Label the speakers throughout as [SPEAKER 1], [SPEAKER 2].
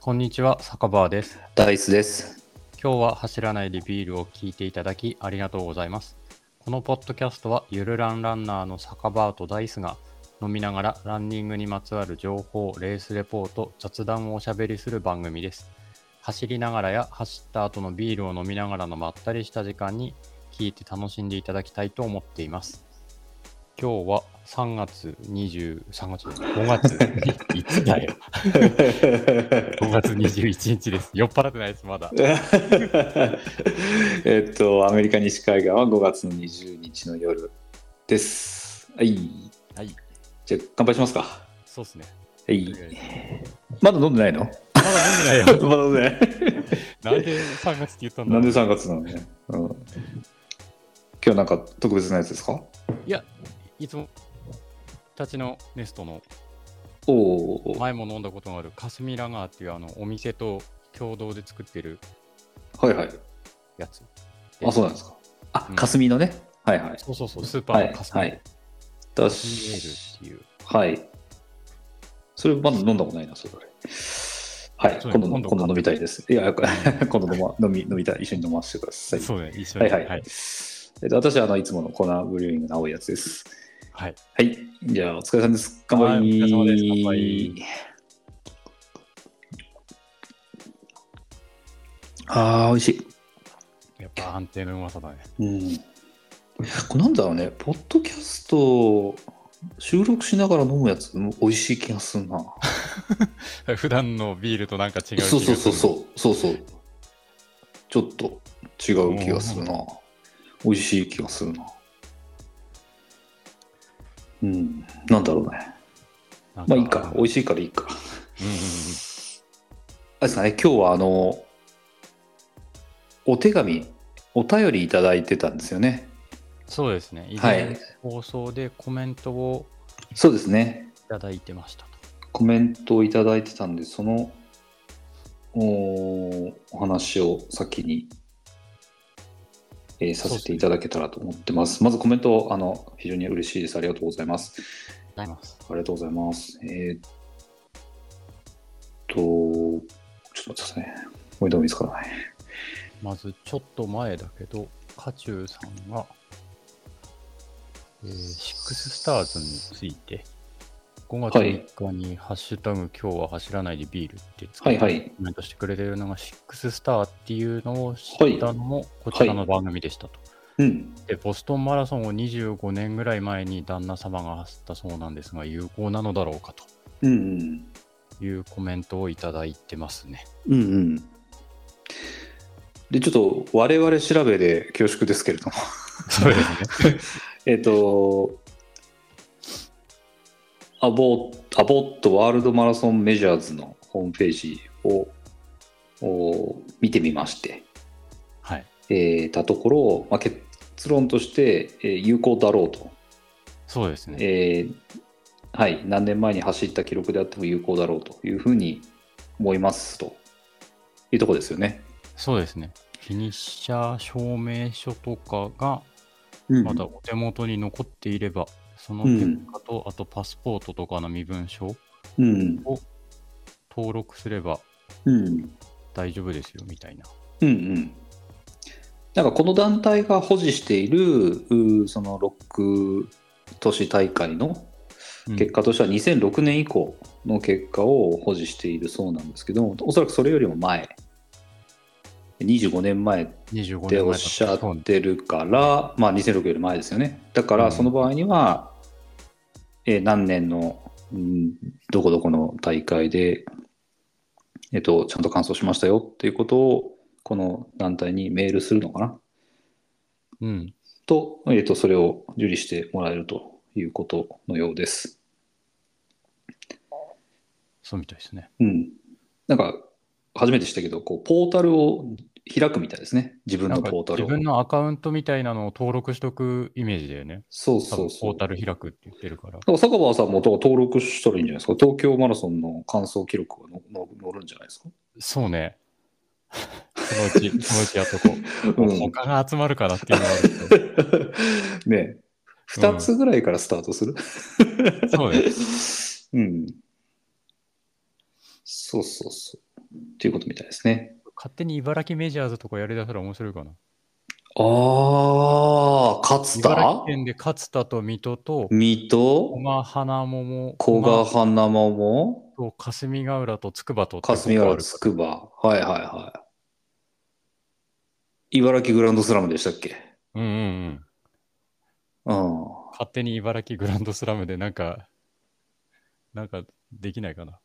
[SPEAKER 1] こんにちは、酒場です。
[SPEAKER 2] ダイスです。
[SPEAKER 1] 今日は走らないでビールを聞いていただきありがとうございます。このポッドキャストはゆるランランナーの酒場とダイスが飲みながらランニングにまつわる情報、レースレポート、雑談をおしゃべりする番組です。走りながらや走った後のビールを飲みながらのまったりした時間に聞いて楽しんでいただきたいと思っています。今日は3月20、3月、5月、いつだよ。5月21日です。酔っ払ってないです、まだ。
[SPEAKER 2] えっと、アメリカ西海岸は5月の20日の夜です。はい。
[SPEAKER 1] はい。
[SPEAKER 2] じゃあ、乾杯しますか。は
[SPEAKER 1] そうっすね。
[SPEAKER 2] い
[SPEAKER 1] とり。あえず
[SPEAKER 2] まだ飲んでないの
[SPEAKER 1] まだ飲んでないよ。
[SPEAKER 2] まだ飲んでな
[SPEAKER 1] な
[SPEAKER 2] い。
[SPEAKER 1] んで3月って言ったんだろ
[SPEAKER 2] なん
[SPEAKER 1] う
[SPEAKER 2] で3月なのね。うん、今日なんか特別なやつですか
[SPEAKER 1] いや、いつも、たちのネストの
[SPEAKER 2] おお。
[SPEAKER 1] 前も飲んだことがあるカスミラガーっていうあのお店と共同で作ってる
[SPEAKER 2] はいはい。
[SPEAKER 1] やつ。
[SPEAKER 2] あ、そうなんですか。あ
[SPEAKER 1] うん、
[SPEAKER 2] 霞のね。はいはい。
[SPEAKER 1] そうそうそう、スーパ
[SPEAKER 2] は
[SPEAKER 1] ーの
[SPEAKER 2] い
[SPEAKER 1] カスミ
[SPEAKER 2] は
[SPEAKER 1] ラガー
[SPEAKER 2] い。だ
[SPEAKER 1] カスミエー
[SPEAKER 2] し
[SPEAKER 1] ルっていう。
[SPEAKER 2] はい。それまだ飲んだことないな、それ。はい、
[SPEAKER 1] そうね
[SPEAKER 2] 今度
[SPEAKER 1] 今度
[SPEAKER 2] 今度飲みたいです。いや、 今度飲,、ま、 飲み飲みたい、一緒に飲ませてください。
[SPEAKER 1] そうね、一緒
[SPEAKER 2] は
[SPEAKER 1] に。
[SPEAKER 2] いはい。えっと、私はあのいつものコーナーブリューイングの青いやつです。
[SPEAKER 1] はい。
[SPEAKER 2] はい。じゃあ、お疲れ様です。乾杯。
[SPEAKER 1] はいお疲れ様です乾杯
[SPEAKER 2] ああ、美味しい。
[SPEAKER 1] やっぱ安定のうまさだね。
[SPEAKER 2] うん、これなんだろうね、ポッドキャスト収録しながら飲むやつ、も美味しい気がするな。
[SPEAKER 1] 普段のビールとなんか違う気がす
[SPEAKER 2] そう
[SPEAKER 1] る
[SPEAKER 2] そうそうそう、そうそう。ちょっと違う気がするな。美味しい気がするな。うん、なんだろうね。
[SPEAKER 1] なん
[SPEAKER 2] まあいいか、美
[SPEAKER 1] い。
[SPEAKER 2] 味しいからいいか。
[SPEAKER 1] うんうんうん
[SPEAKER 2] あれですかね、今日はあの、お手紙、お便りいただいてたんですよね。
[SPEAKER 1] そうですね。以
[SPEAKER 2] は
[SPEAKER 1] 前
[SPEAKER 2] い。
[SPEAKER 1] 放送でコメントを
[SPEAKER 2] そうですね。
[SPEAKER 1] いただいてましたと。
[SPEAKER 2] コメントをいただいてたんで、そのおーお話を先に、えーさせていただけたらと思ってます。まずコメントあの、非常に嬉しいです。ありがとうございます。
[SPEAKER 1] ありがとうございます。
[SPEAKER 2] ありがとうございます。えーっと、ちょっと待ってくださいね。これでも見つからない。
[SPEAKER 1] まずちょっと前だけど、カチューさんが、えーシックススターズについて、5月
[SPEAKER 2] はい
[SPEAKER 1] 3日に、ハッシュタグ今日は走らないでビールってつ
[SPEAKER 2] は
[SPEAKER 1] け
[SPEAKER 2] い
[SPEAKER 1] て
[SPEAKER 2] は
[SPEAKER 1] コ
[SPEAKER 2] い。
[SPEAKER 1] メントしてくれてるのが、シックススターっていうのを知ったのも、こちらの番組でしたと。
[SPEAKER 2] うん。
[SPEAKER 1] で、ボストンマラソンを25年ぐらい前に旦那様が走ったそうなんですが、有効なのだろうか
[SPEAKER 2] うんうん。
[SPEAKER 1] というコメントをいただいてます ね。
[SPEAKER 2] うんうん。で、ちょっと我々調べで恐縮ですけれども
[SPEAKER 1] そうですね。
[SPEAKER 2] えっと、アボアボットワールドマラソンメジャーズのホームページをお見てみまして、
[SPEAKER 1] はい。
[SPEAKER 2] えーたところ、まあ、結論として、えー有効だろうと、
[SPEAKER 1] そうですね。
[SPEAKER 2] えーはい、何年前に走った記録であっても有効だろうというふうに思いますというところですよね。
[SPEAKER 1] そうですね。フィニッシャー証明書とかがまだお手元に残っていれば、その結果と、あとパスポートとかの身分証
[SPEAKER 2] うん、
[SPEAKER 1] 登録すれば
[SPEAKER 2] うん
[SPEAKER 1] 大丈夫ですよみたいな。
[SPEAKER 2] うんうん。なんかこの団体が保持しているうーその6都市大会の
[SPEAKER 1] うん
[SPEAKER 2] 結果としては2006年以降の結果を保持しているそうなんですけどもおそらくそれよりも前25年前っ
[SPEAKER 1] 25年前
[SPEAKER 2] て
[SPEAKER 1] だ
[SPEAKER 2] おっしゃ
[SPEAKER 1] そうね
[SPEAKER 2] ってるから、まあ、2006より前ですよねだか
[SPEAKER 1] うん
[SPEAKER 2] らその場合には、えー何年の、うんどこどこの大会で、えっとちゃんと完走しましたよっていうことをこの団体にメールするのかな
[SPEAKER 1] うん。
[SPEAKER 2] と,、えっとそれを受理してもらえるということのようです。
[SPEAKER 1] そうみたいですね。
[SPEAKER 2] うん。なんか、初めてしたけど、こう、ポータルを開くみたいですね。自分
[SPEAKER 1] な
[SPEAKER 2] の
[SPEAKER 1] んか
[SPEAKER 2] ポータ
[SPEAKER 1] 自
[SPEAKER 2] ルを。
[SPEAKER 1] 分のアカウントみたいなのを登録しとくイメージだよね。
[SPEAKER 2] そう
[SPEAKER 1] 多
[SPEAKER 2] そ
[SPEAKER 1] 分
[SPEAKER 2] うそ
[SPEAKER 1] ポー
[SPEAKER 2] う。だ
[SPEAKER 1] タ
[SPEAKER 2] か
[SPEAKER 1] ル開くって言ってるから。
[SPEAKER 2] ら坂場さんも登録したらいいんじゃないですか。東京マラソンの完走記録がのの乗るんじゃないですか。
[SPEAKER 1] そうね。そのう ち、そのうちやっとこう。
[SPEAKER 2] うん、
[SPEAKER 1] 他が集まるからっていうのはあるけど
[SPEAKER 2] ねえ2つぐらいからスタートする。
[SPEAKER 1] そうね。
[SPEAKER 2] うん。そうそうそう。っていうことみたいですね。
[SPEAKER 1] 勝手に茨城メジャーズとかやりだしたら面白いかな。
[SPEAKER 2] ああ、勝
[SPEAKER 1] 茨
[SPEAKER 2] 田
[SPEAKER 1] 城県で勝田と水戸と、
[SPEAKER 2] 水戸
[SPEAKER 1] 小川花桃、
[SPEAKER 2] 古賀花桃
[SPEAKER 1] と霞ヶ浦と筑波とって
[SPEAKER 2] 霞ヶ浦つくば。はいはいはい。茨城グランドスラムでしたっけ
[SPEAKER 1] うんうんうん。
[SPEAKER 2] うん。
[SPEAKER 1] 勝手に茨城グランドスラムでなんか、なんかできないかな。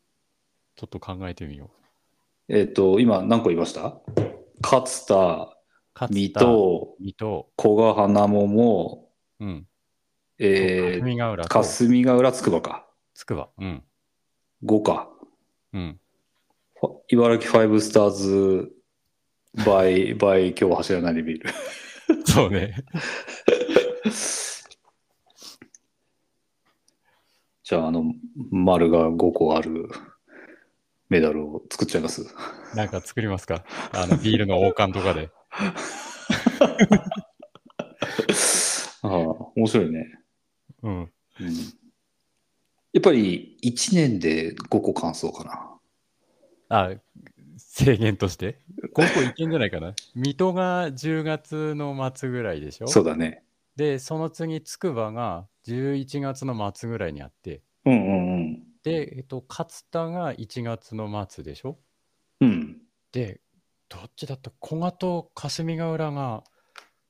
[SPEAKER 1] ちょっと考えてみよう。
[SPEAKER 2] えっ、と、今何個言いました勝田、
[SPEAKER 1] 勝
[SPEAKER 2] 水
[SPEAKER 1] 田、
[SPEAKER 2] 戸、
[SPEAKER 1] 水戸、
[SPEAKER 2] 古賀花桃、
[SPEAKER 1] うん。
[SPEAKER 2] えー、
[SPEAKER 1] 霞ヶ浦と
[SPEAKER 2] 霞ヶ浦つくばか。
[SPEAKER 1] つくば。うん。
[SPEAKER 2] 5か。
[SPEAKER 1] うん。
[SPEAKER 2] ファ茨城ファイブスターズ、バイ、バイ、今日は走らないレビュール。
[SPEAKER 1] そうね。
[SPEAKER 2] じゃあ、あの、丸が5個あるメダルを作っちゃいます。
[SPEAKER 1] なんか作りますか。あの、ビールの王冠とかで。
[SPEAKER 2] ああ、面白いね。
[SPEAKER 1] うん。
[SPEAKER 2] うんやっぱり1年で5個完走かな。
[SPEAKER 1] あ、制限として。今後いけんじゃないかな。水戸が10月の末ぐらいでしょ。
[SPEAKER 2] そうだね。
[SPEAKER 1] で、その次、つくばが11月の末ぐらいにあって、
[SPEAKER 2] うんうんうん。
[SPEAKER 1] で、えっと、勝田が1月の末でしょ。
[SPEAKER 2] うん。
[SPEAKER 1] で、どっちだった古賀と霞ヶ浦が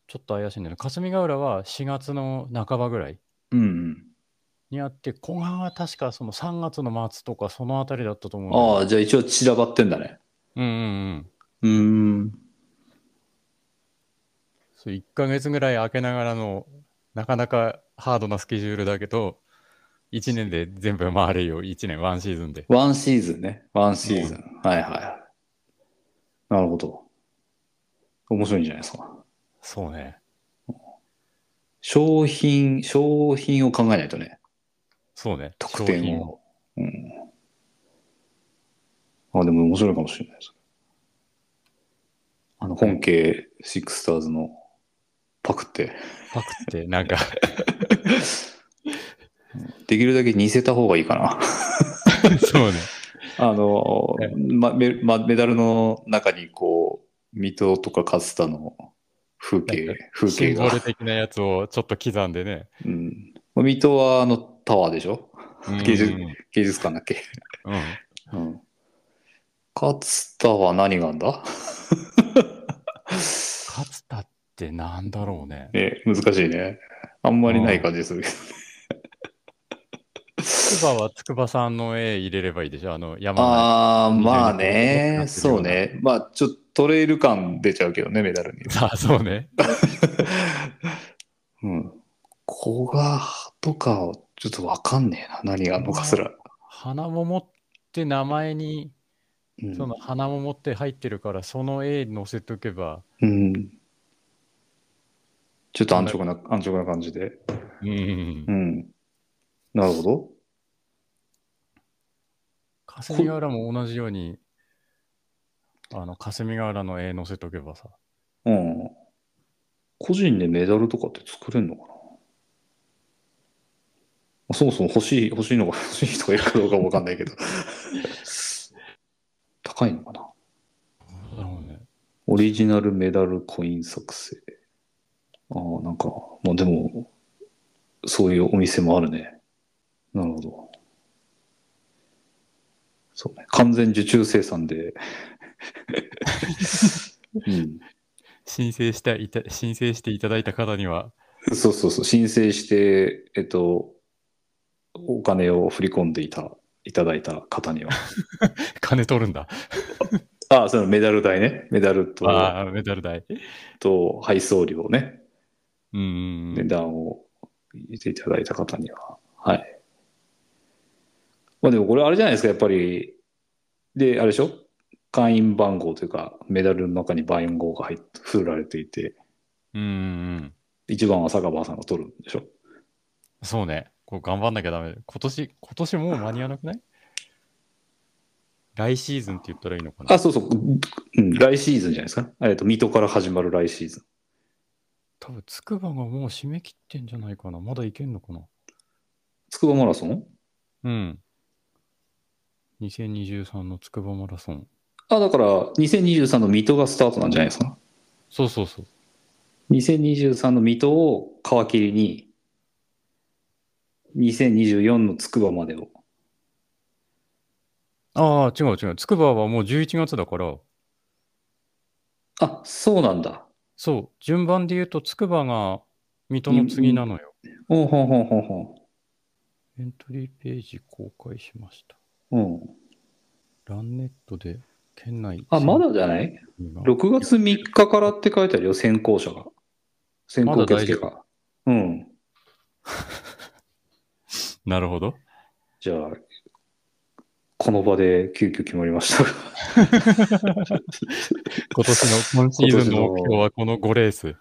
[SPEAKER 1] ちょっと怪しいんだよね。霞ヶ浦は4月の半ばぐらい
[SPEAKER 2] うん
[SPEAKER 1] にあって、古賀が確かその3月の末とかそのあたりだったと思
[SPEAKER 2] う
[SPEAKER 1] うんだ
[SPEAKER 2] ん。
[SPEAKER 1] よね。
[SPEAKER 2] ああ、じゃあ一応散らばってんだね。
[SPEAKER 1] うんうんうん。
[SPEAKER 2] うーん。
[SPEAKER 1] そう1ヶ月ぐらい空けながらのなかなかハードなスケジュールだけど1年で全部回れよ1年ワンシーズンで
[SPEAKER 2] ワンシーズンね。ワンシーズン。はいはいはい。なるほど。面白いんじゃないですか。
[SPEAKER 1] そうね
[SPEAKER 2] 商品、商品を考えないとね。
[SPEAKER 1] そうね
[SPEAKER 2] 特
[SPEAKER 1] 商
[SPEAKER 2] 典
[SPEAKER 1] 品
[SPEAKER 2] を。うん。あ、でも面白いかもしれないです。あの、本家シックスターズのパクって、
[SPEAKER 1] パクってなん か
[SPEAKER 2] できるだけ似せた方がいいかな。
[SPEAKER 1] そうね
[SPEAKER 2] あの
[SPEAKER 1] え、
[SPEAKER 2] まメま、メダルの中にこう、水戸とか勝田の風
[SPEAKER 1] なん
[SPEAKER 2] 景
[SPEAKER 1] か、
[SPEAKER 2] 風
[SPEAKER 1] シ
[SPEAKER 2] 景
[SPEAKER 1] ンボ
[SPEAKER 2] が。
[SPEAKER 1] ル的なやつをちょっと刻んで ね
[SPEAKER 2] うん、ま水戸はあのタワーでしょ
[SPEAKER 1] うん
[SPEAKER 2] 芸術
[SPEAKER 1] うん
[SPEAKER 2] 芸術館だっけ、
[SPEAKER 1] うん
[SPEAKER 2] うん、勝田は何があんだ
[SPEAKER 1] 勝田ってなんだろうね
[SPEAKER 2] ね、難しいね。あんまりない感じするけど。
[SPEAKER 1] 筑波は筑波さんの絵入れればいいでしょあの山
[SPEAKER 2] ああ、まあ
[SPEAKER 1] うん
[SPEAKER 2] ね。そうね。まあ、ちょっとトレイル感出ちゃうけどね、メダルに。
[SPEAKER 1] ああそうね
[SPEAKER 2] うん。古賀とか、ちょっとわかんねえな。何があんのかすら。
[SPEAKER 1] 花桃って名前に
[SPEAKER 2] うん
[SPEAKER 1] その花桃って入ってるからその絵載せとけば
[SPEAKER 2] うん。ちょっと安直な、安直な感じで。
[SPEAKER 1] うん
[SPEAKER 2] うん。なるほど。
[SPEAKER 1] 霞ヶ浦も同じように、あの、霞ヶ浦の絵載せとけばさ。
[SPEAKER 2] うん。個人でメダルとかって作れるのかなそもそも欲しい、欲しいのが、欲しい人がいるかどうかわかんないけど。高いのかな
[SPEAKER 1] なるほどね。
[SPEAKER 2] オリジナルメダルコイン作成。ああ、なんか、まあでも、そういうお店もあるね。なるほど。そうね。完全受注生産で。うん。
[SPEAKER 1] 申請していた、申請していただいた方には、
[SPEAKER 2] そうそうそう。申請して、えっと、お金を振り込んでいた、いただいた方には。
[SPEAKER 1] 金取るんだ。
[SPEAKER 2] ああ、そのメダル代ね。メダルと、
[SPEAKER 1] ああ、メダル代。
[SPEAKER 2] と配送料ね。
[SPEAKER 1] うんうんう
[SPEAKER 2] 値
[SPEAKER 1] ん。
[SPEAKER 2] 段を入れていただいた方には。はい。まあでもこれあれじゃないですか、やっぱり。で、あれでしょ会員番号というか、メダルの中に番号が入って、振られていて、
[SPEAKER 1] うんうんうん。
[SPEAKER 2] 一番は坂場さんが取るんでしょ
[SPEAKER 1] そうね。こう頑張んなきゃダメ。今年、今年もう間に合わなくない来シーズンって言ったらいいのかな
[SPEAKER 2] あ、そうそう。うん、来シーズンじゃないですか。えっと、水戸から始まる来シーズン。
[SPEAKER 1] 多分、つくばがもう締め切ってんじゃないかな。まだいけんのかな
[SPEAKER 2] つくばマラソン
[SPEAKER 1] うん。2023のつくばマラソン。
[SPEAKER 2] あ、だから、2023の水戸がスタートなんじゃないですか。
[SPEAKER 1] そうそうそう。
[SPEAKER 2] 2023の水戸を皮切りに、2024のつくばまでを。
[SPEAKER 1] ああ、違う違う。つくばはもう11月だから、
[SPEAKER 2] あ、そうなんだ。
[SPEAKER 1] そう、順番で言うと、つくばが水戸の次なのよ。
[SPEAKER 2] ほうほうほうほうほ
[SPEAKER 1] エントリーページ公開しました。
[SPEAKER 2] う。うん。
[SPEAKER 1] ランネットで県内
[SPEAKER 2] あ、まだじゃない
[SPEAKER 1] 今
[SPEAKER 2] ?6 月3日からって書いてあるよ、先行者が。先行受付
[SPEAKER 1] ま
[SPEAKER 2] が。うん。
[SPEAKER 1] なるほど。
[SPEAKER 2] じゃあ、この場で急遽決まりました。
[SPEAKER 1] 今 年の、今シーズンの目標はこの5レース。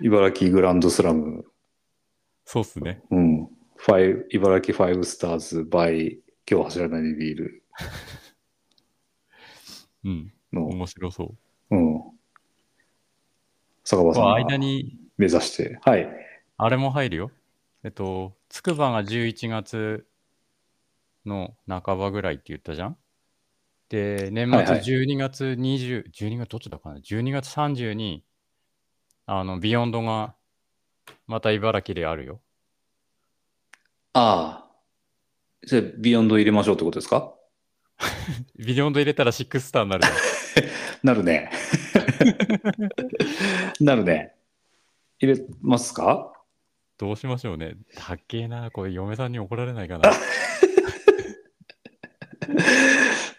[SPEAKER 2] 茨城グランドスラム、
[SPEAKER 1] そうっすね。
[SPEAKER 2] うん。ファイブ茨城ファイブスターズ by 今日走らないでビール
[SPEAKER 1] うん。
[SPEAKER 2] の、
[SPEAKER 1] 面白そう。
[SPEAKER 2] うん。坂場さん
[SPEAKER 1] まあ
[SPEAKER 2] が
[SPEAKER 1] 間に、
[SPEAKER 2] 目指して。はい。
[SPEAKER 1] あれも入るよ。えっと、つくばが11月の半ばぐらいって言ったじゃんで、年
[SPEAKER 2] はいは
[SPEAKER 1] 末
[SPEAKER 2] い
[SPEAKER 1] 12月20、12月どっちだかな ?12 月30に、あの、ビヨンドが、また茨城であるよ。
[SPEAKER 2] ああ。じゃあ、ビヨンド入れましょうってことですか
[SPEAKER 1] ビヨンド入れたらシックスターになるじゃん
[SPEAKER 2] なる ね。なるね。入れますか
[SPEAKER 1] どうしましょうね。たっけえな、これ嫁さんに怒られないか な。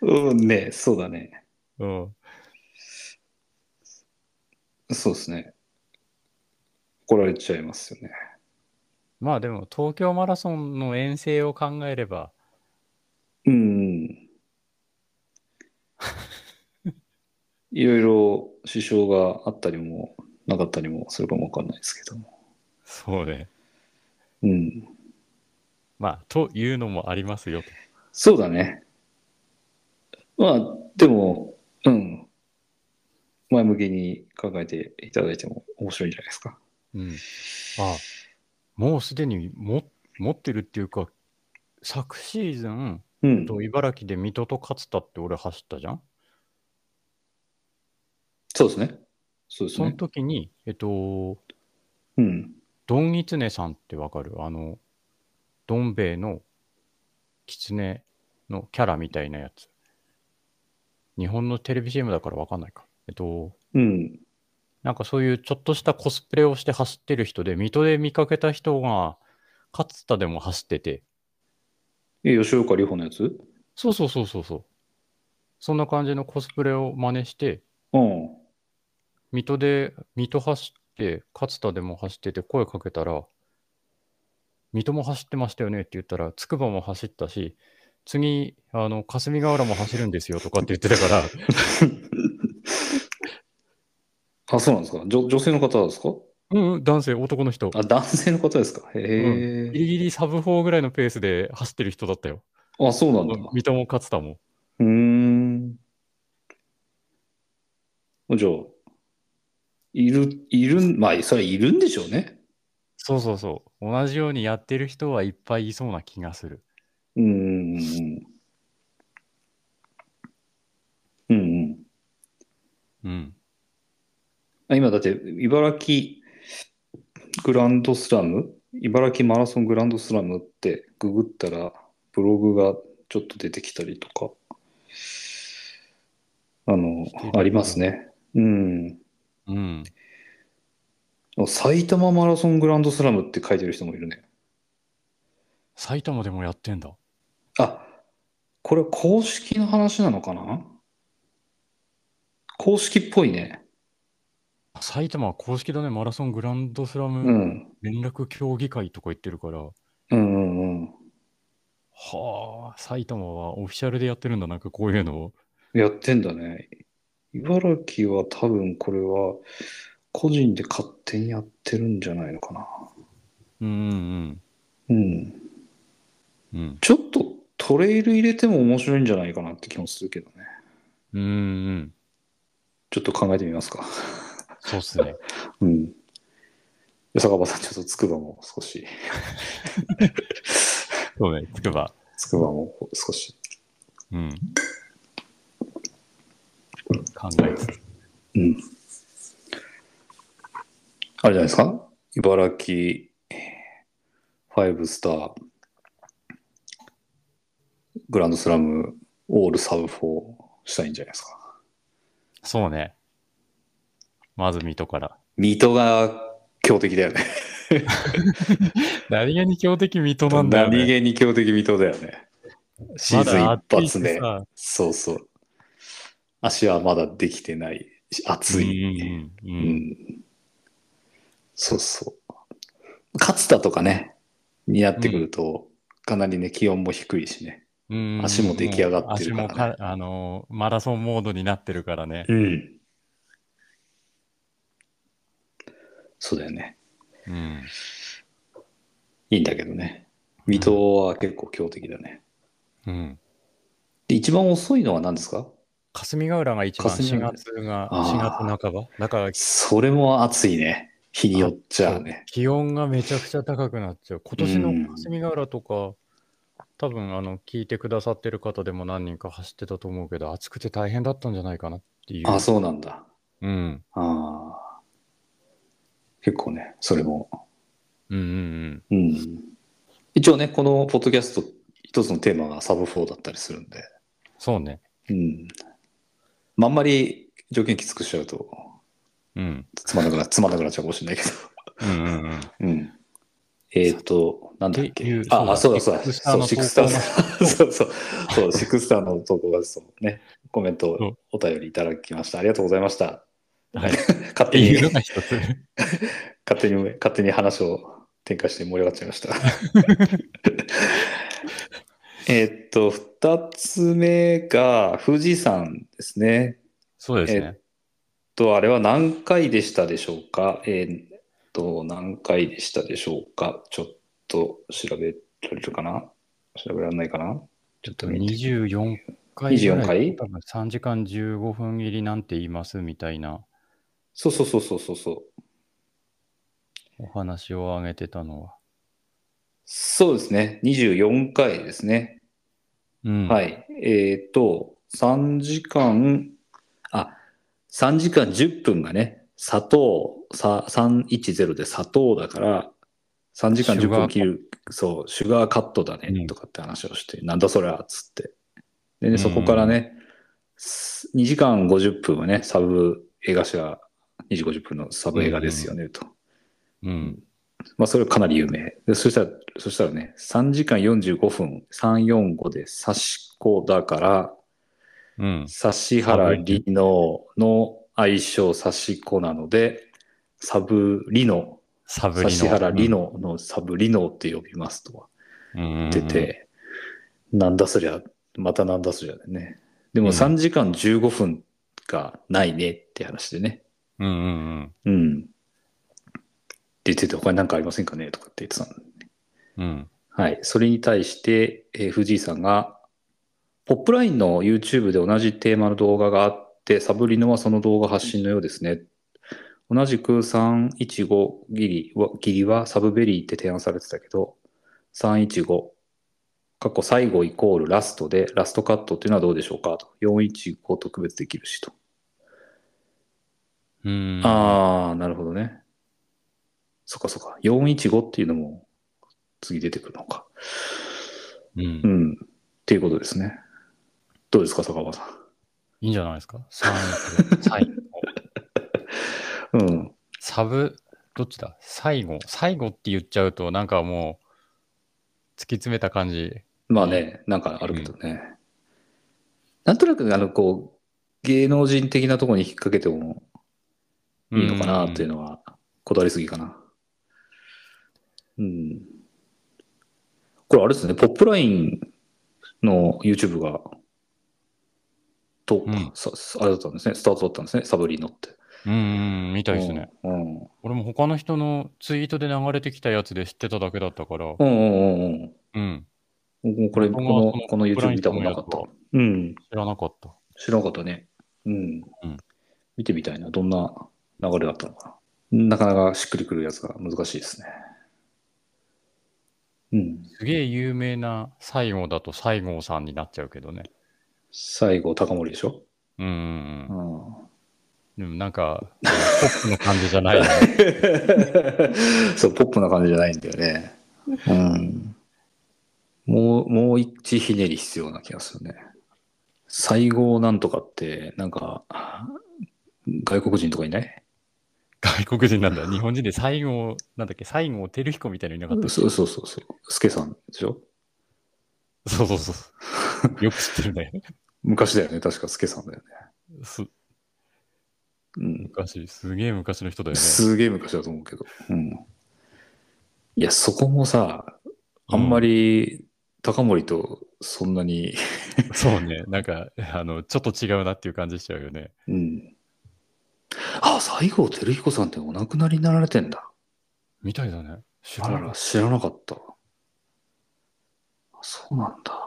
[SPEAKER 2] うんね、そうだね。
[SPEAKER 1] うん。
[SPEAKER 2] そうですね。怒られちゃいますよね。
[SPEAKER 1] まあでも、東京マラソンの遠征を考えれば、
[SPEAKER 2] うん。いろいろ支障があったりもなかったりもするかもわかんないですけども。
[SPEAKER 1] そうね。
[SPEAKER 2] うん。
[SPEAKER 1] まあ、というのもありますよと。
[SPEAKER 2] そうだね。まあ、でも、うん。前向きに考えていただいても面白いんじゃないですか。
[SPEAKER 1] うん、あもうすでにも持ってるっていうか昨シーズン
[SPEAKER 2] うん。
[SPEAKER 1] と茨城で水戸と勝田って俺走ったじゃん、
[SPEAKER 2] そうですね。そうです
[SPEAKER 1] その
[SPEAKER 2] ね。
[SPEAKER 1] 時にえっと
[SPEAKER 2] うん。
[SPEAKER 1] ドンギツネさんってわかるあのどん兵衛のキツネのキャラみたいなやつ日本のテレビ CM だからわかんないかえっと
[SPEAKER 2] うん。
[SPEAKER 1] なんかそういうちょっとしたコスプレをして走ってる人で水戸で見かけた人が勝田でも走ってて
[SPEAKER 2] え、吉岡里帆のやつ
[SPEAKER 1] そうそうそうそうそう。そんな感じのコスプレを真似して、
[SPEAKER 2] うん。
[SPEAKER 1] 水戸で、水戸走って、勝田でも走ってて声かけたら、水戸も走ってましたよねって言ったら、筑波も走ったし、次、あの、霞ヶ浦も走るんですよとかって言ってたから、
[SPEAKER 2] あ、そうなんですか。女女性の方ですか
[SPEAKER 1] うんうん、男性、男の人。
[SPEAKER 2] あ、男性の方ですか。へ
[SPEAKER 1] ギ
[SPEAKER 2] え、
[SPEAKER 1] リギリサブ4ぐらいのペースで走ってる人だったよ。
[SPEAKER 2] あ、そうなんだ。
[SPEAKER 1] 水戸も勝田も。
[SPEAKER 2] うーん。じゃあ、いる、いるん、まあ、それはいるんでしょうね。
[SPEAKER 1] そうそうそう。同じようにやってる人はいっぱいいそうな気がする。
[SPEAKER 2] うーん。うんうん。
[SPEAKER 1] うん。
[SPEAKER 2] あ今だって、茨城グランドスラム茨城マラソングランドスラムってググったら、ブログがちょっと出てきたりとか、あの
[SPEAKER 1] て、る
[SPEAKER 2] ありますね。うん。
[SPEAKER 1] うん。
[SPEAKER 2] 埼玉マラソングランドスラムって書いてる人もいるね。
[SPEAKER 1] 埼玉でもやってんだ。
[SPEAKER 2] あ、これは公式の話なのかな公式っぽいね。
[SPEAKER 1] 埼玉は公式だね、マラソングランドスラ
[SPEAKER 2] う
[SPEAKER 1] ム
[SPEAKER 2] ん。
[SPEAKER 1] 連絡協議会とか言ってるから、
[SPEAKER 2] うんうんうん。
[SPEAKER 1] はあ、埼玉はオフィシャルでやってるんだ、なんかこういうのを。
[SPEAKER 2] やってんだね。茨城は多分これは個人で勝手にやってるんじゃないのかな。
[SPEAKER 1] うんうん
[SPEAKER 2] うん。
[SPEAKER 1] うん。うん
[SPEAKER 2] ちょっとトレイル入れても面白いんじゃないかなって気もするけどね。
[SPEAKER 1] うんうん。
[SPEAKER 2] ちょっと考えてみますか。
[SPEAKER 1] そうっす ね。
[SPEAKER 2] うん。坂場さん、ちょっとつくばも少し、
[SPEAKER 1] そうね、つくば。
[SPEAKER 2] つくばも少し
[SPEAKER 1] うん。考えつつ。
[SPEAKER 2] うん。あれじゃないですか茨城、ファイブスター、グランドスラム、オールサブフォーしたいんじゃないですか。
[SPEAKER 1] そうね。まず水戸から。
[SPEAKER 2] 水戸が強敵だよね。
[SPEAKER 1] 何気に強敵水戸なんだよ、
[SPEAKER 2] 何
[SPEAKER 1] ね。
[SPEAKER 2] 気に強敵水戸だよね。シーズン一発目。
[SPEAKER 1] まだ暑
[SPEAKER 2] そうそう。足はまだできてない。熱
[SPEAKER 1] いし
[SPEAKER 2] い。
[SPEAKER 1] さうんうん
[SPEAKER 2] う
[SPEAKER 1] うんうん
[SPEAKER 2] んそうそう。勝田とかね、になってくると、かなりね、気温も低いしね。
[SPEAKER 1] うん
[SPEAKER 2] 足も出来上がってるか
[SPEAKER 1] 足も
[SPEAKER 2] らね
[SPEAKER 1] かあのーマラソンモードになってるからね。
[SPEAKER 2] うん。そうだよね。
[SPEAKER 1] うん。
[SPEAKER 2] いいんだけどね。水戸は結構強敵だね。
[SPEAKER 1] うん。
[SPEAKER 2] で、一番遅いのは何ですか
[SPEAKER 1] 霞ヶ浦が一番
[SPEAKER 2] 霞
[SPEAKER 1] 4
[SPEAKER 2] ヶ浦
[SPEAKER 1] 月が、
[SPEAKER 2] あー
[SPEAKER 1] 4月半ばだから
[SPEAKER 2] それも暑いね。日によっちゃね。
[SPEAKER 1] 気温がめちゃくちゃ高くなっちゃう。今年
[SPEAKER 2] うん
[SPEAKER 1] の霞ヶ浦とか、多分あの聞いてくださってる方でも何人か走ってたと思うけど、暑くて大変だったんじゃないかなっていう。
[SPEAKER 2] あ、そうなんだ。
[SPEAKER 1] うん。
[SPEAKER 2] あー結構ね、それも
[SPEAKER 1] うんうん
[SPEAKER 2] うん一応ね、このポッドキャスト、一つのテーマがサブ4だったりするんで、
[SPEAKER 1] うん。そうね。
[SPEAKER 2] うん。まあ、あんまり条件きつくしちゃうと、
[SPEAKER 1] うん。
[SPEAKER 2] つまん なくな、つまんなくなっちゃうかもしれないけ
[SPEAKER 1] うんうんうん。
[SPEAKER 2] ど。うん。えっ、と、なんだっ
[SPEAKER 1] ってい
[SPEAKER 2] け
[SPEAKER 1] う。
[SPEAKER 2] あ、あそ
[SPEAKER 1] そうう
[SPEAKER 2] だ
[SPEAKER 1] だ
[SPEAKER 2] そうだ。そう、シ
[SPEAKER 1] シッ
[SPEAKER 2] ック
[SPEAKER 1] ク
[SPEAKER 2] ス
[SPEAKER 1] ス
[SPEAKER 2] タ
[SPEAKER 1] ター
[SPEAKER 2] ーの
[SPEAKER 1] の、
[SPEAKER 2] そうそう、 そう、シックスターの投稿が、そうね、コメント
[SPEAKER 1] そう、
[SPEAKER 2] お便りいただきました。ありがとうございました。
[SPEAKER 1] はい。っ
[SPEAKER 2] 勝
[SPEAKER 1] て
[SPEAKER 2] 手に
[SPEAKER 1] いうの、が一つ。
[SPEAKER 2] 勝手に、勝手に話を展開して盛り上がっちゃい ました。えっと、二つ目が富士山ですね。
[SPEAKER 1] そうです
[SPEAKER 2] えっ
[SPEAKER 1] ね。
[SPEAKER 2] と、あれは何回でしたでしょうかえっと、何回でしたでしょうかちょっと調べられるかな調べられないかな
[SPEAKER 1] ちょっと
[SPEAKER 2] と見て
[SPEAKER 1] 24回ぐら
[SPEAKER 2] 24
[SPEAKER 1] い。
[SPEAKER 2] 回
[SPEAKER 1] 多分3時間15分入りなんて言いますみたいな
[SPEAKER 2] そうそうそうそうそうそう。
[SPEAKER 1] お話を挙げてたのは。
[SPEAKER 2] そうですね。24回ですね。
[SPEAKER 1] うん。。
[SPEAKER 2] はいい。えっ、と、3時間、あ、3時間10分がね、砂糖、さ310で砂糖だから、3時間10分切る、そう、シュガーカットだ
[SPEAKER 1] う
[SPEAKER 2] ね、
[SPEAKER 1] ん
[SPEAKER 2] とかって話をして、なんだそれは、つって。でね、
[SPEAKER 1] ん
[SPEAKER 2] そこからね、す2時間50分はね、サブ映画が2時50分のサブ映画ですよね、と。
[SPEAKER 1] うん。
[SPEAKER 2] まあ、それはかなり有名。でそしたら、そしたらね、3時間45分、345で刺し子だから、
[SPEAKER 1] うん。
[SPEAKER 2] 指原莉乃の愛称指し子なので、サブリノ、
[SPEAKER 1] サブリの。
[SPEAKER 2] 指原莉乃のサブリノって呼びますとは
[SPEAKER 1] うん。
[SPEAKER 2] 出て、なんだそりゃ、またなんだそりゃでね。で
[SPEAKER 1] う
[SPEAKER 2] も
[SPEAKER 1] ん
[SPEAKER 2] 3時間15分がないねって話でね。
[SPEAKER 1] うんうんうん。
[SPEAKER 2] うん。って言ってて、他に何かありませんかねとかって言ってたの
[SPEAKER 1] うん。
[SPEAKER 2] はい。それに対して、えー藤井さんが、ポップラインの YouTube で同じテーマの動画があって、サブリノはその動画発信のようですね。同じく315ギリは、ギリはサブベリーって提案されてたけど、315、過去最後イコールラストで、ラストカットっていうのはどうでしょうかと。415特別できるしと。
[SPEAKER 1] うん。
[SPEAKER 2] ああ、なるほどね。そっかそっか。415っていうのも次出てくるのか。
[SPEAKER 1] うん
[SPEAKER 2] う。ん。っていうことですね。どうですか、坂場さ
[SPEAKER 1] いいんじゃないですか ?3、最後。
[SPEAKER 2] ん。うん。
[SPEAKER 1] サブ、どっちだ最後。最後って言っちゃうと、なんかもう、突き詰めた感じ。
[SPEAKER 2] まあね、なんかあるけどね。なんとなく、あの、こう、芸能人的なところに引っ掛けてもいいのかなっていう
[SPEAKER 1] の。
[SPEAKER 2] のは、こだわりすぎかな。うん。これあれですね、ポップラインの YouTube が、と、
[SPEAKER 1] うん
[SPEAKER 2] さあれだったんですね、スタートだったんですね、サブリーノって。
[SPEAKER 1] うんうんうん、みたいですね。
[SPEAKER 2] うん。うん
[SPEAKER 1] 俺も他の人のツイートで流れてきたやつで知ってただけだったから。
[SPEAKER 2] うんうんうん。
[SPEAKER 1] うん。
[SPEAKER 2] 僕もこれ、こ
[SPEAKER 1] 僕も
[SPEAKER 2] の
[SPEAKER 1] その、
[SPEAKER 2] この
[SPEAKER 1] ブライン
[SPEAKER 2] YouTube 見
[SPEAKER 1] ド
[SPEAKER 2] た
[SPEAKER 1] の
[SPEAKER 2] ことなかっ
[SPEAKER 1] や
[SPEAKER 2] た。うん。
[SPEAKER 1] 知らなかった。
[SPEAKER 2] 知らなかったね。うん。
[SPEAKER 1] うん
[SPEAKER 2] 見てみたいな。どんな流れだったのかな。なかなかしっくりくるやつが難しいですね。うん。
[SPEAKER 1] すげえ有名な西郷だと西郷さんになっちゃうけどね。
[SPEAKER 2] 西郷隆盛でしょ
[SPEAKER 1] うんうん
[SPEAKER 2] う
[SPEAKER 1] うん。
[SPEAKER 2] ん、
[SPEAKER 1] でもなんか、ポップな感じじゃない、ね。
[SPEAKER 2] そう、ポップな感じじゃないんだよね。うん。もう、もう一ひねり必要な気がするね。西郷なんとかって、なんか、外国人とかいない
[SPEAKER 1] 外国人なんだ。日本人で西郷、なんだっけ、西郷輝彦みたいなのいなかったっ
[SPEAKER 2] そうそうそうそう。スケさんでしょ
[SPEAKER 1] けそうそう そう。よく知ってるね。
[SPEAKER 2] 昔だよね。確かスケさんだよね。
[SPEAKER 1] す
[SPEAKER 2] うん。
[SPEAKER 1] 昔、すげえ昔の人だよね。
[SPEAKER 2] すげえ昔だと思うけど。うん。いや、そこもさ、あんまり高森とそんなに、
[SPEAKER 1] うん。そうね。なんか、あの、ちょっと違うなっていう感じしちゃうよね。
[SPEAKER 2] うん。あ、西郷輝彦さんってお亡くなりになられてんだ。
[SPEAKER 1] みたいだね。知ら
[SPEAKER 2] あ
[SPEAKER 1] な
[SPEAKER 2] ら
[SPEAKER 1] い
[SPEAKER 2] ら、知らなかった。そうなんだ。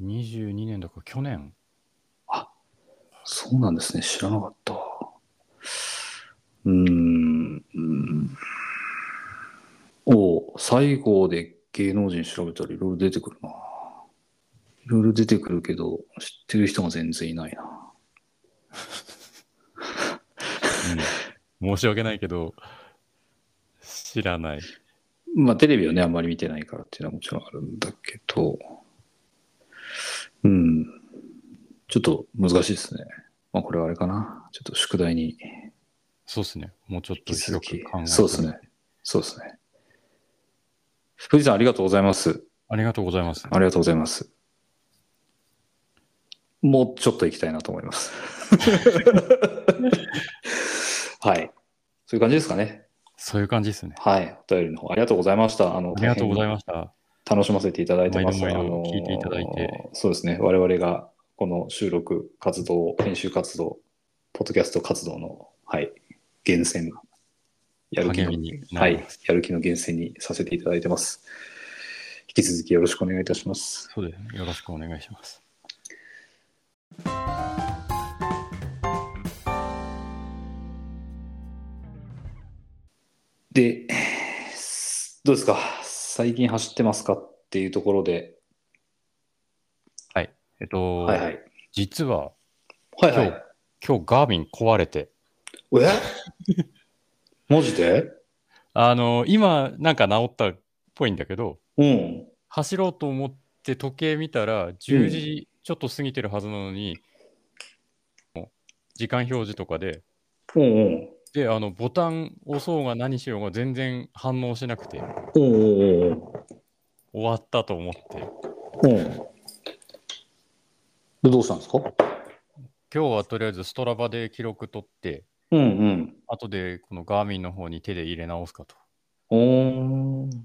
[SPEAKER 1] 22年だから去年。
[SPEAKER 2] そうなんですね。知らなかった。うーん。うんおう西郷で芸能人調べたらいろいろ出てくるな。いろいろ出てくるけど、知ってる人が全然いないな。
[SPEAKER 1] うん、申し訳ないけど、知らない。
[SPEAKER 2] まあテレビをね、あんまり見てないからっていうのはもちろんあるんだけど、うん。ちょっと難しいですね。まあこれはあれかな。ちょっと宿題に
[SPEAKER 1] そうですね。もうちょっと
[SPEAKER 2] 引き続
[SPEAKER 1] 広く
[SPEAKER 2] き
[SPEAKER 1] 考え。て。
[SPEAKER 2] そうです。ね。そうですね。藤井さん、ありがとうございます。
[SPEAKER 1] ありがとうございます。
[SPEAKER 2] ありがとうございます。もうちょっと行きたいなと思 います。はい。そういう感じですかね。
[SPEAKER 1] そういう感じですね。
[SPEAKER 2] はい。お便りの方、ありがとうございました。あの、
[SPEAKER 1] ありがとうござい
[SPEAKER 2] す
[SPEAKER 1] ました。
[SPEAKER 2] 楽しませていただいてます。
[SPEAKER 1] 毎度毎度
[SPEAKER 2] あのー
[SPEAKER 1] 聞いていただいて
[SPEAKER 2] そうですね。我々がこの収録活動、編集活動、ポッドキャスト活動の、はい、厳選、やる気
[SPEAKER 1] 励
[SPEAKER 2] の
[SPEAKER 1] みにな
[SPEAKER 2] は
[SPEAKER 1] りま
[SPEAKER 2] い、やる気の厳選にさせていただいてます。引き続きよろしくお願いいたします。
[SPEAKER 1] そうですね。よろしくお願いします。
[SPEAKER 2] で、どうですか最近走ってますかっていうところで、
[SPEAKER 1] えっと、
[SPEAKER 2] はいはい。
[SPEAKER 1] 実は
[SPEAKER 2] はいはい。
[SPEAKER 1] 今日ガーミン壊れて、
[SPEAKER 2] え マジで
[SPEAKER 1] あの、今なんか治ったっぽいんだけど、
[SPEAKER 2] うん。
[SPEAKER 1] 走ろうと思って時計見たら10時ちょっと過ぎてるはずなのに、もう時間表示とかで、
[SPEAKER 2] うんうん。
[SPEAKER 1] で、あの、ボタン押そうが何しようが全然反応しなくて、
[SPEAKER 2] うんうんうん
[SPEAKER 1] 終わったと思って、
[SPEAKER 2] うん。うん。で、どうしたんですか
[SPEAKER 1] 今日はとりあえずストラバで記録取って、
[SPEAKER 2] うんうん。
[SPEAKER 1] 後でこのガーミンの方に手で入れ直すかと。
[SPEAKER 2] おー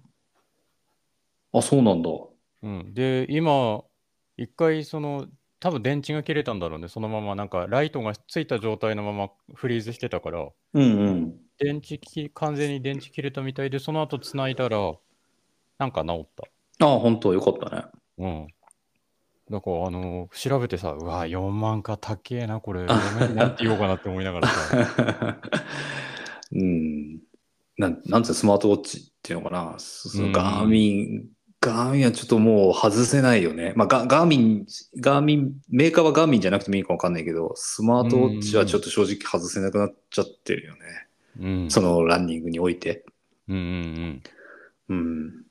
[SPEAKER 2] あ、そうなんだ。
[SPEAKER 1] うん、で、今、一回、その、多分電池が切れたんだろうね、そのまま、なんか、ライトがついた状態のままフリーズしてたから、
[SPEAKER 2] うんうん。
[SPEAKER 1] 電池き、完全に電池切れたみたいで、その後繋いだら、なんか治った。
[SPEAKER 2] あ本当よかったね。
[SPEAKER 1] うん。だから、あの調べてさ、うわ、4万か、高えな、これ、ご めんなんて言おうかなって思いながらさ、
[SPEAKER 2] うん。なん、なんつうのスマートウォッチっていうのかな。そそ
[SPEAKER 1] うん
[SPEAKER 2] のガーミン、ガーミンはちょっともう外せないよね。まあガ、ガーミン、ガーミン、メーカーはガーミンじゃなくてもいいかわかんないけど、スマートウォッチはちょっと正直外せなくなっちゃってるよね。
[SPEAKER 1] うん。
[SPEAKER 2] そのランニングにおいて。
[SPEAKER 1] うんうんうん。
[SPEAKER 2] うん。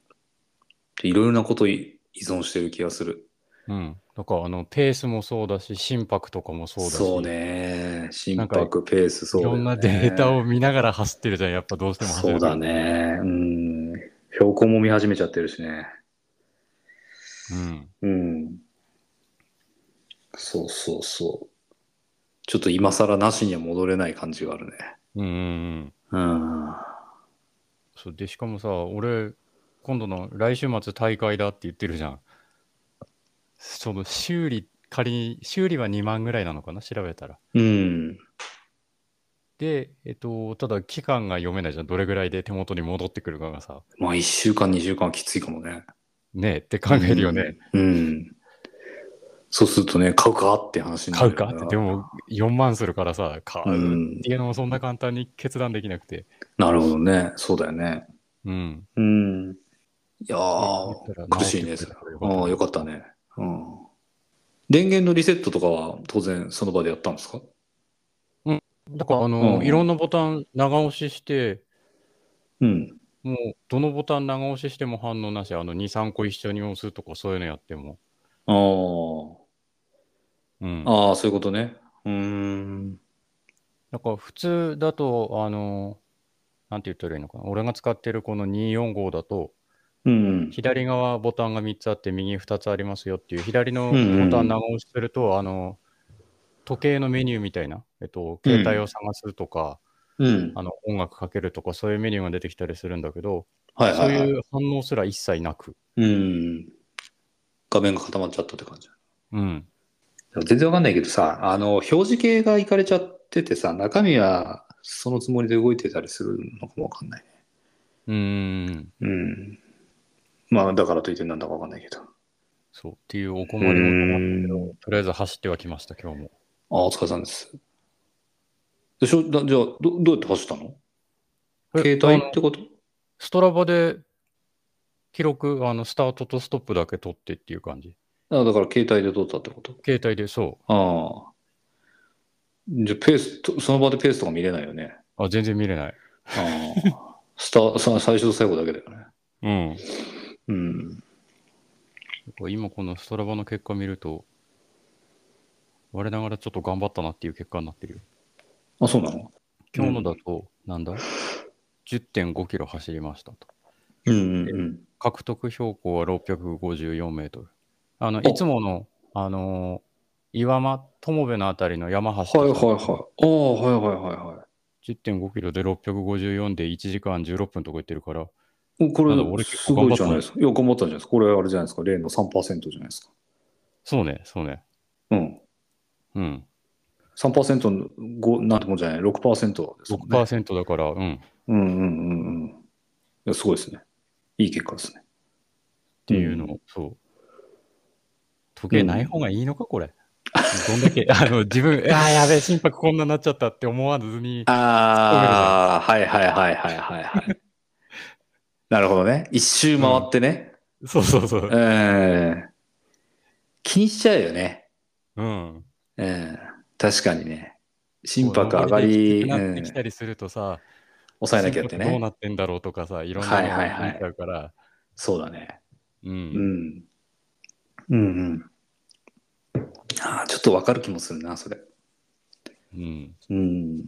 [SPEAKER 2] いろいろなことい依存してる気がする。
[SPEAKER 1] うん。だから、あの、ペースもそうだし、心拍とかもそうだし、
[SPEAKER 2] ね。心
[SPEAKER 1] なんか
[SPEAKER 2] 拍、ペース、そう
[SPEAKER 1] い
[SPEAKER 2] だよ
[SPEAKER 1] ろ
[SPEAKER 2] ね
[SPEAKER 1] んなデータを見ながら走ってるじゃん、やっぱどうしても走
[SPEAKER 2] そ
[SPEAKER 1] る
[SPEAKER 2] うだね。うん。標高も見始めちゃってるしね。
[SPEAKER 1] うん。
[SPEAKER 2] うん。そうそうそう。ちょっと今更なしには戻れない感じがあるね。
[SPEAKER 1] うんうんうん。
[SPEAKER 2] うん。
[SPEAKER 1] そうで、しかもさ、俺、今度の来週末大会だって言ってるじゃん。その修理、仮に、修理は2万ぐらいなのかな、調べたら。
[SPEAKER 2] うん。
[SPEAKER 1] で、えっと、ただ期間が読めないじゃん。どれぐらいで手元に戻ってくるかがさ、
[SPEAKER 2] まあ1週間、2週間はきついかもね。
[SPEAKER 1] ねえって考えるよね。
[SPEAKER 2] うん。うん。そうするとね、買うかって話にな
[SPEAKER 1] 買
[SPEAKER 2] る
[SPEAKER 1] うかって、で
[SPEAKER 2] も。
[SPEAKER 1] も4万するからさ、買
[SPEAKER 2] う
[SPEAKER 1] うっ
[SPEAKER 2] ん。
[SPEAKER 1] ていうのもそんな簡単に決断できなくて。
[SPEAKER 2] なるほどね。そうだよね。
[SPEAKER 1] うん。
[SPEAKER 2] うん。いや
[SPEAKER 1] あ
[SPEAKER 2] ー、苦しいね、それ。ああ、よかったね。うん。電源のリセットとかは当然その場でやったんですか
[SPEAKER 1] だから、あの、
[SPEAKER 2] うん
[SPEAKER 1] いろんなボタン長押しして、
[SPEAKER 2] うん。
[SPEAKER 1] もう、どのボタン長押ししても反応なし、あの、2、3個一緒に押すとか、そういうのやっても。
[SPEAKER 2] あー
[SPEAKER 1] うん。
[SPEAKER 2] あー、そういうことね。うーん。
[SPEAKER 1] なんか、普通だと、あの、なんて言ったらいいのかな。俺が使ってるこの245だと、
[SPEAKER 2] うん。
[SPEAKER 1] 左側ボタンが3つあって、右2つありますよっていう、左の
[SPEAKER 2] うんうんうん
[SPEAKER 1] ボタン長押しすると、あの、時計のメニューみたいな、えっと、携帯を探すとか、
[SPEAKER 2] うん。
[SPEAKER 1] あの音楽かけるとか、そういうメニューが出てきたりするんだけど、
[SPEAKER 2] はいはい、はい。
[SPEAKER 1] そういう反応すら一切なく。
[SPEAKER 2] うん。画面が固まっちゃったって感じ。
[SPEAKER 1] うん。
[SPEAKER 2] でも全然わかんないけどさ、あの、表示系がいかれちゃっててさ、中身はそのつもりで動いてたりするのかもわかんない。
[SPEAKER 1] うーん。
[SPEAKER 2] うん。まあ、だからといってなんだかわかんないけど。
[SPEAKER 1] そう。っていうお
[SPEAKER 2] う
[SPEAKER 1] 困りもともあって
[SPEAKER 2] ーん。
[SPEAKER 1] とりあえず走ってはきました、今日も。
[SPEAKER 2] あ、お疲れさんです。でしょだじゃあど、どうやって走ったの携
[SPEAKER 1] えあ
[SPEAKER 2] 帯
[SPEAKER 1] の
[SPEAKER 2] ってこと
[SPEAKER 1] ストラバで記録、あの、スタートとストップだけ取ってっていう感じ。
[SPEAKER 2] あだから携帯で撮ったってこと
[SPEAKER 1] 携帯で、そ
[SPEAKER 2] ああ。じゃあ、ペースと、その場でペースとか見れないよね。
[SPEAKER 1] う。あ、全然見れない。
[SPEAKER 2] ああ。スター、さ最初と最後だけだよね。
[SPEAKER 1] うん。
[SPEAKER 2] うん。
[SPEAKER 1] 今このストラバの結果見ると、我ながらちょっと頑張ったなっていう結果になってるよ。
[SPEAKER 2] あ、そうなの
[SPEAKER 1] 今日のだと、なんだ ?10.5 キロ走りましたと。
[SPEAKER 2] うんうんうん。
[SPEAKER 1] 獲得標高は654メートル。あの、
[SPEAKER 2] お
[SPEAKER 1] いつもの、あのー岩間、友部のあたりの山走
[SPEAKER 2] は
[SPEAKER 1] っ
[SPEAKER 2] い
[SPEAKER 1] て
[SPEAKER 2] はいはい。ああ、はいはいはいは
[SPEAKER 1] 10.5キロで654で1時間16分とか言ってるから、
[SPEAKER 2] い。おこ
[SPEAKER 1] なんだ俺
[SPEAKER 2] れ、
[SPEAKER 1] 結
[SPEAKER 2] す
[SPEAKER 1] 構頑張った
[SPEAKER 2] ごいじゃ
[SPEAKER 1] ね
[SPEAKER 2] ないですか。よく思ったんじゃないですか。これ、あれじゃないですか。例の3%じゃないですか。
[SPEAKER 1] そうね、そうね。
[SPEAKER 2] うん。
[SPEAKER 1] うん。
[SPEAKER 2] 3%の5、なんてもんじゃない、6%ですもんね。
[SPEAKER 1] 6%だから、うん。っ
[SPEAKER 2] うんうんうんうん。いや、すごいですね。いい結果ですね。って
[SPEAKER 1] いうのを、そう。時計ない方がいいのか、これ。どんだ け、あの、自分、ああ、やべえ、 心拍こんなになっちゃったって思わずに、
[SPEAKER 2] ああ、はいはいはいはいはいはい。 なるほどね。一周回ってね。
[SPEAKER 1] そうそうそう
[SPEAKER 2] う。ん。気にしちゃうよね。
[SPEAKER 1] うん。
[SPEAKER 2] うん。確かにね。心拍上が
[SPEAKER 1] こう上りできつく
[SPEAKER 2] り、
[SPEAKER 1] なって
[SPEAKER 2] うん
[SPEAKER 1] きたりするとさ、
[SPEAKER 2] 抑えなきゃって
[SPEAKER 1] 心拍どう
[SPEAKER 2] ね。
[SPEAKER 1] なってんだろうとかさ、いろんな
[SPEAKER 2] は
[SPEAKER 1] の
[SPEAKER 2] いはい
[SPEAKER 1] が
[SPEAKER 2] はい
[SPEAKER 1] 見ちゃうから、
[SPEAKER 2] そうだね。
[SPEAKER 1] う。
[SPEAKER 2] うんん。うんうん。ああ、ちょっとわかる気もするな、それ。
[SPEAKER 1] うん。
[SPEAKER 2] うん。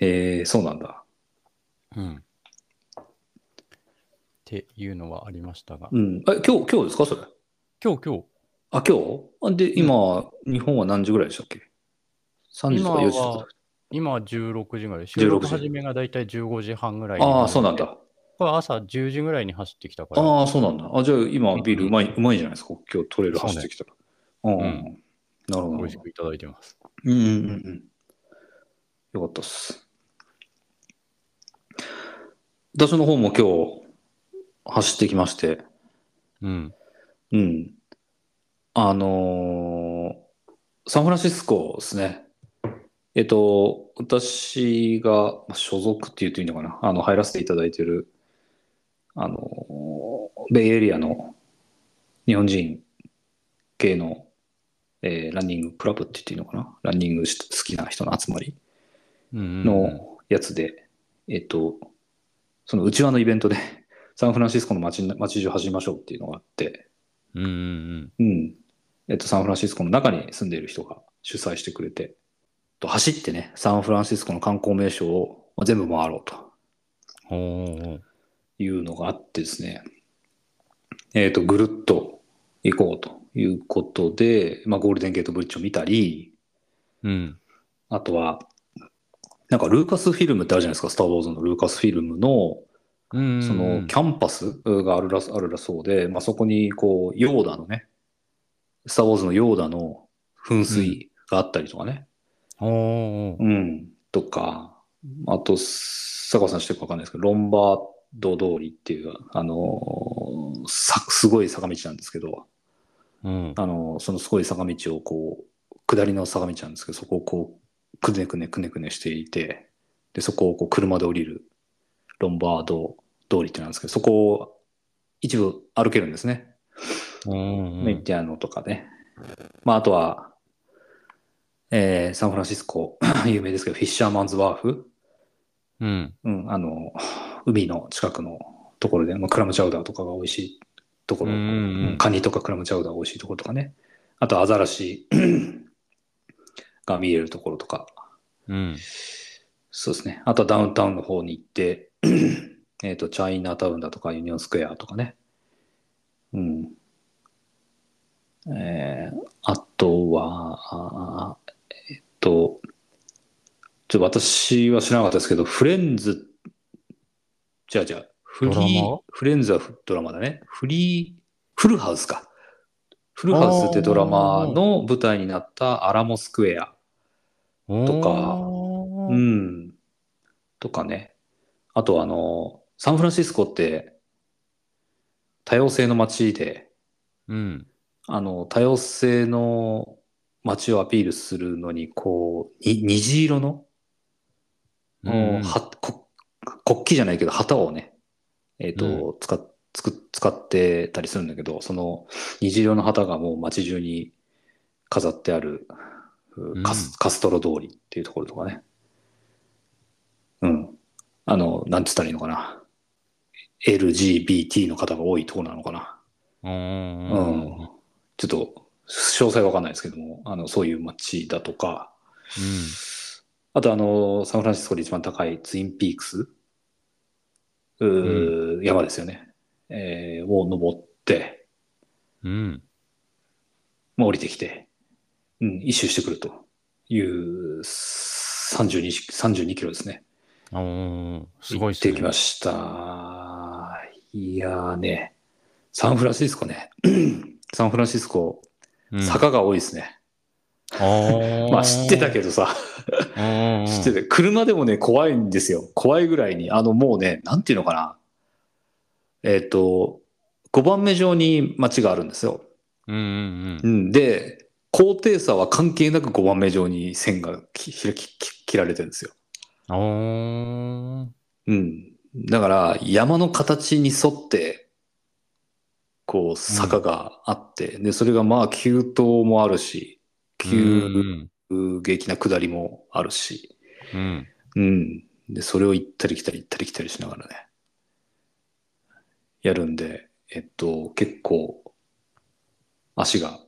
[SPEAKER 2] えー、そうなんだ。
[SPEAKER 1] うん。っていうのはありましたが、
[SPEAKER 2] うん。え、今日、今日ですか、それ。
[SPEAKER 1] 今日、今日、
[SPEAKER 2] あ、今日あで、今、日本は何時ぐらいでしたっけ ?3 時とか4時とか。
[SPEAKER 1] 今は16時ぐらい。収録始めがだいたい15時半ぐらいに。
[SPEAKER 2] ああ、そうなんだ。
[SPEAKER 1] これ朝10時ぐらいに走ってきたから。
[SPEAKER 2] ああ、そうなんだ。あ、じゃあ今、ビールうまい、うまいじゃないですか。今日取れる走ってきたら。うん。
[SPEAKER 1] ね
[SPEAKER 2] なるほど。
[SPEAKER 1] 美
[SPEAKER 2] なる
[SPEAKER 1] 味し
[SPEAKER 2] ほど
[SPEAKER 1] くいただいてます。
[SPEAKER 2] うんうんうんうん。よかったっす。私の方も今日、走ってきまして、
[SPEAKER 1] うん。
[SPEAKER 2] うん。あのーサンフランシスコですね。えっと、私がまあ所属って言っていいのかな、あの、入らせていただいてる、あのーベイエリアの日本人系の、えーランニングクラブって言っていいのかな、ランニングし好きな人の集まり
[SPEAKER 1] うん。
[SPEAKER 2] のやつで、えっと、その内輪のイベントで、 サンフランシスコの街な、街中走りましょうっていうのがあって、
[SPEAKER 1] うんうん
[SPEAKER 2] うん。えっと、サンフランシスコの中に住んでいる人が主催してくれて、と走ってね、サンフランシスコの観光名所をまあ全部回ろうと
[SPEAKER 1] うん。おー
[SPEAKER 2] いうのがあってですね、えっと、ぐるっと行こうということで、まあ、ゴールデンゲートブリッジを見たり、
[SPEAKER 1] うん。
[SPEAKER 2] あとは、なんかルーカスフィルムってあるじゃないですか、スター・ウォーズのルーカスフィルムの、
[SPEAKER 1] うん。
[SPEAKER 2] そのキャンパスがあるらあるらそうで、まあ、そこにこうヨーダのね、スター・ウォーズのヨーダの噴水があったりとかね、
[SPEAKER 1] おー
[SPEAKER 2] うん、とか、あと、坂田さん知ってるか分かんないですけど、ロンバード通りっていう、あのーさすごい坂道なんですけど、
[SPEAKER 1] うん。
[SPEAKER 2] あのーそのすごい坂道をこう、下りの坂道なんですけど、そこをこう、くねくねくねくねしていて、で、そこをこう車で降りる、ロンバード通りってなんですけど、そこを一部歩けるんですね。
[SPEAKER 1] うん。
[SPEAKER 2] メディアのとかね、まあ、あとは、えーサンフランシスコ、 有名ですけど、フィッシャーマンズワーフ。
[SPEAKER 1] うん。
[SPEAKER 2] うん、あの、海の近くのところで、まあ、クラムチャウダーとかが美味しいところ、
[SPEAKER 1] うんうんうん
[SPEAKER 2] カニとかクラムチャウダーが美味しいところとかね。あと、アザラシが見えるところとか。
[SPEAKER 1] うん。
[SPEAKER 2] そうですね。あとはダウンタウンの方に行って、 えっと、チャイナタウンだとか、ユニオンスクエアとかね。うん。えー、あとは、あーえっと、ちょっと私は知らなかったですけど、フレンズ、じゃあじゃあ、フリ
[SPEAKER 1] ドラ
[SPEAKER 2] ー
[SPEAKER 1] マ、
[SPEAKER 2] フレンズはドラマだね。フリー、フルハウスか。フルハウスってドラマの舞台になったアラモスクエア。とか
[SPEAKER 1] おー
[SPEAKER 2] うん。とかね。あとあの、サンフランシスコって多様性の街で、
[SPEAKER 1] うん。
[SPEAKER 2] あの、多様性の街をアピールするのに、こう、に虹色の、
[SPEAKER 1] うん
[SPEAKER 2] はこ国旗じゃないけど旗をね、えっ、と、使っつく使ってたりするんだけど、その虹色の旗がもう街中に飾ってある、うカ
[SPEAKER 1] うん
[SPEAKER 2] スカストロ通りっていうところとかね。うん。あの、なんつったらいいのかな。LGBT の方が多いところなのかな。
[SPEAKER 1] うん
[SPEAKER 2] う。んちょっと、詳細はわかんないですけども、あの、そういう街だとか、あとあの、サンフランシスコで一番高いツインピークス、うー山ですよね。えーを登って、
[SPEAKER 1] うん。
[SPEAKER 2] まあ、降りてきて、うん、一周してくるという32し、32キロですね。
[SPEAKER 1] うん。おーすごいっす
[SPEAKER 2] 行ってきました。いやーね、サンフランシスコね、 サンフランシスコ、
[SPEAKER 1] うん
[SPEAKER 2] 坂が多いですね。
[SPEAKER 1] おー
[SPEAKER 2] まあ知ってたけどさ、
[SPEAKER 1] うんうん
[SPEAKER 2] 知ってて、車でもね、怖いんですよ。怖いぐらいに。あの、もうね、なんていうのかな。えっ、と、5番目上に街があるんですよ。
[SPEAKER 1] うんうんう
[SPEAKER 2] う
[SPEAKER 1] ん。
[SPEAKER 2] ん。で、高低差は関係なく5番目上に線がきひらきき切られてるんですよ。
[SPEAKER 1] おー
[SPEAKER 2] うん。だから、山の形に沿って、こう、坂があって、で、それがまあ、急登もあるし、
[SPEAKER 1] う
[SPEAKER 2] 急
[SPEAKER 1] ん
[SPEAKER 2] 激な下りもあるし、
[SPEAKER 1] うん。
[SPEAKER 2] うん。で、それを行ったり来たり行ったり来たりしながらね、やるんで、えっと、結構、足が、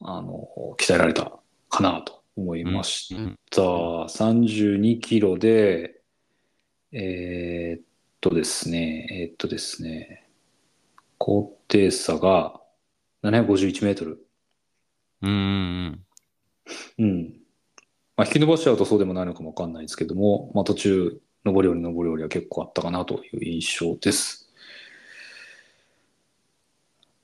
[SPEAKER 2] あの、鍛えられたかなと思いまし
[SPEAKER 1] うん
[SPEAKER 2] た。32キロで、えーっとですね、えーっとですね、高低差が751メートル。
[SPEAKER 1] うんうん
[SPEAKER 2] うん。まあ、引き伸ばしちゃうとそうでもないのかもわかんないですけども、まあ、途中、上り下り上り下りは結構あったかなという印象です。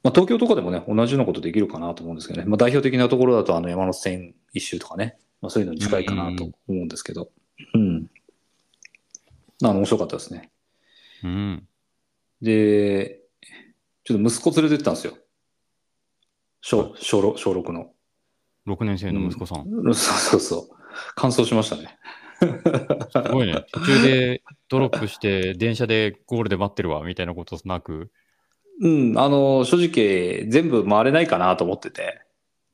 [SPEAKER 2] まあ、東京とかでもね、同じようなことできるかなと思うんですけどね。まあ、代表的なところだと、あの、山手線一周とかね、まあ、そういうのに近いかなと思うんですけど、うん。まあ、面白かったですね。
[SPEAKER 1] うん。うん。
[SPEAKER 2] で、ちょっと息子連れてったんですよ。小、小6、小6の。
[SPEAKER 1] 6年生の息子さん。
[SPEAKER 2] そうそうそう。完走しましたね。
[SPEAKER 1] すごいね。途中でドロップして、電車でゴールで待ってるわ、みたいなことなく。
[SPEAKER 2] うん、あの、正直、全部回れないかなと思ってて、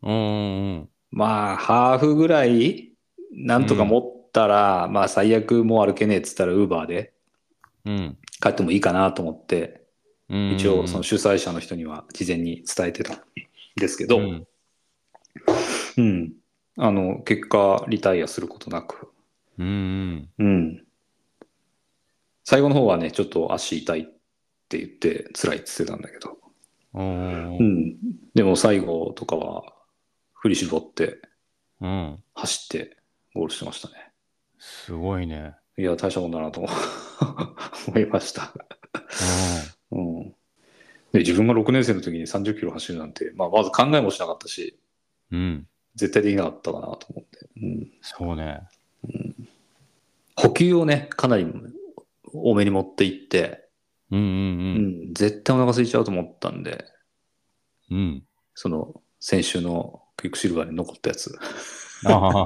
[SPEAKER 1] うんうん
[SPEAKER 2] まあ、ハーフぐらい、なんとか持ったら、まあ、最悪もう歩けねえっつったら、ウーバーで
[SPEAKER 1] うん。うん
[SPEAKER 2] 帰ってもいいかなと思って、
[SPEAKER 1] うん。
[SPEAKER 2] 一応、その主催者の人には事前に伝えてたんですけど、う、
[SPEAKER 1] うんん
[SPEAKER 2] あの、結果、リタイアすることなく、
[SPEAKER 1] うんうん。
[SPEAKER 2] うん。最後の方はね、ちょっと足痛いって言って、辛いって言ってたんだけど、
[SPEAKER 1] おー
[SPEAKER 2] うん。でも、最後とかは、振り絞って、
[SPEAKER 1] うん。
[SPEAKER 2] 走ってゴールしてましたね。
[SPEAKER 1] すごいね。
[SPEAKER 2] いや、大したもんだなと 思いました。うん。で、自分が6年生の時に30キロ走るなんて、まあ、まず考えもしなかったし、
[SPEAKER 1] うん。うん。
[SPEAKER 2] 絶対できなかったかなと思って。うん。
[SPEAKER 1] そうね。
[SPEAKER 2] 補給をね、かなり多めに持っていって、
[SPEAKER 1] うん
[SPEAKER 2] う
[SPEAKER 1] うん
[SPEAKER 2] ん、絶対お腹空いちゃうと思ったんで、
[SPEAKER 1] うん。うん。
[SPEAKER 2] その、先週のクイックシルバーに残ったやつ、
[SPEAKER 1] あ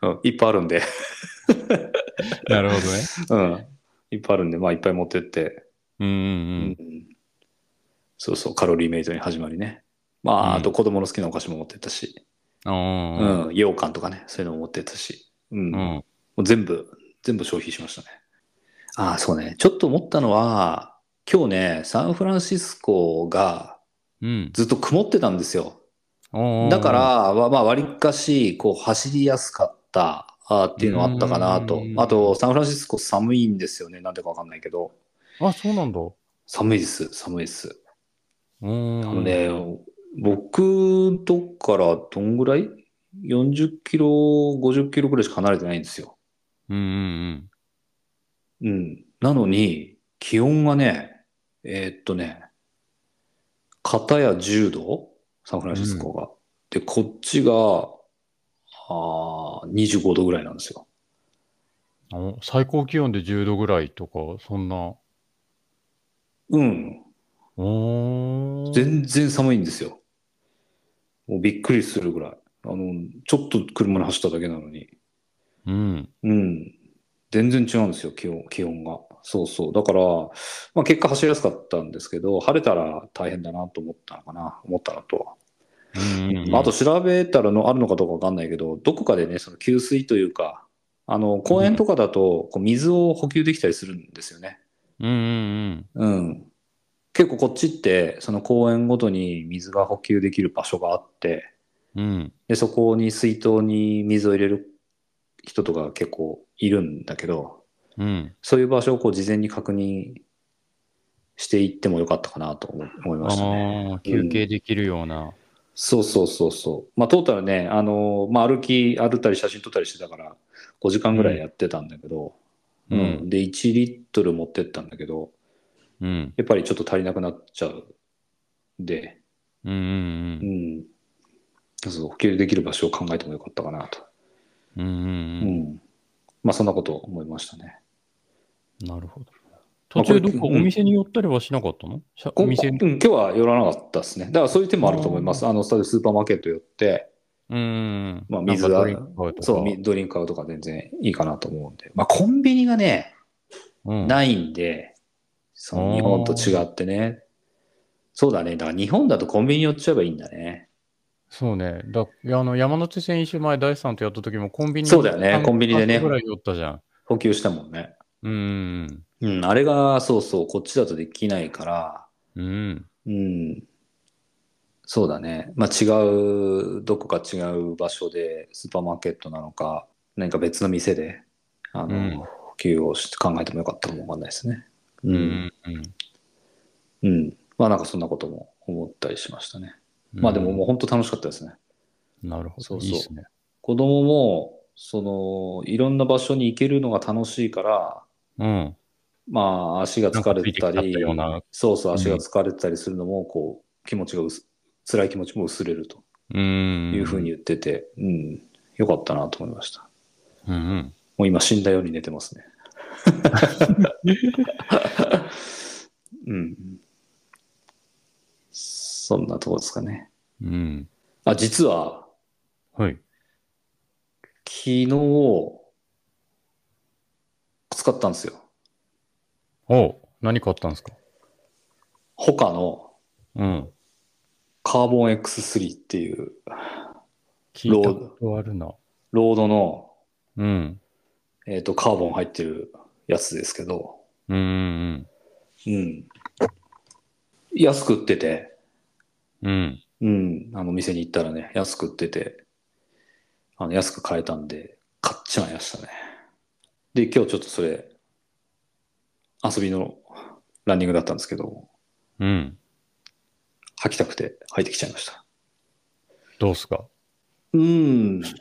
[SPEAKER 1] あ、
[SPEAKER 2] うん、いっぱいあるんで、
[SPEAKER 1] なるほどね。
[SPEAKER 2] うん。いっぱいあるんで、まあ、いっぱい持ってって、
[SPEAKER 1] うんう
[SPEAKER 2] うんんそうそう、カロリーメイトに始まりね。まあ、
[SPEAKER 1] うん
[SPEAKER 2] あと子供の好きなお菓子も持ってったし、
[SPEAKER 1] うん
[SPEAKER 2] う。ん、羊羹とかね、そういうのも持ってったし、うん、
[SPEAKER 1] う
[SPEAKER 2] も
[SPEAKER 1] ん。
[SPEAKER 2] う全部、全部消費しましたね。ああ、そうね。ちょっと思ったのは、今日ね、サンフランシスコが
[SPEAKER 1] うん。
[SPEAKER 2] ずっと曇ってたんですよ。
[SPEAKER 1] おー
[SPEAKER 2] だから、わまあ、割かし、こう、走りやすかったあーっていうのはあったかな
[SPEAKER 1] う
[SPEAKER 2] と。
[SPEAKER 1] ん
[SPEAKER 2] あと、サンフランシスコ寒いんですよね。なんでかわかんないけど。
[SPEAKER 1] あ、そうなんだ。
[SPEAKER 2] 寒いです、寒いです。
[SPEAKER 1] うん。
[SPEAKER 2] あのね、僕のとこからどんぐらい ?40 キロ、50キロぐらいしか離れてないんですよ。
[SPEAKER 1] うんうん
[SPEAKER 2] うん。なのに、気温がね、えーっとね、片や10度サンフランシスコが。で、こっちが、あー25度ぐらいなんですよ。
[SPEAKER 1] うん。お最高気温で10度ぐらいとか、そんな。
[SPEAKER 2] うん。
[SPEAKER 1] おー
[SPEAKER 2] 全然寒いんですよ。もうびっくりするぐらい。あの、ちょっと車で走っただけなのに。
[SPEAKER 1] うん。
[SPEAKER 2] うん。全然違うんですよ、気温、気温が。そうそう。だから、まあ結果走りやすかったんですけど、晴れたら大変だなと思ったのかな、思ったのと。
[SPEAKER 1] うんうんうん
[SPEAKER 2] まああと調べたらの、あるのかどうかわかんないけど、どこかでね、その給水というか、あの、公園とかだと、こう水を補給できたりするんですよね。
[SPEAKER 1] うんうん
[SPEAKER 2] うん。結構こっちって、その公園ごとに水が補給できる場所があって、
[SPEAKER 1] うん。うん。
[SPEAKER 2] で、そこに水筒に水を入れる人とか結構いるんだけど、
[SPEAKER 1] うん。
[SPEAKER 2] そういう場所をこう事前に確認していってもよかったかなと思思い
[SPEAKER 1] あ
[SPEAKER 2] ま
[SPEAKER 1] あ
[SPEAKER 2] したね。
[SPEAKER 1] ー、休憩できるような。
[SPEAKER 2] そうそうそうそう。まあ、トータルね、あのーまあ、歩き、歩いたり写真撮ったりしてたから、5時間ぐらいやってたんだけど、
[SPEAKER 1] うん
[SPEAKER 2] で、1リットル持ってったんだけど、
[SPEAKER 1] うん。
[SPEAKER 2] やっぱりちょっと足りなくなっちゃう。で、
[SPEAKER 1] うんうん
[SPEAKER 2] う。ん。そう、補給できる場所を考えてもよかったかなと。
[SPEAKER 1] うんうん
[SPEAKER 2] う
[SPEAKER 1] うん。
[SPEAKER 2] ん。まあ、そんなことを思いましたね。
[SPEAKER 1] なるほど。途
[SPEAKER 2] まあこれ
[SPEAKER 1] 中どっかお店に寄ったりはしなかったのしゃお
[SPEAKER 2] こ
[SPEAKER 1] 店
[SPEAKER 2] こうん今日は寄らなかったですね。だからそういう手もあると思います。あの、スタジオスーパーマーケット寄って、
[SPEAKER 1] うんうん。
[SPEAKER 2] まあ水
[SPEAKER 1] なん
[SPEAKER 2] が
[SPEAKER 1] かドリンク買とか
[SPEAKER 2] そう、みドリンク買うとか全然いいかなと思うんで。まあ、コンビニがね、
[SPEAKER 1] うん。
[SPEAKER 2] ないんで、その日本と違ってね。そうだね。だから日本だとコンビニ寄っちゃえばいいんだね。
[SPEAKER 1] そうね。だいやあの山手線一周前、大地さんとやった時もコンビニ
[SPEAKER 2] そうだよね
[SPEAKER 1] 三
[SPEAKER 2] コンビニでね
[SPEAKER 1] 三個ぐらい寄ったじゃん。
[SPEAKER 2] 補給したもんね。
[SPEAKER 1] うん。
[SPEAKER 2] うん、あれが、そうそう、こっちだとできないから、
[SPEAKER 1] うん。
[SPEAKER 2] うん。そうだね。まあ違う、どこか違う場所で、スーパーマーケットなのか、何か別の店で、あの、
[SPEAKER 1] うん
[SPEAKER 2] 補給をし考えてもよかったかもわかんないですね。
[SPEAKER 1] う。
[SPEAKER 2] うん。
[SPEAKER 1] うんん。うん
[SPEAKER 2] うん。まあなんかそんなことも思ったりしましたね。まあでももう本当楽しかったですね。
[SPEAKER 1] なるほ
[SPEAKER 2] そ
[SPEAKER 1] ど。
[SPEAKER 2] う
[SPEAKER 1] い
[SPEAKER 2] そう
[SPEAKER 1] いっすね。
[SPEAKER 2] 子供も、その、いろんな場所に行けるのが楽しいから、
[SPEAKER 1] うん。
[SPEAKER 2] まあ足が疲れてた
[SPEAKER 1] なんかついてき
[SPEAKER 2] り
[SPEAKER 1] ちゃったような、
[SPEAKER 2] そうそう足が疲れてたりするのも、こう、気持ちが薄、辛い気持ちも薄れると。
[SPEAKER 1] うん。
[SPEAKER 2] いうふうに。言ってて、うん、よかったなと思いました。
[SPEAKER 1] うんうん。
[SPEAKER 2] もう今死んだように寝てま すね。うん。そんなとこですかね。
[SPEAKER 1] うん。
[SPEAKER 2] あ、実は、
[SPEAKER 1] はい。
[SPEAKER 2] 昨日、使ったんですよ。
[SPEAKER 1] おう何買ったんですか
[SPEAKER 2] 他の
[SPEAKER 1] うん。
[SPEAKER 2] カーボン X3 っていう
[SPEAKER 1] 聞いたことあるな。
[SPEAKER 2] ロードの、
[SPEAKER 1] うん。
[SPEAKER 2] えっ、と、カーボン入ってるやつですけど、
[SPEAKER 1] うんうん
[SPEAKER 2] うん。安く売ってて、
[SPEAKER 1] うん。うん。
[SPEAKER 2] うん、あの店に行ったらね、安く売ってて、あの安く買えたんで、買っちまいましたね。で、今日ちょっとそれ、遊びのランニングだったんですけど、
[SPEAKER 1] うん。
[SPEAKER 2] 履きたくて履いてきちゃいました。
[SPEAKER 1] どうっすか
[SPEAKER 2] うん。
[SPEAKER 1] 率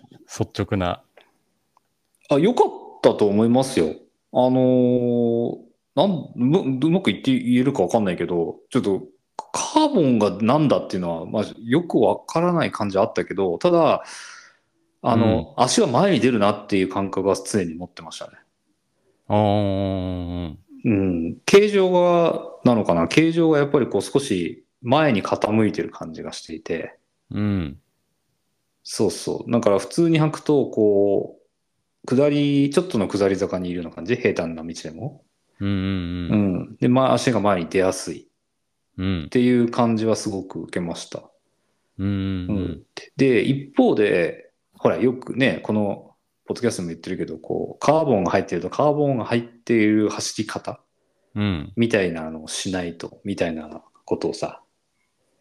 [SPEAKER 1] 直な。
[SPEAKER 2] あ、良かったと思いますよ。あのーなんう、うまく言って言えるかわかんないけど、ちょっと、カーボンがなんだっていうのは、まあ、よくわからない感じはあったけど、ただ、あの、足が前に出るなっていう感覚は常に持ってましたね。
[SPEAKER 1] あー。
[SPEAKER 2] うん。形状が、なのかな形状がやっぱりこう少し前に傾いてる感じがしていて、
[SPEAKER 1] うん。
[SPEAKER 2] そうそう。だから普通に履くと、こう、下り、ちょっとの下り坂にいるような感じ、平坦な道でも。
[SPEAKER 1] うんうんう
[SPEAKER 2] う
[SPEAKER 1] ん。
[SPEAKER 2] ん。で、まあ、足が前に出やすいっ
[SPEAKER 1] うん。
[SPEAKER 2] ていう感じはすごく受けました。
[SPEAKER 1] うんうん
[SPEAKER 2] う
[SPEAKER 1] うんん。
[SPEAKER 2] で、一方で、ほら、よくね、この、ポッドキャストでも言ってるけど、こう、カーボンが入ってると、カーボンが入っている走り方
[SPEAKER 1] うん。
[SPEAKER 2] みたいなのをしないと、みたいなことをさ、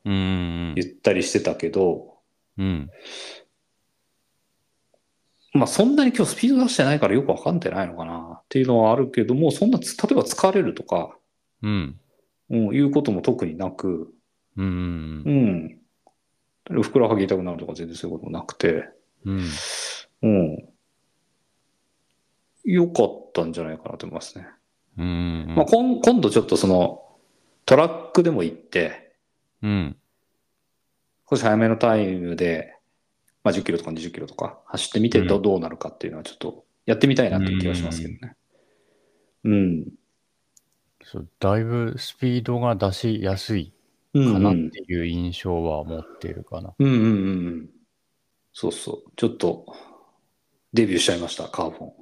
[SPEAKER 1] うんうん
[SPEAKER 2] 言ったりしてたけど、
[SPEAKER 1] うん。うん。
[SPEAKER 2] まあ、そんなに今日スピード出してないからよくわかんてないのかなっていうのはあるけども、そんなつ、例えば疲れるとか、
[SPEAKER 1] うん。
[SPEAKER 2] うん、いうことも特になく、
[SPEAKER 1] うんうんう。
[SPEAKER 2] うんん。ふくらはぎ痛くなるとか全然そういうこともなくて、
[SPEAKER 1] うん。
[SPEAKER 2] うん。良かったんじゃないかなと思いますね。
[SPEAKER 1] うんうんうん。
[SPEAKER 2] まあ、今今度ちょっとそのトラックでも行って、
[SPEAKER 1] うん。
[SPEAKER 2] 少し早めのタイムで、まあ、10キロとか20キロとか走ってみてど,、
[SPEAKER 1] う
[SPEAKER 2] うどうなるかっていうのはちょっとやってみたいなっていう気がしますけどね。うん。
[SPEAKER 1] そうだいぶスピードが出しやすい
[SPEAKER 2] うん
[SPEAKER 1] かなっ
[SPEAKER 2] うん
[SPEAKER 1] ていう印象は持ってるかな。
[SPEAKER 2] うんうんうんうん。そうそう。ちょっとデビューしちゃいました、カーボン。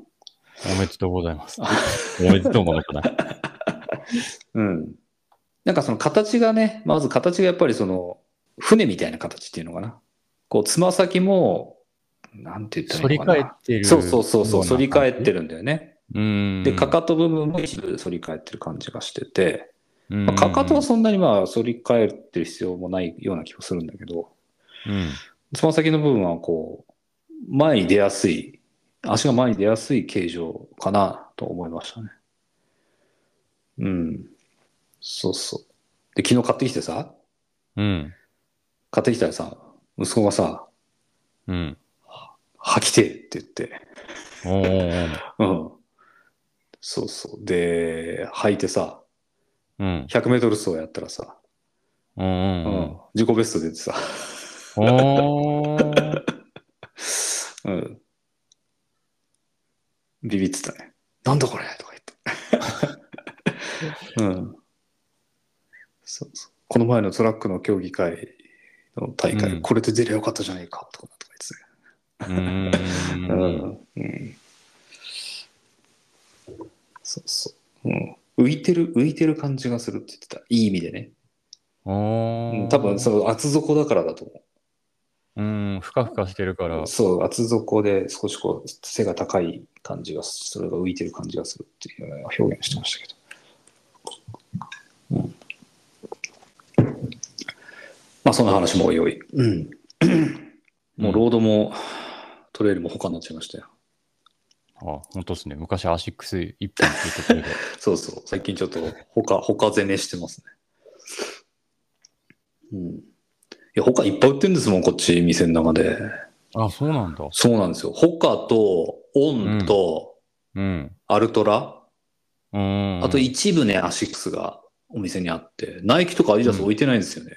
[SPEAKER 1] おめでとうございます。おめでとうものかな。
[SPEAKER 2] うん。なんかその形がね、まず形がやっぱりその船みたいな形っていうのかな。こう、つま先も、なんて言った
[SPEAKER 1] 反
[SPEAKER 2] らい
[SPEAKER 1] り
[SPEAKER 2] いのかな。
[SPEAKER 1] 返ってる。
[SPEAKER 2] そうそうそうそう、反り返って
[SPEAKER 1] る。
[SPEAKER 2] るんだよね。
[SPEAKER 1] うん。
[SPEAKER 2] で、かかと部分も一部反り返ってる感じがしてて、
[SPEAKER 1] うん、
[SPEAKER 2] まあ、かかとはそんなにまあ反り返ってる必要もないような気がするんだけど、
[SPEAKER 1] うん。
[SPEAKER 2] つま先の部分はこう、前に出やすい、足が前に出やすい形状かなと思いましたね。うん。そうそう。で、昨日買ってきてさ、
[SPEAKER 1] うん。
[SPEAKER 2] 買ってきたらさ、息子がさ、
[SPEAKER 1] うん。
[SPEAKER 2] 履きてえって言って、
[SPEAKER 1] おー
[SPEAKER 2] うん。そうそう。で、履いてさ、
[SPEAKER 1] おーおーうん。
[SPEAKER 2] 100メートル走やったらさ、
[SPEAKER 1] おーお
[SPEAKER 2] うん、自己ベスト出てさ、
[SPEAKER 1] ーおー
[SPEAKER 2] うん。ビビってたね。なんだこれとか言って。 うん。そうそう。この前のトラックの競技会の大会、
[SPEAKER 1] うん
[SPEAKER 2] これで出りゃよかったじゃないかとか、とか
[SPEAKER 1] うん
[SPEAKER 2] 言ってたね。うん。うん。そうそう。うん。浮いてる、浮いてる感じがするって言ってた。いい意味でね。
[SPEAKER 1] お
[SPEAKER 2] う
[SPEAKER 1] ー
[SPEAKER 2] ん、多分、その厚底だからだと思う。
[SPEAKER 1] うん、ふかふかしてるから。
[SPEAKER 2] そう、厚底で少しこう背が高い感じが、それが浮いてる感じがするっていう表現をしてましたけど。うん、まあ、そんな話もおいおい。うん。もうロードも、トレイルも他になっちゃいましたよ。
[SPEAKER 1] あ、本当ですね。昔アシックス一本ついてたけど。
[SPEAKER 2] そうそう、最近ちょっと他、他攻めしてますね。うん。いや、他いっぱい売ってるんですもん、こっち、店の中で。
[SPEAKER 1] あ、そうなんだ。
[SPEAKER 2] そうなんですよ。他と、オンと、
[SPEAKER 1] うん。
[SPEAKER 2] アルトラ、
[SPEAKER 1] うん。
[SPEAKER 2] あと一部ね、アシックスがお店にあって、ナイキとかアディダス置いてないんですよね。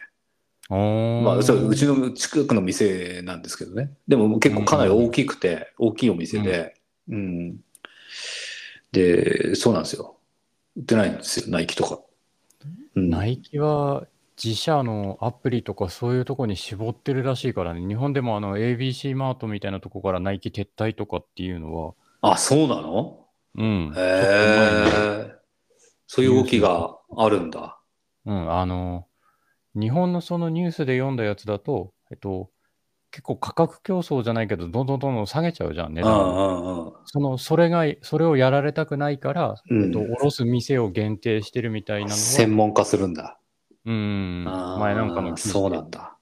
[SPEAKER 1] おー
[SPEAKER 2] まあ、そううちの近くの店なんですけどね。でも結構かなり大きくて、大きいお店で、うん、で、そうなんですよ。売ってないんですよ、ナイキとか。うん、
[SPEAKER 1] ナ
[SPEAKER 2] い
[SPEAKER 1] イキは自社のアプリとかそういうとこに絞ってるらしいからね、日本でもあの ABC マートみたいなとこからナイキ撤退とかっていうのは、
[SPEAKER 2] あ、そうなの
[SPEAKER 1] うん、ちょっ
[SPEAKER 2] へ
[SPEAKER 1] と前に
[SPEAKER 2] え。そういう動きがあるんだ。
[SPEAKER 1] うん、あの、日本のそのニュースで読んだやつだと、えっと、結構価格競争じゃないけど、どんどんどんどん下げちゃうじゃん、値
[SPEAKER 2] うんう
[SPEAKER 1] 段を。
[SPEAKER 2] んうん。
[SPEAKER 1] その、それが、それをやられたくないから、
[SPEAKER 2] うん
[SPEAKER 1] えっと、おろす店を限定してるみたいなのは、
[SPEAKER 2] 専門化するんだ。
[SPEAKER 1] うん、
[SPEAKER 2] あー
[SPEAKER 1] 前なんかの記事で
[SPEAKER 2] そうなんだ。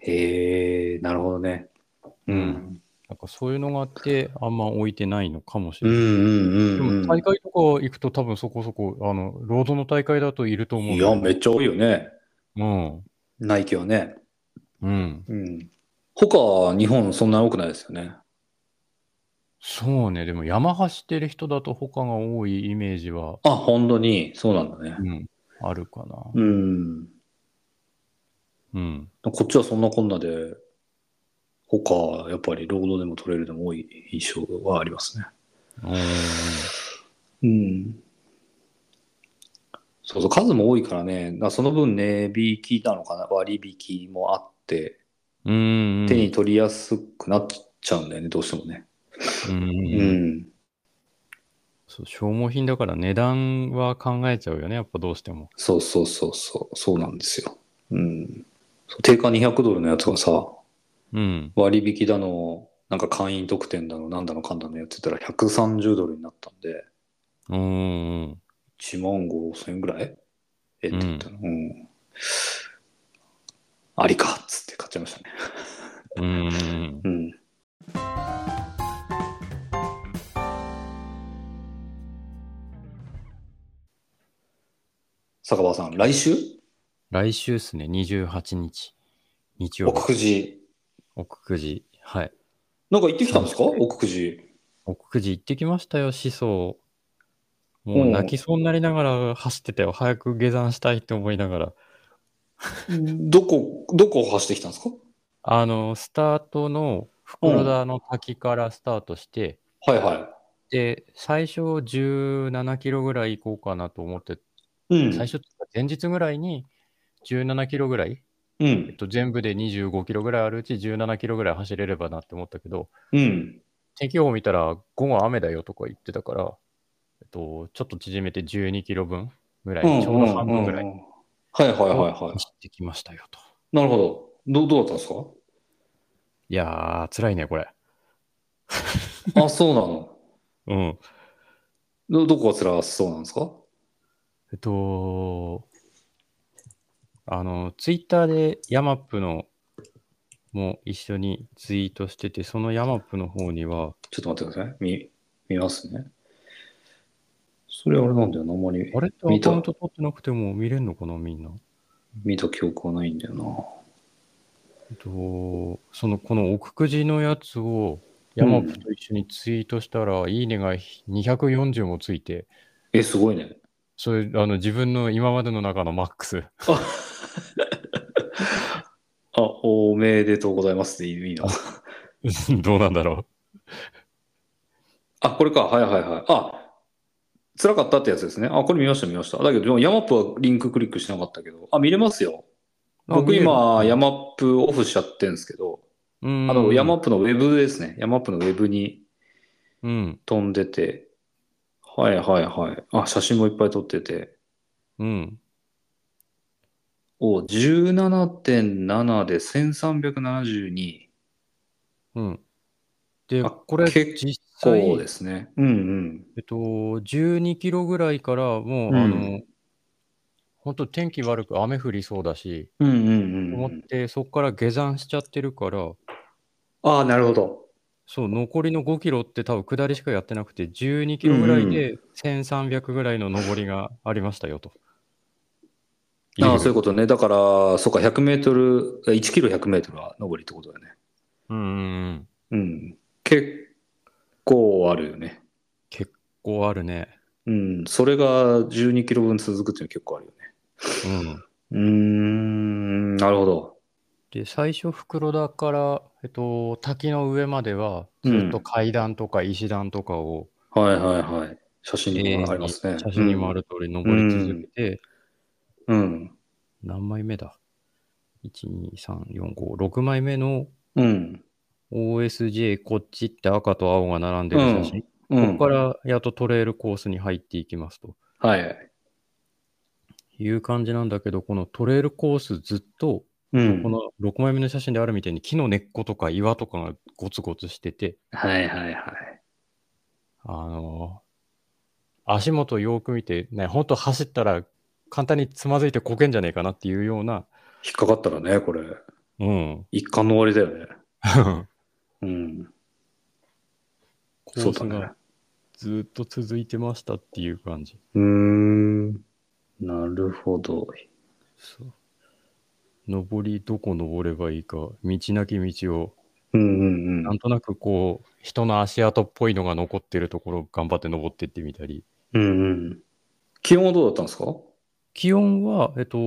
[SPEAKER 2] へえ、なるほどね。う。
[SPEAKER 1] うんなんかそういうのがあって、あんま置いてないのかもし
[SPEAKER 2] う
[SPEAKER 1] れ
[SPEAKER 2] ん
[SPEAKER 1] ない。
[SPEAKER 2] うん
[SPEAKER 1] で
[SPEAKER 2] うん
[SPEAKER 1] も
[SPEAKER 2] うん。
[SPEAKER 1] 大会とか行くと多分そこそこ、あの、ロードの大会だといると思う。
[SPEAKER 2] いや、めっちゃ多いよね。
[SPEAKER 1] うん。
[SPEAKER 2] ナイキはね。
[SPEAKER 1] うん。
[SPEAKER 2] うん。他、日本そんな多くないですよね。
[SPEAKER 1] そうね。でも山走ってる人だと他が多いイメージは、
[SPEAKER 2] あ、本当に、そうなんだね。
[SPEAKER 1] うん、あるかな。
[SPEAKER 2] うん。
[SPEAKER 1] うん。
[SPEAKER 2] こっちはそんなこんなで、他、やっぱりロードでもトレイルでも多い印象はありますね。
[SPEAKER 1] うん
[SPEAKER 2] うん。そうそう、数も多いからね、だからその分ね、引きなのかな、割引もあって、
[SPEAKER 1] うん。
[SPEAKER 2] 手に取りやすくなっちゃうんだよね、どうしてもね。
[SPEAKER 1] うん
[SPEAKER 2] う
[SPEAKER 1] うんうん
[SPEAKER 2] ん。
[SPEAKER 1] そう消耗品だから値段は考えちゃうよね。やっぱどうしても。
[SPEAKER 2] そうそうそうそう、そうなんですよ。うん。定価200ドルのやつがさ、
[SPEAKER 1] うん。
[SPEAKER 2] 割引だの、なんか会員特典だの、なんだのかんだのやってたら130ドルになったんで、
[SPEAKER 1] うーん。
[SPEAKER 2] 1万5千円ぐらいえって言ったの。うんありかっつって買っちゃいましたね。
[SPEAKER 1] うーん。
[SPEAKER 2] うん。坂場さん、来週
[SPEAKER 1] 来週っすね、28日。日曜日
[SPEAKER 2] 奥、久慈。
[SPEAKER 1] 奥久慈。はい。
[SPEAKER 2] なんか行ってきたんですか奥久慈。
[SPEAKER 1] 奥久慈行ってきましたよ、思想。もう
[SPEAKER 2] うん
[SPEAKER 1] 泣きそうになりながら走ってたよ。早く下山したいって思いながら。
[SPEAKER 2] どこ、どこを走ってきたんですか
[SPEAKER 1] あの、スタートの袋田の滝からスタートして、
[SPEAKER 2] はいは
[SPEAKER 1] で、最初17キロぐらい行こうかなと思って、
[SPEAKER 2] い。うん。
[SPEAKER 1] 最初っていうか前日ぐらいに17キロぐらい、
[SPEAKER 2] う
[SPEAKER 1] えっ
[SPEAKER 2] ん。
[SPEAKER 1] と、全部で25キロぐらいあるうち17キロぐらい走れればなって思ったけど、
[SPEAKER 2] うん。
[SPEAKER 1] 天気予報見たら午後雨だよとか言ってたから、えっと、ちょっと縮めて12キロ分ぐらい、ちょうど半分ぐらい
[SPEAKER 2] うんうんうんうんはいはいはいは
[SPEAKER 1] 走ってきましたよと。
[SPEAKER 2] い。なるほど。どどうだったんですか
[SPEAKER 1] いやー、辛いね、これ。
[SPEAKER 2] あ、そうなの。
[SPEAKER 1] うん。
[SPEAKER 2] どどこが辛そうなんですか
[SPEAKER 1] えっと、あの、ツイッターでヤマップのも一緒にツイートしてて、そのヤマップの方には、
[SPEAKER 2] ちょっと待ってください。見、見ますね。それあれなんだよな。あんまり
[SPEAKER 1] あれってア
[SPEAKER 2] 見た
[SPEAKER 1] カウント取ってなくても見れるのかな、みんな。
[SPEAKER 2] 見た記憶はないんだよな。
[SPEAKER 1] えっと、その、この奥久慈のやつを、ヤマップと一緒にツイートしたら、いいねが240もついて、
[SPEAKER 2] え、すごいね。
[SPEAKER 1] それ、あの、自分の今までの中のマックス。
[SPEAKER 2] あ、おめでとうございますっていいの。
[SPEAKER 1] どうなんだろ
[SPEAKER 2] あ、これか。はいはいはい。あ、辛かったってやつですね。あ、これ見ました見ました。だけど、ヤマップはリンククリックしなかったけど。あ、見れますよ。
[SPEAKER 1] う。
[SPEAKER 2] 僕
[SPEAKER 1] あ
[SPEAKER 2] 今、
[SPEAKER 1] 見え
[SPEAKER 2] ヤ
[SPEAKER 1] る
[SPEAKER 2] マップオフしちゃってるんですけど、
[SPEAKER 1] うん
[SPEAKER 2] あの、ヤマップのウェブですね。ヤマップのウェブに
[SPEAKER 1] うん。
[SPEAKER 2] 飛んでて、はいはいはい。あ、写真もいっぱい撮ってて、
[SPEAKER 1] うん。
[SPEAKER 2] お、17.7で1372。
[SPEAKER 1] うん。で、
[SPEAKER 2] あ
[SPEAKER 1] これ、
[SPEAKER 2] 結
[SPEAKER 1] 実
[SPEAKER 2] こ
[SPEAKER 1] 際、
[SPEAKER 2] うですね。うんうん。
[SPEAKER 1] えっと、12キロぐらいから、もう、
[SPEAKER 2] うん
[SPEAKER 1] あの、本当天気悪く雨降りそうだし、
[SPEAKER 2] うんうんうんう
[SPEAKER 1] 思っ
[SPEAKER 2] ん。
[SPEAKER 1] て、そこから下山しちゃってるから、
[SPEAKER 2] ああ、なるほど。
[SPEAKER 1] そう、残りの5キロって多分下りしかやってなくて、12キロぐらいで1300ぐらいの上りがありましたよと。
[SPEAKER 2] ああ、そういうことね。だから、そうか、100メートル、1キロ100メートルは上りってことだよね。
[SPEAKER 1] うんうんうん。
[SPEAKER 2] うん。結構あるよね。
[SPEAKER 1] 結構あるね。
[SPEAKER 2] うん。それが12キロ分続くっていうのは結構あるよね。
[SPEAKER 1] うん。
[SPEAKER 2] うーん、なるほど。
[SPEAKER 1] で、最初、袋田から、えっと、滝の上までは、ずっと階段とか石段とかを、
[SPEAKER 2] はいはいはい。写真に
[SPEAKER 1] 永遠
[SPEAKER 2] も
[SPEAKER 1] に
[SPEAKER 2] ありますね。
[SPEAKER 1] 写真にもある通り登り続けて、
[SPEAKER 2] うん。
[SPEAKER 1] 何枚目だ ?1,2,3,4,5,6 枚目の
[SPEAKER 2] うん。うん。
[SPEAKER 1] OSJ こっちって赤と青が並んでる写真。
[SPEAKER 2] う
[SPEAKER 1] こ
[SPEAKER 2] ん。
[SPEAKER 1] こからやっとトレイルコースに入っていきますと
[SPEAKER 2] はい。
[SPEAKER 1] いう感じなんだけど、このトレイルコースずっと、
[SPEAKER 2] うん
[SPEAKER 1] こ。の6枚目の写真であるみたいに木の根っことか岩とかがゴツゴツしてて、
[SPEAKER 2] はいはいはい。
[SPEAKER 1] あのー足元よく見て、ね、ほんと走ったら簡単につまずいてこけんじゃねえかなっていうような、
[SPEAKER 2] 引っかかったらね、これ。
[SPEAKER 1] うん。
[SPEAKER 2] 一貫の終わりだよね。うん。
[SPEAKER 1] コ
[SPEAKER 2] そう
[SPEAKER 1] ース
[SPEAKER 2] だね
[SPEAKER 1] が。ずーっと続いてましたっていう感じ。
[SPEAKER 2] うーん。なるほど。
[SPEAKER 1] そう。登りどこ登ればいいか、道なき道を、
[SPEAKER 2] うんうんう
[SPEAKER 1] なん
[SPEAKER 2] ん。
[SPEAKER 1] となくこう、人の足跡っぽいのが残ってるところを頑張って登ってってみたり。
[SPEAKER 2] うんうん。気温はどうだったんですか
[SPEAKER 1] 気温は、えっと、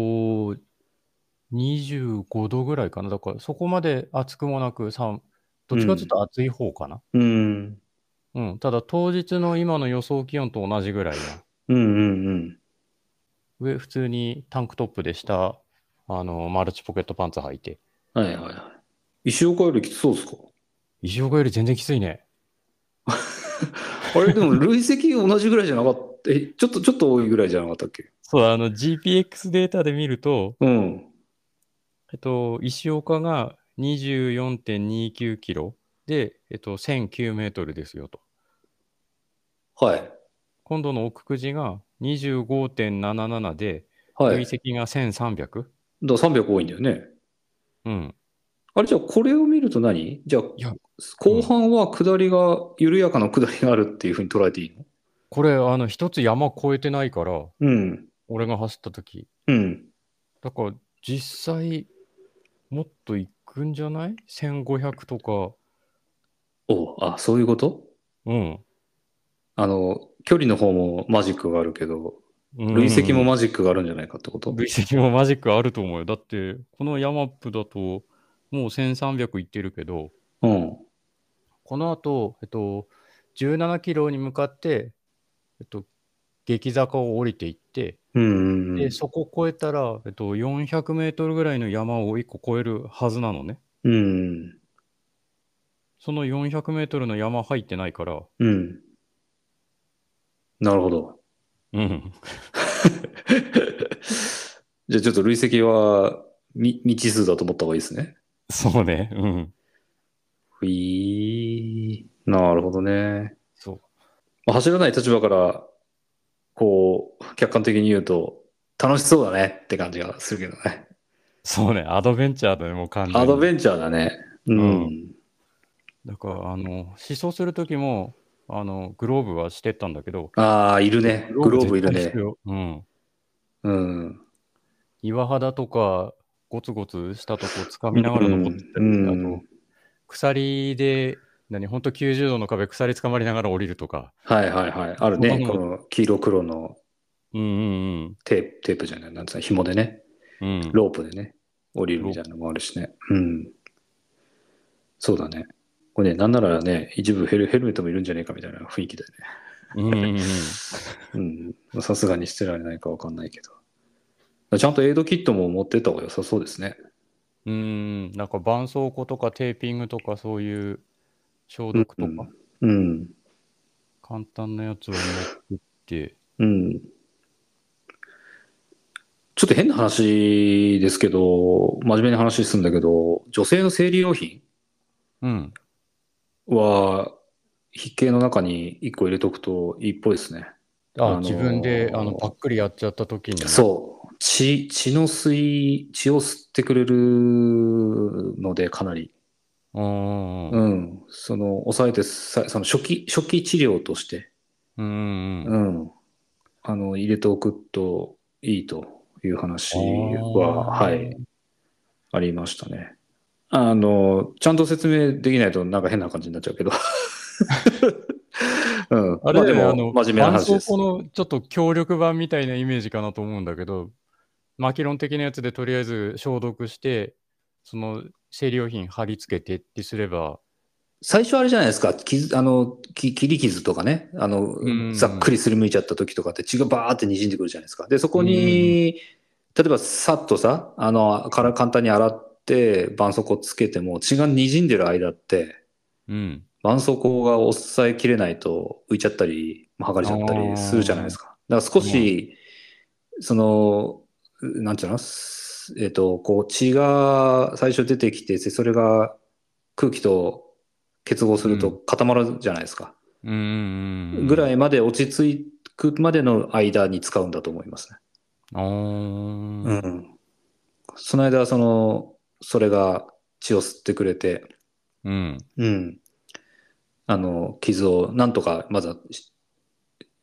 [SPEAKER 1] 25度ぐらいかな。だからそこまで暑くもなく、さんどっちかというと暑い方かな。
[SPEAKER 2] うん。
[SPEAKER 1] うん、ただ当日の今の予想気温と同じぐらいな。
[SPEAKER 2] うんうんうん。
[SPEAKER 1] 上、普通にタンクトップで下、あの、マルチポケットパンツ履いて。
[SPEAKER 2] はいはいはい。石岡よりきつそうですか
[SPEAKER 1] 石岡より全然きついね。
[SPEAKER 2] あれ、でも累積同じぐらいじゃなかった。え、ちょっと、ちょっと多いぐらいじゃなかったっけ
[SPEAKER 1] そう、あの GPX データで見ると、
[SPEAKER 2] うん。
[SPEAKER 1] えっと、石岡が24.29キロで、えっと、1009メートルですよと。
[SPEAKER 2] はい。
[SPEAKER 1] 今度の奥久慈が25.77で、
[SPEAKER 2] はい。
[SPEAKER 1] 累
[SPEAKER 2] だか
[SPEAKER 1] 積が 1300?
[SPEAKER 2] ら300多いんだよね。
[SPEAKER 1] うん。
[SPEAKER 2] あれじゃあこれを見ると何じゃあ
[SPEAKER 1] いや
[SPEAKER 2] 後半は下りが、緩やかな下りがあるっていうふうに捉えていいの
[SPEAKER 1] これ、あの、一つ山越えてないから、
[SPEAKER 2] うん。
[SPEAKER 1] 俺が走った時。
[SPEAKER 2] うん。
[SPEAKER 1] だから、実際、もっと行くんじゃない ?1500 とか。
[SPEAKER 2] おうあ、そういうこと
[SPEAKER 1] うん。
[SPEAKER 2] あの、距離の方もマジックがあるけど、
[SPEAKER 1] うん
[SPEAKER 2] 累積もマジックがあるんじゃないかってこと、
[SPEAKER 1] 累積もマジックあると思うよ。だって、このヤマップだと、もう1300いってるけど、
[SPEAKER 2] うん。
[SPEAKER 1] この後、えっと、17キロに向かって、えっと、激坂を降りていって、
[SPEAKER 2] うん。
[SPEAKER 1] で、そこ越えたら、えっと、400メートルぐらいの山を1個越えるはずなのね。
[SPEAKER 2] うん。
[SPEAKER 1] その400メートルの山入ってないから、
[SPEAKER 2] うん。なるほど。
[SPEAKER 1] うん。
[SPEAKER 2] じゃあちょっと累積は、み、未知数だと思った方がいいですね。
[SPEAKER 1] そうね。うん。
[SPEAKER 2] ふいーなるほどね。
[SPEAKER 1] そう。
[SPEAKER 2] まあ、走らない立場から、こう、客観的に言うと、楽しそうだねって感じがするけどね。
[SPEAKER 1] そうね。アドベンチャーだね、もう完全に。
[SPEAKER 2] アドベンチャーだね。う。
[SPEAKER 1] うんだから、あの、試走する時も、あの、グローブはしてったんだけど、
[SPEAKER 2] ああ、いるね。グローブいる
[SPEAKER 1] 絶対必
[SPEAKER 2] ね。
[SPEAKER 1] 要うん。
[SPEAKER 2] うん。
[SPEAKER 1] 岩肌とか、ゴツゴツしたとこ掴みながら登ってったり、
[SPEAKER 2] うん
[SPEAKER 1] あと、鎖で、何、本当90度の壁、鎖掴まりながら降りるとか。
[SPEAKER 2] はいはいはい。あるね。
[SPEAKER 1] こ
[SPEAKER 2] この黄色黒の
[SPEAKER 1] うんうん
[SPEAKER 2] テープ、テープじゃない、なんつうの、紐でね、
[SPEAKER 1] うん。うん、
[SPEAKER 2] ロープでね、降りるみたいなのもあるしね。うん。そうだね。これね、なんならね、一部ヘルヘルメットもいるんじゃねえかみたいな雰囲気だよ
[SPEAKER 1] うんうんうん。
[SPEAKER 2] ね。うん。さすがにしてられないかわかんないけど。ちゃんとエイドキットも持ってった方が良さそうですね。
[SPEAKER 1] うん、なんか絆創膏とかテーピングとかそういう消毒とか、
[SPEAKER 2] うん。
[SPEAKER 1] 簡単なやつを持ってって、
[SPEAKER 2] うん。ちょっと変な話ですけど、真面目に話するんだけど、女性の生理用品
[SPEAKER 1] うん。
[SPEAKER 2] は、筆形の中に1個入れとくといいっぽいですね。
[SPEAKER 1] あ、
[SPEAKER 2] あのー
[SPEAKER 1] 自分であのパックリやっちゃった時に、う。
[SPEAKER 2] そう。血、血の吸い、血を吸ってくれるので、かなり。
[SPEAKER 1] うんう
[SPEAKER 2] うんん。その、抑えてさ、その初期、初期治療として、
[SPEAKER 1] うんうん。
[SPEAKER 2] うん。あの、入れておくといいという話は、
[SPEAKER 1] あー
[SPEAKER 2] はい、ありましたね。あの、ちゃんと説明できないとなんか変な感じになっちゃ うけど。うん。
[SPEAKER 1] あれ
[SPEAKER 2] ま
[SPEAKER 1] だ
[SPEAKER 2] あで
[SPEAKER 1] よね、あの、
[SPEAKER 2] も、真面目な話です
[SPEAKER 1] 絆。創膏のちょっと協力版みたいなイメージかなと思うんだけど、マキロン的なやつでとりあえず消毒して、その生理用品貼り付けてってすれば、
[SPEAKER 2] 最初あれじゃないですか、傷、あの、き切り傷とかね、あの
[SPEAKER 1] ん、
[SPEAKER 2] ざっくりすりむいちゃった時とかって血がバーって滲んでくるじゃないですか。で、そこに、例えばさっとさ、あの、から簡単に洗って、絆創膏つけても血が滲んでる間って、
[SPEAKER 1] うん。
[SPEAKER 2] 絆創膏が抑えきれないと浮いちゃったり、剥がれちゃったりするじゃないですか。だから少し、その、なんていうのすえっ、と、こう血が最初出てきて、それが空気と結合すると
[SPEAKER 1] う
[SPEAKER 2] 固まるじゃないですか。
[SPEAKER 1] うんうんうん。
[SPEAKER 2] ぐら
[SPEAKER 1] い。
[SPEAKER 2] いまで落ち着くまでの間に使うんだと思いますね。
[SPEAKER 1] あー
[SPEAKER 2] うん。その間、その、それが血を吸ってくれて、
[SPEAKER 1] うん。
[SPEAKER 2] うん。あの、傷をなんとか、まずは、し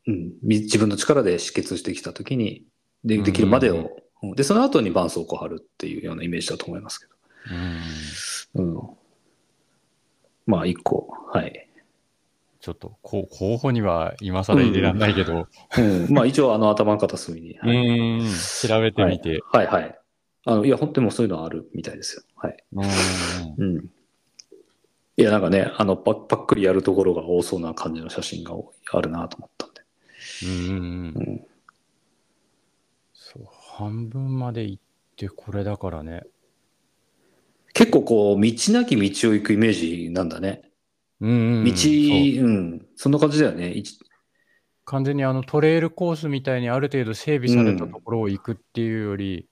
[SPEAKER 2] うん、み自分の力で止血してきたときに、で、できるまで
[SPEAKER 1] うんうん
[SPEAKER 2] を、うんで、その後に絆創膏を貼るっていうようなイメージだと思いますけ
[SPEAKER 1] うん。
[SPEAKER 2] ど。うん。まあ、一個、はい。
[SPEAKER 1] ちょっと、こう候補には今更入れられないけど、
[SPEAKER 2] うん、まあ、一応、あの、頭の片隅に。
[SPEAKER 1] う
[SPEAKER 2] はい、
[SPEAKER 1] ん、調べてみて。
[SPEAKER 2] はい、はい。あの、いや、本当にもうそういうのはあるみたいですよ。はい。
[SPEAKER 1] うん
[SPEAKER 2] うん。いや、なんかね、あの、パパックリやるところが多そうな感じの写真が多いあるなと思ったんで。
[SPEAKER 1] うん
[SPEAKER 2] う
[SPEAKER 1] うんん。そう、半分まで行ってこれだからね。
[SPEAKER 2] 結構こう、道なき道を行くイメージなんだね。
[SPEAKER 1] うんうんうん、
[SPEAKER 2] 道、
[SPEAKER 1] そう
[SPEAKER 2] うん、そんな感じだよね。一
[SPEAKER 1] 完全にあのトレイルコースみたいにある程度整備されたところを行くっていうより、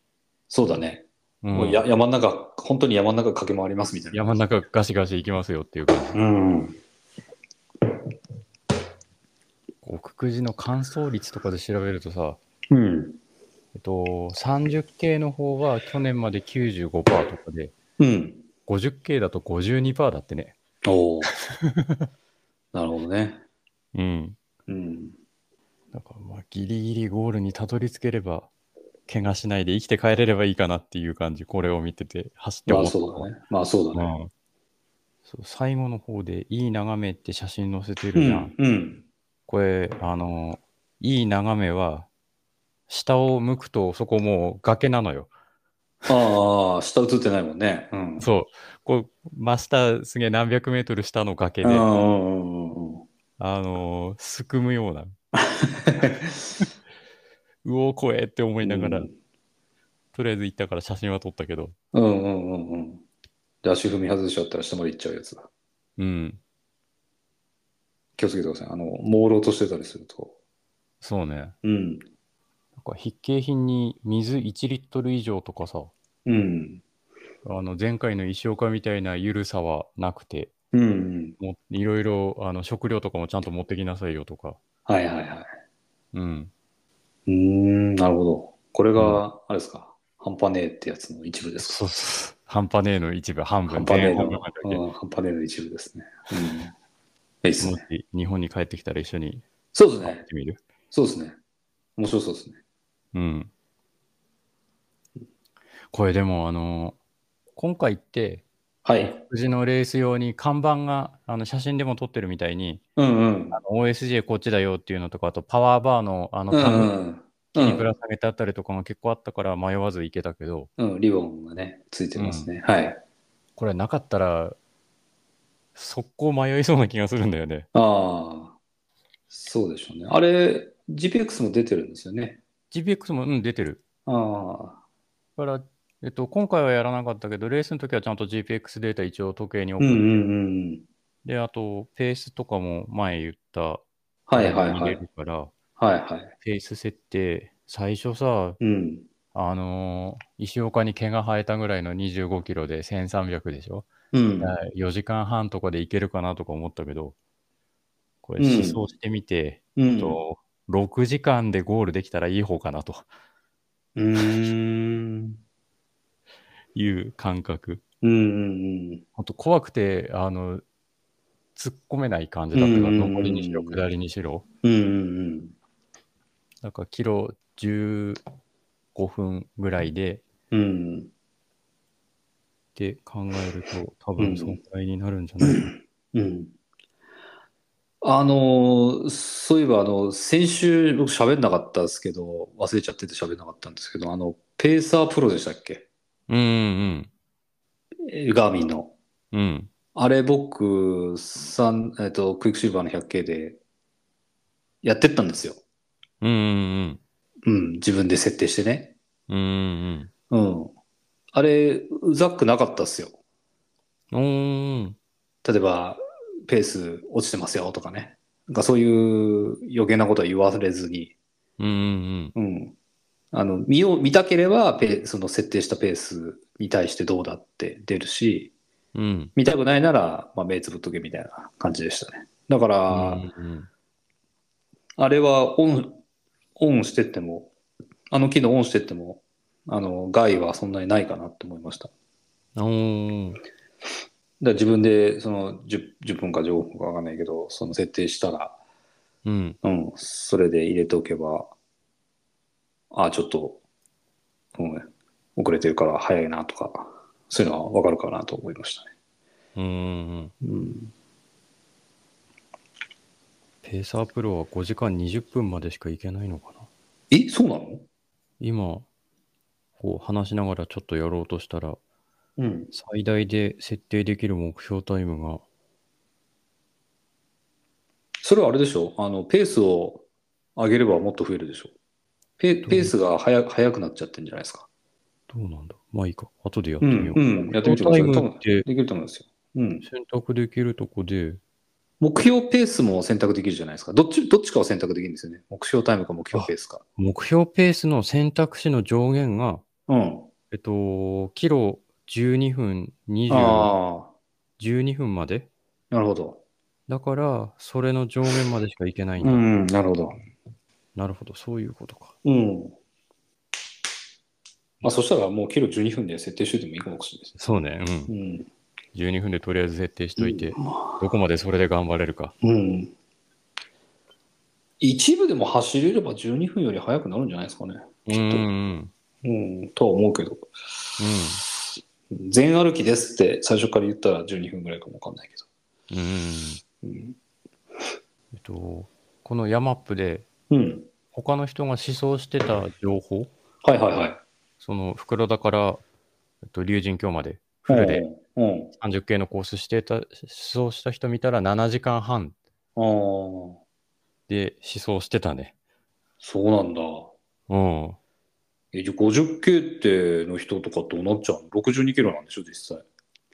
[SPEAKER 2] そうだね。
[SPEAKER 1] ううん
[SPEAKER 2] もうや山の中、本当に山の中駆け回りますみたいな。
[SPEAKER 1] 山の中ガシガシ行きますよっていう感じ。
[SPEAKER 2] うん。
[SPEAKER 1] 奥久慈の乾燥率とかで調べるとさ、
[SPEAKER 2] うん。
[SPEAKER 1] えっと、30系の方は去年まで95%とかで、
[SPEAKER 2] うん。
[SPEAKER 1] 50系だと52%だってね。
[SPEAKER 2] おお。なるほどね。
[SPEAKER 1] うん。
[SPEAKER 2] うん。
[SPEAKER 1] だからまあギリギリゴールにたどり着ければ、怪我しないで生きて帰れればいいかなっていう感じ、これを見てて走って
[SPEAKER 2] ま
[SPEAKER 1] 思
[SPEAKER 2] あ
[SPEAKER 1] った。
[SPEAKER 2] そうだね。まあそうだね。
[SPEAKER 1] うんそう最後の方でいい眺めって写真載せて
[SPEAKER 2] う
[SPEAKER 1] るじゃん。
[SPEAKER 2] ん。うん。
[SPEAKER 1] これ、あの、いい眺めは、下を向くとそこもう崖なのよ。
[SPEAKER 2] ああ、下映ってないもんね。うん。
[SPEAKER 1] そう。こう、真下、すげえ何百メートル下の崖で、
[SPEAKER 2] うん
[SPEAKER 1] あ
[SPEAKER 2] うんうんうんうん。
[SPEAKER 1] のーすくむような、うおー、怖えって思いながら、
[SPEAKER 2] うん
[SPEAKER 1] とりあえず行ったから写真は撮ったけど、
[SPEAKER 2] うんうんうんうん。で、足踏み外しちゃったら下まで行っちゃうやつだ。
[SPEAKER 1] うん、
[SPEAKER 2] 気をつけてください。あの、朦朧としてたりすると。
[SPEAKER 1] そうね。
[SPEAKER 2] う
[SPEAKER 1] な
[SPEAKER 2] ん。
[SPEAKER 1] んか筆記品に水1リットル以上とかさ、
[SPEAKER 2] うん。
[SPEAKER 1] あの前回の石岡みたいな緩さはなくて、
[SPEAKER 2] うんうん。
[SPEAKER 1] もいろいろあの食料とかもちゃんと持ってきなさいよとか、
[SPEAKER 2] はいはいはい。
[SPEAKER 1] うん、
[SPEAKER 2] うーん、なるほど。これが、あれですか、半端ねえってやつの一部ですか。
[SPEAKER 1] そうそう、半端ねえの一部、半分、
[SPEAKER 2] 半端ね
[SPEAKER 1] 前
[SPEAKER 2] え
[SPEAKER 1] 半
[SPEAKER 2] の、
[SPEAKER 1] 分までだ
[SPEAKER 2] うん半端ねえの一部ですね。うん。いいっ
[SPEAKER 1] け
[SPEAKER 2] す
[SPEAKER 1] も
[SPEAKER 2] ね。
[SPEAKER 1] し日本に帰ってきたら一緒に
[SPEAKER 2] そうです
[SPEAKER 1] やっ
[SPEAKER 2] ね。
[SPEAKER 1] てみる
[SPEAKER 2] そうですね。面白そうですね。
[SPEAKER 1] うん。これでも、あの、今回って、
[SPEAKER 2] はい。
[SPEAKER 1] うちのレース用に看板が、あの写真でも撮ってるみたいに、
[SPEAKER 2] うんうん。
[SPEAKER 1] あの OSJ こっちだよっていうのとか、あとパワーバーの、あの、
[SPEAKER 2] うんう
[SPEAKER 1] 単独
[SPEAKER 2] ん。
[SPEAKER 1] にぶら下げてあったりとかが結構あったから迷わず行けたけど、
[SPEAKER 2] うん、リボンがね、ついてますね。はい。
[SPEAKER 1] これなかったら、速攻迷いそうな気がするんだよね。
[SPEAKER 2] ああ、そうでしょうね。あれ、GPX も出てるんですよね。
[SPEAKER 1] GPX も、うん、出てる。
[SPEAKER 2] あ
[SPEAKER 1] だから、えっと、今回はやらなかったけど、レースの時はちゃんと GPX データ一応時計に
[SPEAKER 2] あ、
[SPEAKER 1] 送
[SPEAKER 2] う
[SPEAKER 1] っ
[SPEAKER 2] ん
[SPEAKER 1] て、
[SPEAKER 2] うんうん。
[SPEAKER 1] で、あと、ペースとかも前言った、
[SPEAKER 2] はいはいは
[SPEAKER 1] 入れ
[SPEAKER 2] い。
[SPEAKER 1] るから、
[SPEAKER 2] はいはい。
[SPEAKER 1] ペース設定、最初さ、
[SPEAKER 2] うん。
[SPEAKER 1] あのー石岡に毛が生えたぐらいの25キロで1300でしょ、
[SPEAKER 2] うん。
[SPEAKER 1] ?4 時間半とかでいけるかなとか思ったけど、これ
[SPEAKER 2] うん
[SPEAKER 1] 試走してみて、
[SPEAKER 2] うん。
[SPEAKER 1] と6時間でゴールできたらいい方かなと
[SPEAKER 2] うーん。
[SPEAKER 1] いう感覚。
[SPEAKER 2] うんうんうん。
[SPEAKER 1] 本当怖くて、あの、突っ込めない感じだったから、
[SPEAKER 2] うんうんうんうん
[SPEAKER 1] 上りにしろ、下りにしろ。
[SPEAKER 2] うんうん
[SPEAKER 1] なんかキロ15分ぐらいで、
[SPEAKER 2] うん。うん。
[SPEAKER 1] って考えると、多
[SPEAKER 2] う
[SPEAKER 1] 分
[SPEAKER 2] ん
[SPEAKER 1] そんくらいになるんじゃないかな。
[SPEAKER 2] うん。あのー、そういえば、あの、先週僕喋んなかったですけど、忘れちゃってて喋んなかったんですけど、あの、ペーサープロでしたっけ
[SPEAKER 1] うんうん
[SPEAKER 2] えガーミンの。
[SPEAKER 1] うん。うん。
[SPEAKER 2] あれ僕、三えっと、クイックシルバーの 100K でやってったんですよ。
[SPEAKER 1] うんうん
[SPEAKER 2] うん、自分で設定してね。
[SPEAKER 1] うん。うん
[SPEAKER 2] うん。あれ、うざくなかったっすよ。
[SPEAKER 1] うんうん。
[SPEAKER 2] 例えば、ペース落ちてますよとかね。なんかそういう余計なことは言われずに、
[SPEAKER 1] おーうんうん
[SPEAKER 2] うん。あの、見よう、見たければ、ペーその設定したペースに対してどうだって出るし、
[SPEAKER 1] うん。うん。
[SPEAKER 2] 見たくないなら、まあ、目つぶっとけみたいな感じでしたね。だから、
[SPEAKER 1] うん
[SPEAKER 2] あれはオン、オンしてっても、あの機能オンしてっても、あの、害はそんなにないかなって思いました。だか
[SPEAKER 1] うん。おー
[SPEAKER 2] ら自分で、その10、10分か15分かわかんないけど、その設定したら、
[SPEAKER 1] うん。
[SPEAKER 2] うん、それで入れておけば、あちょっと、うん、遅れてるから早いなとか、そういうのはわかるかなと思いましたね。
[SPEAKER 1] うんうんうん。
[SPEAKER 2] うん。
[SPEAKER 1] ペーサープロは5時間20分までしか行けないのかな。
[SPEAKER 2] え、そうなの
[SPEAKER 1] 今、こう話しながらちょっとやろうとしたら、
[SPEAKER 2] うん。
[SPEAKER 1] 最大で設定できる目標タイムが、
[SPEAKER 2] それはあれでしょあの、ペースを上げればもっと増えるでしょペペースが速速くなっちゃってるんじゃないですか
[SPEAKER 1] どうなんだまあいいか。後でやっ
[SPEAKER 2] う
[SPEAKER 1] て
[SPEAKER 2] ん
[SPEAKER 1] みよう。
[SPEAKER 2] うん、やってみてください。
[SPEAKER 1] 目標
[SPEAKER 2] 多
[SPEAKER 1] タイム
[SPEAKER 2] 分
[SPEAKER 1] っ
[SPEAKER 2] で
[SPEAKER 1] て
[SPEAKER 2] きると思うんですよ。うん、
[SPEAKER 1] 選択できるとこで、
[SPEAKER 2] 目標ペースも選択できるじゃないですか。どっちどっちかを選択できるんですよね。目標タイムか目標ペースか。
[SPEAKER 1] 目標ペースの選択肢の上限が、
[SPEAKER 2] うん。
[SPEAKER 1] ええっと、キロ12分20、
[SPEAKER 2] ああ、
[SPEAKER 1] 12分まで
[SPEAKER 2] なるほど。
[SPEAKER 1] だから、それの上限までしか行けないん
[SPEAKER 2] う
[SPEAKER 1] だ。
[SPEAKER 2] ん、なるほど。
[SPEAKER 1] なるほど、そういうことか。
[SPEAKER 2] うん。あ、そしたらもうキロ12分で設定しといてもいいかもしれないです
[SPEAKER 1] そうね、うん。
[SPEAKER 2] ね。
[SPEAKER 1] 12分でとりあえず設定しといて、
[SPEAKER 2] う
[SPEAKER 1] どこまでそれで頑張れるか。
[SPEAKER 2] ん。うん。一部でも走れれば12分より速くなるんじゃないですかね。
[SPEAKER 1] うんうんうん。
[SPEAKER 2] うん、とは思うけど。
[SPEAKER 1] う
[SPEAKER 2] 全歩きですって最初から言ったら12分ぐらいかもわかんないけど。
[SPEAKER 1] ん。うんうんうん。
[SPEAKER 2] うん。
[SPEAKER 1] えっと、このヤマップで、
[SPEAKER 2] うん。
[SPEAKER 1] 他の人が思想してた情報、
[SPEAKER 2] はいはいはい。
[SPEAKER 1] その袋田から、えっと、竜神峡までフルで
[SPEAKER 2] うん。うん。
[SPEAKER 1] 30系のコースしてた、思想した人見たら7時間半
[SPEAKER 2] あ
[SPEAKER 1] で
[SPEAKER 2] あ、
[SPEAKER 1] 思想してたね。
[SPEAKER 2] そうなんだ。
[SPEAKER 1] うん。
[SPEAKER 2] え、じゃあ 50K っての人とかどうなっちゃうの ?62 キロなんでしょ、実際。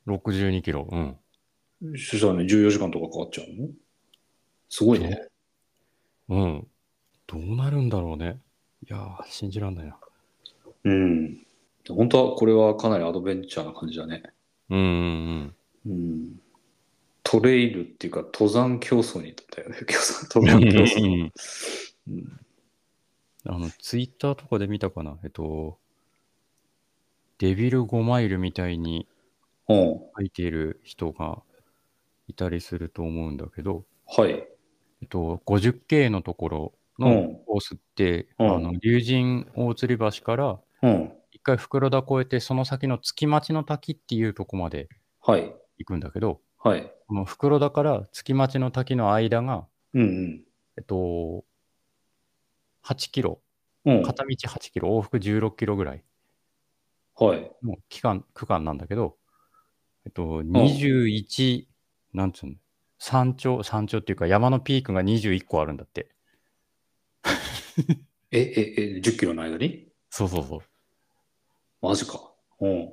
[SPEAKER 1] 62キロ。うん。
[SPEAKER 2] そしたらね、14時間とかかかっちゃうのすごいね。
[SPEAKER 1] うん。どうなるんだろうね。いやー、信じらんないな。
[SPEAKER 2] うん。本当はこれはかなりアドベンチャーな感じだね。
[SPEAKER 1] うんうん
[SPEAKER 2] うん。トレイルっていうか、登山競争に行ったよね。 競争
[SPEAKER 1] う
[SPEAKER 2] 登山競争。
[SPEAKER 1] ん。
[SPEAKER 2] うん
[SPEAKER 1] あの、ツイッターとかで見たかな。えっと、デビル5マイルみたいに
[SPEAKER 2] うん。
[SPEAKER 1] 書いている人がいたりすると思うんだけど、
[SPEAKER 2] はい。
[SPEAKER 1] えっと、50K のところ
[SPEAKER 2] う
[SPEAKER 1] の
[SPEAKER 2] ん。
[SPEAKER 1] コースって、
[SPEAKER 2] うん
[SPEAKER 1] あの、竜神大吊り橋から、
[SPEAKER 2] うん。
[SPEAKER 1] 一回袋田越えて、その先の月町の滝っていうとこまで
[SPEAKER 2] はい。
[SPEAKER 1] 行くんだけど、
[SPEAKER 2] はい。
[SPEAKER 1] この袋田から月町の滝の間が、
[SPEAKER 2] うん
[SPEAKER 1] えっと、8キロ、
[SPEAKER 2] うん。うん。
[SPEAKER 1] 片道8キロ、往復16キロぐらい
[SPEAKER 2] はい。
[SPEAKER 1] の期間、区間なんだけど、えっと、21、なんつうの、山頂、山頂っていうか山のピークが21個あるんだって。
[SPEAKER 2] え、え、え、10キロの間に
[SPEAKER 1] そうそうそう。
[SPEAKER 2] マジか。うん。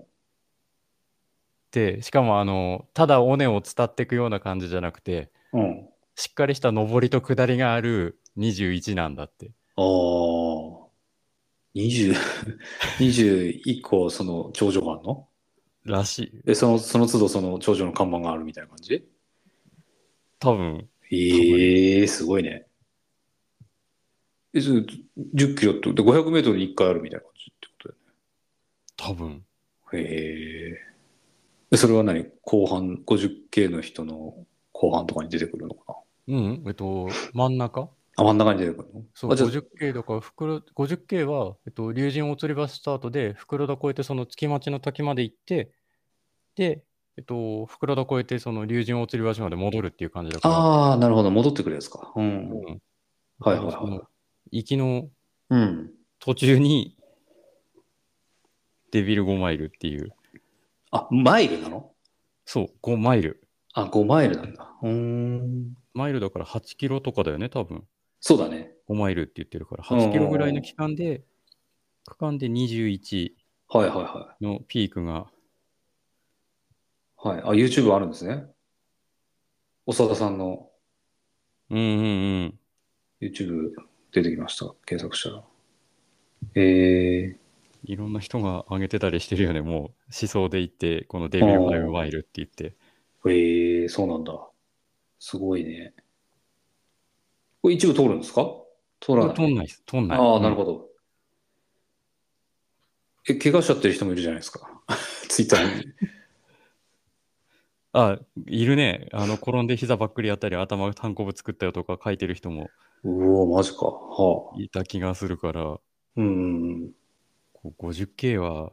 [SPEAKER 1] で、しかもあの、ただ尾根を伝っていくような感じじゃなくて、
[SPEAKER 2] うん。
[SPEAKER 1] しっかりした上りと下りがある21なんだって。
[SPEAKER 2] ああ。20、21個、その、頂上があるの
[SPEAKER 1] らしい。
[SPEAKER 2] え、その、その都度その頂上の看板があるみたいな感じ
[SPEAKER 1] 多分、
[SPEAKER 2] ええすごいね。え、それ10キロって、で500メートルに1回あるみたいな感じってこと
[SPEAKER 1] 多分。
[SPEAKER 2] だよね。へえ。えそれは何後半、50K の人の後半とかに出てくるのか
[SPEAKER 1] うん、えっと、真ん中
[SPEAKER 2] なあ、真ん中に出てくるの
[SPEAKER 1] そう、
[SPEAKER 2] あじゃあ
[SPEAKER 1] 50K だから袋、50K は、えっと、竜神大吊り橋スタートで、袋田越えて、その月町の滝まで行って、で、えっと、袋田越えて、その竜神大吊り橋まで戻るっていう感じだから、
[SPEAKER 2] ああ、なるほど。戻ってくるやつか。う。
[SPEAKER 1] うんん、
[SPEAKER 2] はいはい
[SPEAKER 1] その
[SPEAKER 2] は
[SPEAKER 1] 行きの
[SPEAKER 2] い。うん。
[SPEAKER 1] 途中に、デビル5マイルっていう、
[SPEAKER 2] あ、マイルなの
[SPEAKER 1] そう、5マイル。
[SPEAKER 2] あ、5マイルなんだ。うーん。
[SPEAKER 1] マイルだから8キロとかだよね、多分。
[SPEAKER 2] そうだね。
[SPEAKER 1] 5マイルって言ってるから、
[SPEAKER 2] うんうんうん
[SPEAKER 1] 8キロぐらいの期間で、区間で21
[SPEAKER 2] はいはいは
[SPEAKER 1] のピークが、
[SPEAKER 2] い。はい。あ、YouTube あるんですね。長田さんの
[SPEAKER 1] うんうんうん。
[SPEAKER 2] YouTube 出てきました。検索したら。えー、
[SPEAKER 1] いろんな人が挙げてたりしてるよね、もう思想で言って、このデビル・ファイブ・マイルって言って。
[SPEAKER 2] えー、そうなんだ。すごいね。これ一部通るんですか通らない。
[SPEAKER 1] とんないです、とんない。
[SPEAKER 2] ああ、なる
[SPEAKER 1] ど。
[SPEAKER 2] ほど。え、怪我しちゃってる人もいるじゃないですか。 ツイッターに。
[SPEAKER 1] あ、いるね。あの、転んで膝ばっくりやったり、頭が単行部作ったよとか書いてる人も
[SPEAKER 2] うお、マジか。はあ。
[SPEAKER 1] いた気がするから、
[SPEAKER 2] うんうんうん。
[SPEAKER 1] こう 50K は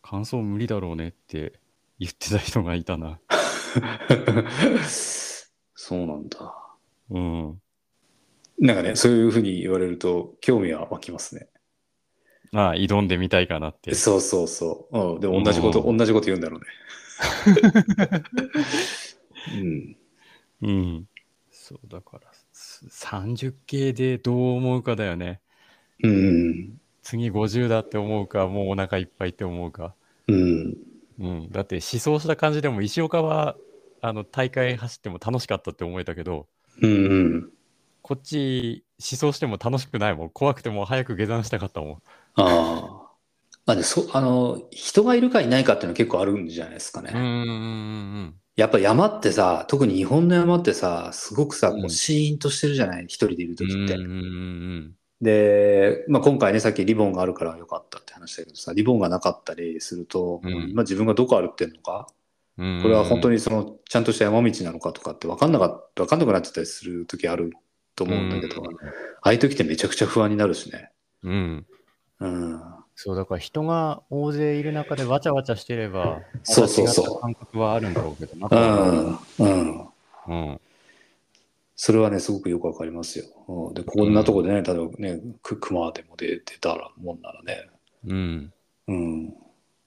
[SPEAKER 1] 感想無理だろうねって言ってた人がいたな。
[SPEAKER 2] そうなんだ。
[SPEAKER 1] うん。
[SPEAKER 2] なんかね、そういうふうに言われると、興味は湧きますね。
[SPEAKER 1] ああ、挑んでみたいかなって。
[SPEAKER 2] そうそうそう。うん、でも同じこと、
[SPEAKER 1] う
[SPEAKER 2] 同じこと言うんだろうね。うん。
[SPEAKER 1] うん。そう、だから、す 30K でどう思うかだよね。
[SPEAKER 2] うん。
[SPEAKER 1] 次50だって思うか、もうお腹いっぱいって思うか。
[SPEAKER 2] うん。
[SPEAKER 1] うん、だって思想した感じでも石岡はあの大会走っても楽しかったって思えたけど
[SPEAKER 2] うんうん。
[SPEAKER 1] こっち思想しても楽しくないもん怖くてもう早く下山したかったもん
[SPEAKER 2] ああ。まあね、そ、あの、人がいるかいないかっていうのは結構あるんじゃないですかね。
[SPEAKER 1] うんうんうんうん。
[SPEAKER 2] やっぱ山ってさ、特に日本の山ってさ、すごくさ、
[SPEAKER 1] う
[SPEAKER 2] こ
[SPEAKER 1] ん
[SPEAKER 2] うシーンとしてるじゃない、一人でいる
[SPEAKER 1] う
[SPEAKER 2] 時
[SPEAKER 1] んうん
[SPEAKER 2] っ
[SPEAKER 1] う
[SPEAKER 2] て。
[SPEAKER 1] んうん。
[SPEAKER 2] で、まあ、今回ね、さっきリボンがあるからよかったって話だけどさ、リボンがなかったりすると、
[SPEAKER 1] うん
[SPEAKER 2] もう今自分がどこ歩ってんのか、
[SPEAKER 1] こ
[SPEAKER 2] これは本当
[SPEAKER 1] に
[SPEAKER 2] にその、ちゃんとした山道なのかとかって分かんなかった、分かんなくなっちゃったりする時あると思うんだけど、ああいう時ってめちゃくちゃ不安になるしね。
[SPEAKER 1] うん。
[SPEAKER 2] うん。
[SPEAKER 1] そう、だから人が大勢いる中でわちゃわちゃしてれば、
[SPEAKER 2] そうそうそう
[SPEAKER 1] また違った感覚はあるんだろうけどな。
[SPEAKER 2] うん。うん。
[SPEAKER 1] うん。
[SPEAKER 2] それはね、すごくよくわかりますよ。うん、で、こんなとこでね、例えばね、く熊でも出てたらもんならね、
[SPEAKER 1] うん。
[SPEAKER 2] うん、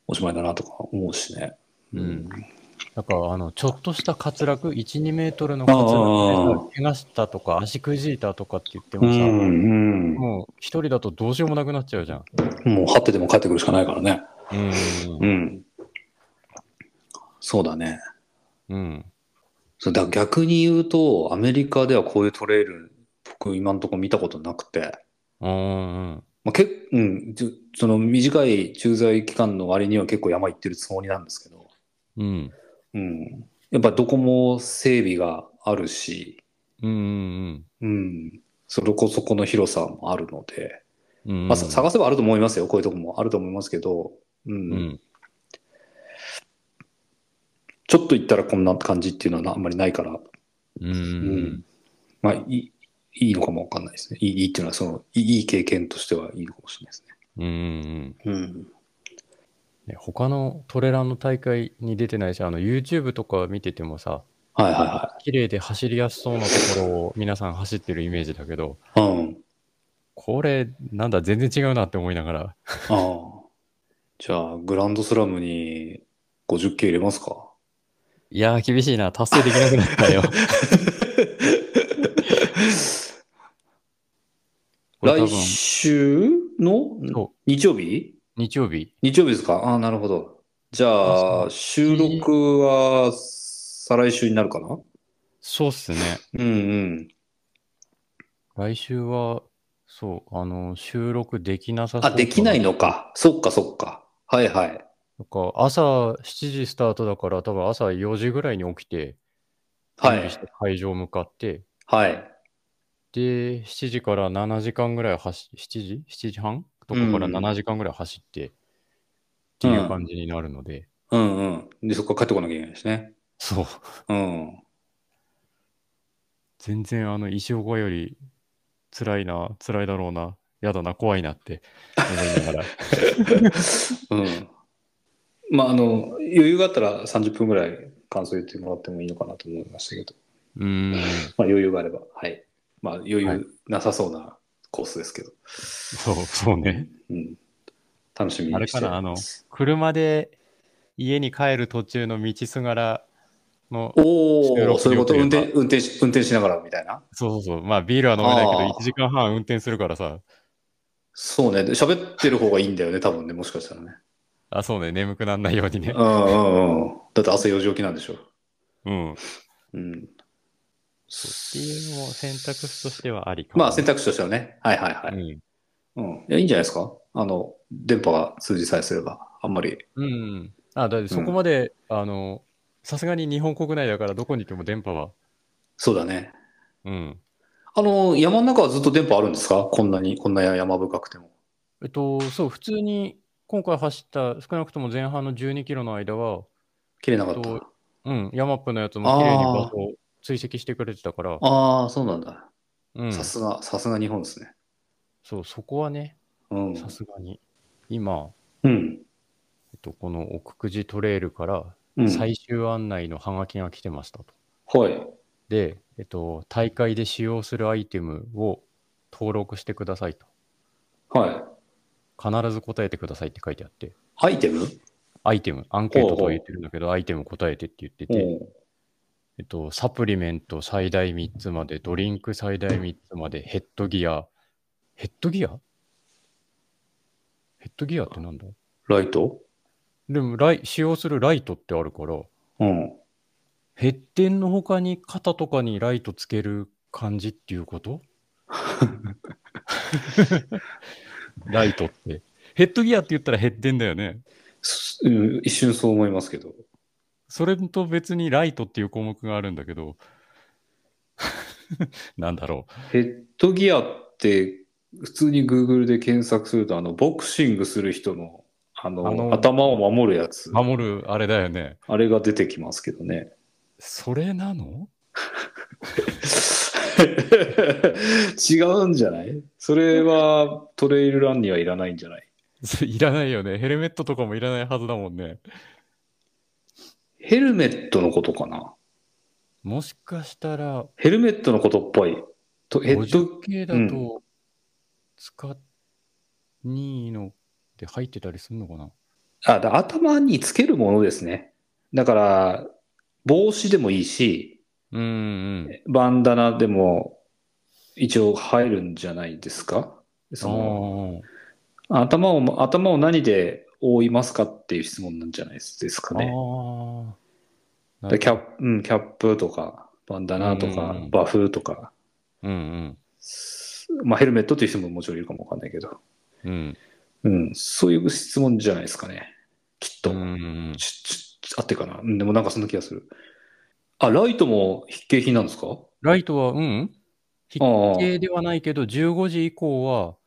[SPEAKER 2] おしまいだなとか思うしね。
[SPEAKER 1] うんだから、あの、ちょっとした滑落、1、2メートルの滑落でさ、怪我したとか、足くじいたとかって言って
[SPEAKER 2] う
[SPEAKER 1] もさ、
[SPEAKER 2] ん、う
[SPEAKER 1] もう一人だとどうしようもなくなっちゃうじゃん。
[SPEAKER 2] ん。もう、張ってても帰ってくるしかないからね。
[SPEAKER 1] う
[SPEAKER 2] うん。そうだね。
[SPEAKER 1] ん。うん。
[SPEAKER 2] そうだ逆に言うと、アメリカではこういうトレイル、僕、今のところ見たことなくて、
[SPEAKER 1] うん。
[SPEAKER 2] まあ、けうん、じゅその短い駐在期間の割には結構山行ってるつもりなんですけど、
[SPEAKER 1] うん。
[SPEAKER 2] うん。やっぱどこも整備があるし、
[SPEAKER 1] うん。うん。
[SPEAKER 2] うん。それこそこの広さもあるので、
[SPEAKER 1] うん。
[SPEAKER 2] まあ、さ探せばあると思いますよ。こういうとこもあると思いますけど、
[SPEAKER 1] う
[SPEAKER 2] う。
[SPEAKER 1] んん。
[SPEAKER 2] ちょっと行ったらこんな感じっていうのはなあんまりないから、
[SPEAKER 1] うん。うん。
[SPEAKER 2] まあ、いい、いいのかもわかんないですね。いい、いいっていうのは、その、いいいい経験としてはいいのかもしれないです
[SPEAKER 1] うん。
[SPEAKER 2] ね。うん。
[SPEAKER 1] ね他のトレランの大会に出てないし、あの YouTube とか見ててもさ、
[SPEAKER 2] はいは
[SPEAKER 1] 綺麗で走りやすそうなところを皆さん走ってるイメージだけど、
[SPEAKER 2] いはい。うん。
[SPEAKER 1] これ、なんだ、全然違うなって思いながら、
[SPEAKER 2] ああ。じゃあ、グランドスラムに 50K 入れま すか
[SPEAKER 1] いやー、厳しいな、達成できなくなったよ。これ多分、
[SPEAKER 2] 来週の
[SPEAKER 1] そ
[SPEAKER 2] 日曜日
[SPEAKER 1] 日曜日。
[SPEAKER 2] 日曜日ですかああ、なるほど。じゃあ、収録は再来週になるかな
[SPEAKER 1] そうっすね。
[SPEAKER 2] うんうん。
[SPEAKER 1] 来週は、そう、あの、収録できなさそ
[SPEAKER 2] あ、
[SPEAKER 1] う。
[SPEAKER 2] できないの。か。そっかそっか。はいはい。
[SPEAKER 1] なんか、朝7時スタートだから、多分朝4時ぐらいに起きて、
[SPEAKER 2] は
[SPEAKER 1] 準備
[SPEAKER 2] い
[SPEAKER 1] し。て会場向かって、
[SPEAKER 2] はい。
[SPEAKER 1] で、7時から7時間ぐらい走、7時 ?7 時半とかから
[SPEAKER 2] うん
[SPEAKER 1] 7時間ぐらい走って、っていう感じになるので、
[SPEAKER 2] うんうん。で、そっから帰ってこなきゃいけないしね。
[SPEAKER 1] そう。
[SPEAKER 2] うん。
[SPEAKER 1] 全然あの、石岡より辛いな、辛いだろうな、やだな、怖いなって思いなが ら。
[SPEAKER 2] うん。まあ、あの、余裕があったら30分ぐらい感想言ってもらってもいいのかなと思いましたけど、
[SPEAKER 1] うーん。
[SPEAKER 2] まあ、余裕があれば。はい。まあ、余
[SPEAKER 1] はい
[SPEAKER 2] 裕なさそうなコースですけど、
[SPEAKER 1] そう、そうね。
[SPEAKER 2] うん。楽しみ
[SPEAKER 1] あれ
[SPEAKER 2] にして
[SPEAKER 1] かな、あの
[SPEAKER 2] ます。、
[SPEAKER 1] 車で家に帰る途中の道すがらの、収
[SPEAKER 2] おお、
[SPEAKER 1] 録
[SPEAKER 2] そういうこと、
[SPEAKER 1] よ
[SPEAKER 2] 運
[SPEAKER 1] く言えば
[SPEAKER 2] 転運転し運転しながらみたいな。
[SPEAKER 1] そうそうそう、まあビールは飲めないけど、
[SPEAKER 2] あー
[SPEAKER 1] 1時間半運転するからさ、
[SPEAKER 2] そうね、で喋ってる方がいいんだよね、多分ね、もしかしたらね。
[SPEAKER 1] あ、そうね、眠くならないようにね
[SPEAKER 2] う。んうんうん。だって朝4時起きなんでしょ。
[SPEAKER 1] うん。っ
[SPEAKER 2] うん。
[SPEAKER 1] ていうのも選択肢としてはありかも。
[SPEAKER 2] まあ選択肢としてはね。はいはいはい。
[SPEAKER 1] うん。
[SPEAKER 2] うん。いや、いいんじゃないですか。あの、電波が通じさえすれば、あんまり。
[SPEAKER 1] うん。あ、だってそこまで、あの、さすがに日本国内だからどこに行っても電波は。
[SPEAKER 2] そうだね。
[SPEAKER 1] うん。
[SPEAKER 2] あの、山の中はずっと電波あるんですかこんなに、こんな山深くても。
[SPEAKER 1] えっと、そう、普通に今回走った少なくとも前半の12キロの間は、
[SPEAKER 2] 切れなかった。
[SPEAKER 1] どううん、ヤマップのやつも綺麗に場所を追跡してくれてたから、
[SPEAKER 2] ああ、そうなんだ。
[SPEAKER 1] うん、
[SPEAKER 2] さすが、さすが日本ですね。
[SPEAKER 1] そう、そこはね、
[SPEAKER 2] うん。
[SPEAKER 1] さすがに、今、
[SPEAKER 2] うん。
[SPEAKER 1] えっと、この奥久慈トレイルから
[SPEAKER 2] うん。
[SPEAKER 1] 最終案内のハガキが来てましたと。
[SPEAKER 2] はい。
[SPEAKER 1] で、えっと、大会で使用するアイテムを登録してくださいと。
[SPEAKER 2] はい。
[SPEAKER 1] 必ず答えてくださいって書いてあって、
[SPEAKER 2] アイテム
[SPEAKER 1] アイテム、アンケートとは言ってるんだけど、アイテム答えてって言って
[SPEAKER 2] う
[SPEAKER 1] て、
[SPEAKER 2] ん。
[SPEAKER 1] えっと、サプリメント最大3つまで、ドリンク最大3つまで、ヘッドギア。ヘッドギアヘッドギアってなんだ
[SPEAKER 2] ライト
[SPEAKER 1] でもライ、使用するライトってあるから、
[SPEAKER 2] うん。
[SPEAKER 1] ヘッテンの他に肩とかにライトつける感じ っていうことライトって。ヘッドギアって言ったらヘッデンだよね。
[SPEAKER 2] すうん一瞬そう思いますけど。
[SPEAKER 1] それと別にライトっていう項目があるんだけど、 なんだろ
[SPEAKER 2] ヘッドギアって、普通に Google で検索すると、あの、ボクシングする人の、あの、
[SPEAKER 1] あの
[SPEAKER 2] 頭を守るやつ
[SPEAKER 1] う。、守るあれだよね。
[SPEAKER 2] あれが出てきますけどね。
[SPEAKER 1] それなの
[SPEAKER 2] 違うんじゃないそれはトレイルランにはいらないんじゃない
[SPEAKER 1] それいらないよね。ヘルメットとかもいらないはずだもんね。
[SPEAKER 2] ヘルメットのことかな
[SPEAKER 1] もしかしたら、
[SPEAKER 2] ヘルメットのことっぽい。とヘッド、
[SPEAKER 1] 50系だと、使っ、2位ので入ってたりするのかな
[SPEAKER 2] あ、だ頭につけるものですね。だから、帽子でもいいし、
[SPEAKER 1] うんうん。
[SPEAKER 2] バンダナでも一応入るんじゃないですかその
[SPEAKER 1] ああ。
[SPEAKER 2] 頭を、頭を何で覆いますかっていう質問なんじゃないですかね。
[SPEAKER 1] ああ。
[SPEAKER 2] でキャップ、うん、キャップとか、バンダナと
[SPEAKER 1] うんう
[SPEAKER 2] か
[SPEAKER 1] んうん、
[SPEAKER 2] バフとか、
[SPEAKER 1] うん
[SPEAKER 2] すまあ、ヘルメットという人ももちろんいるかもわかんないけど、
[SPEAKER 1] うん。うん。
[SPEAKER 2] うん、そういう質問じゃないですかね。きっと。
[SPEAKER 1] うん
[SPEAKER 2] ちちち合ってるかな。うんでもなんかそんな気がする。あ、ライトも必携品なんですか
[SPEAKER 1] ライトは、うん必
[SPEAKER 2] ああ
[SPEAKER 1] 定ではないけど、15時以降は、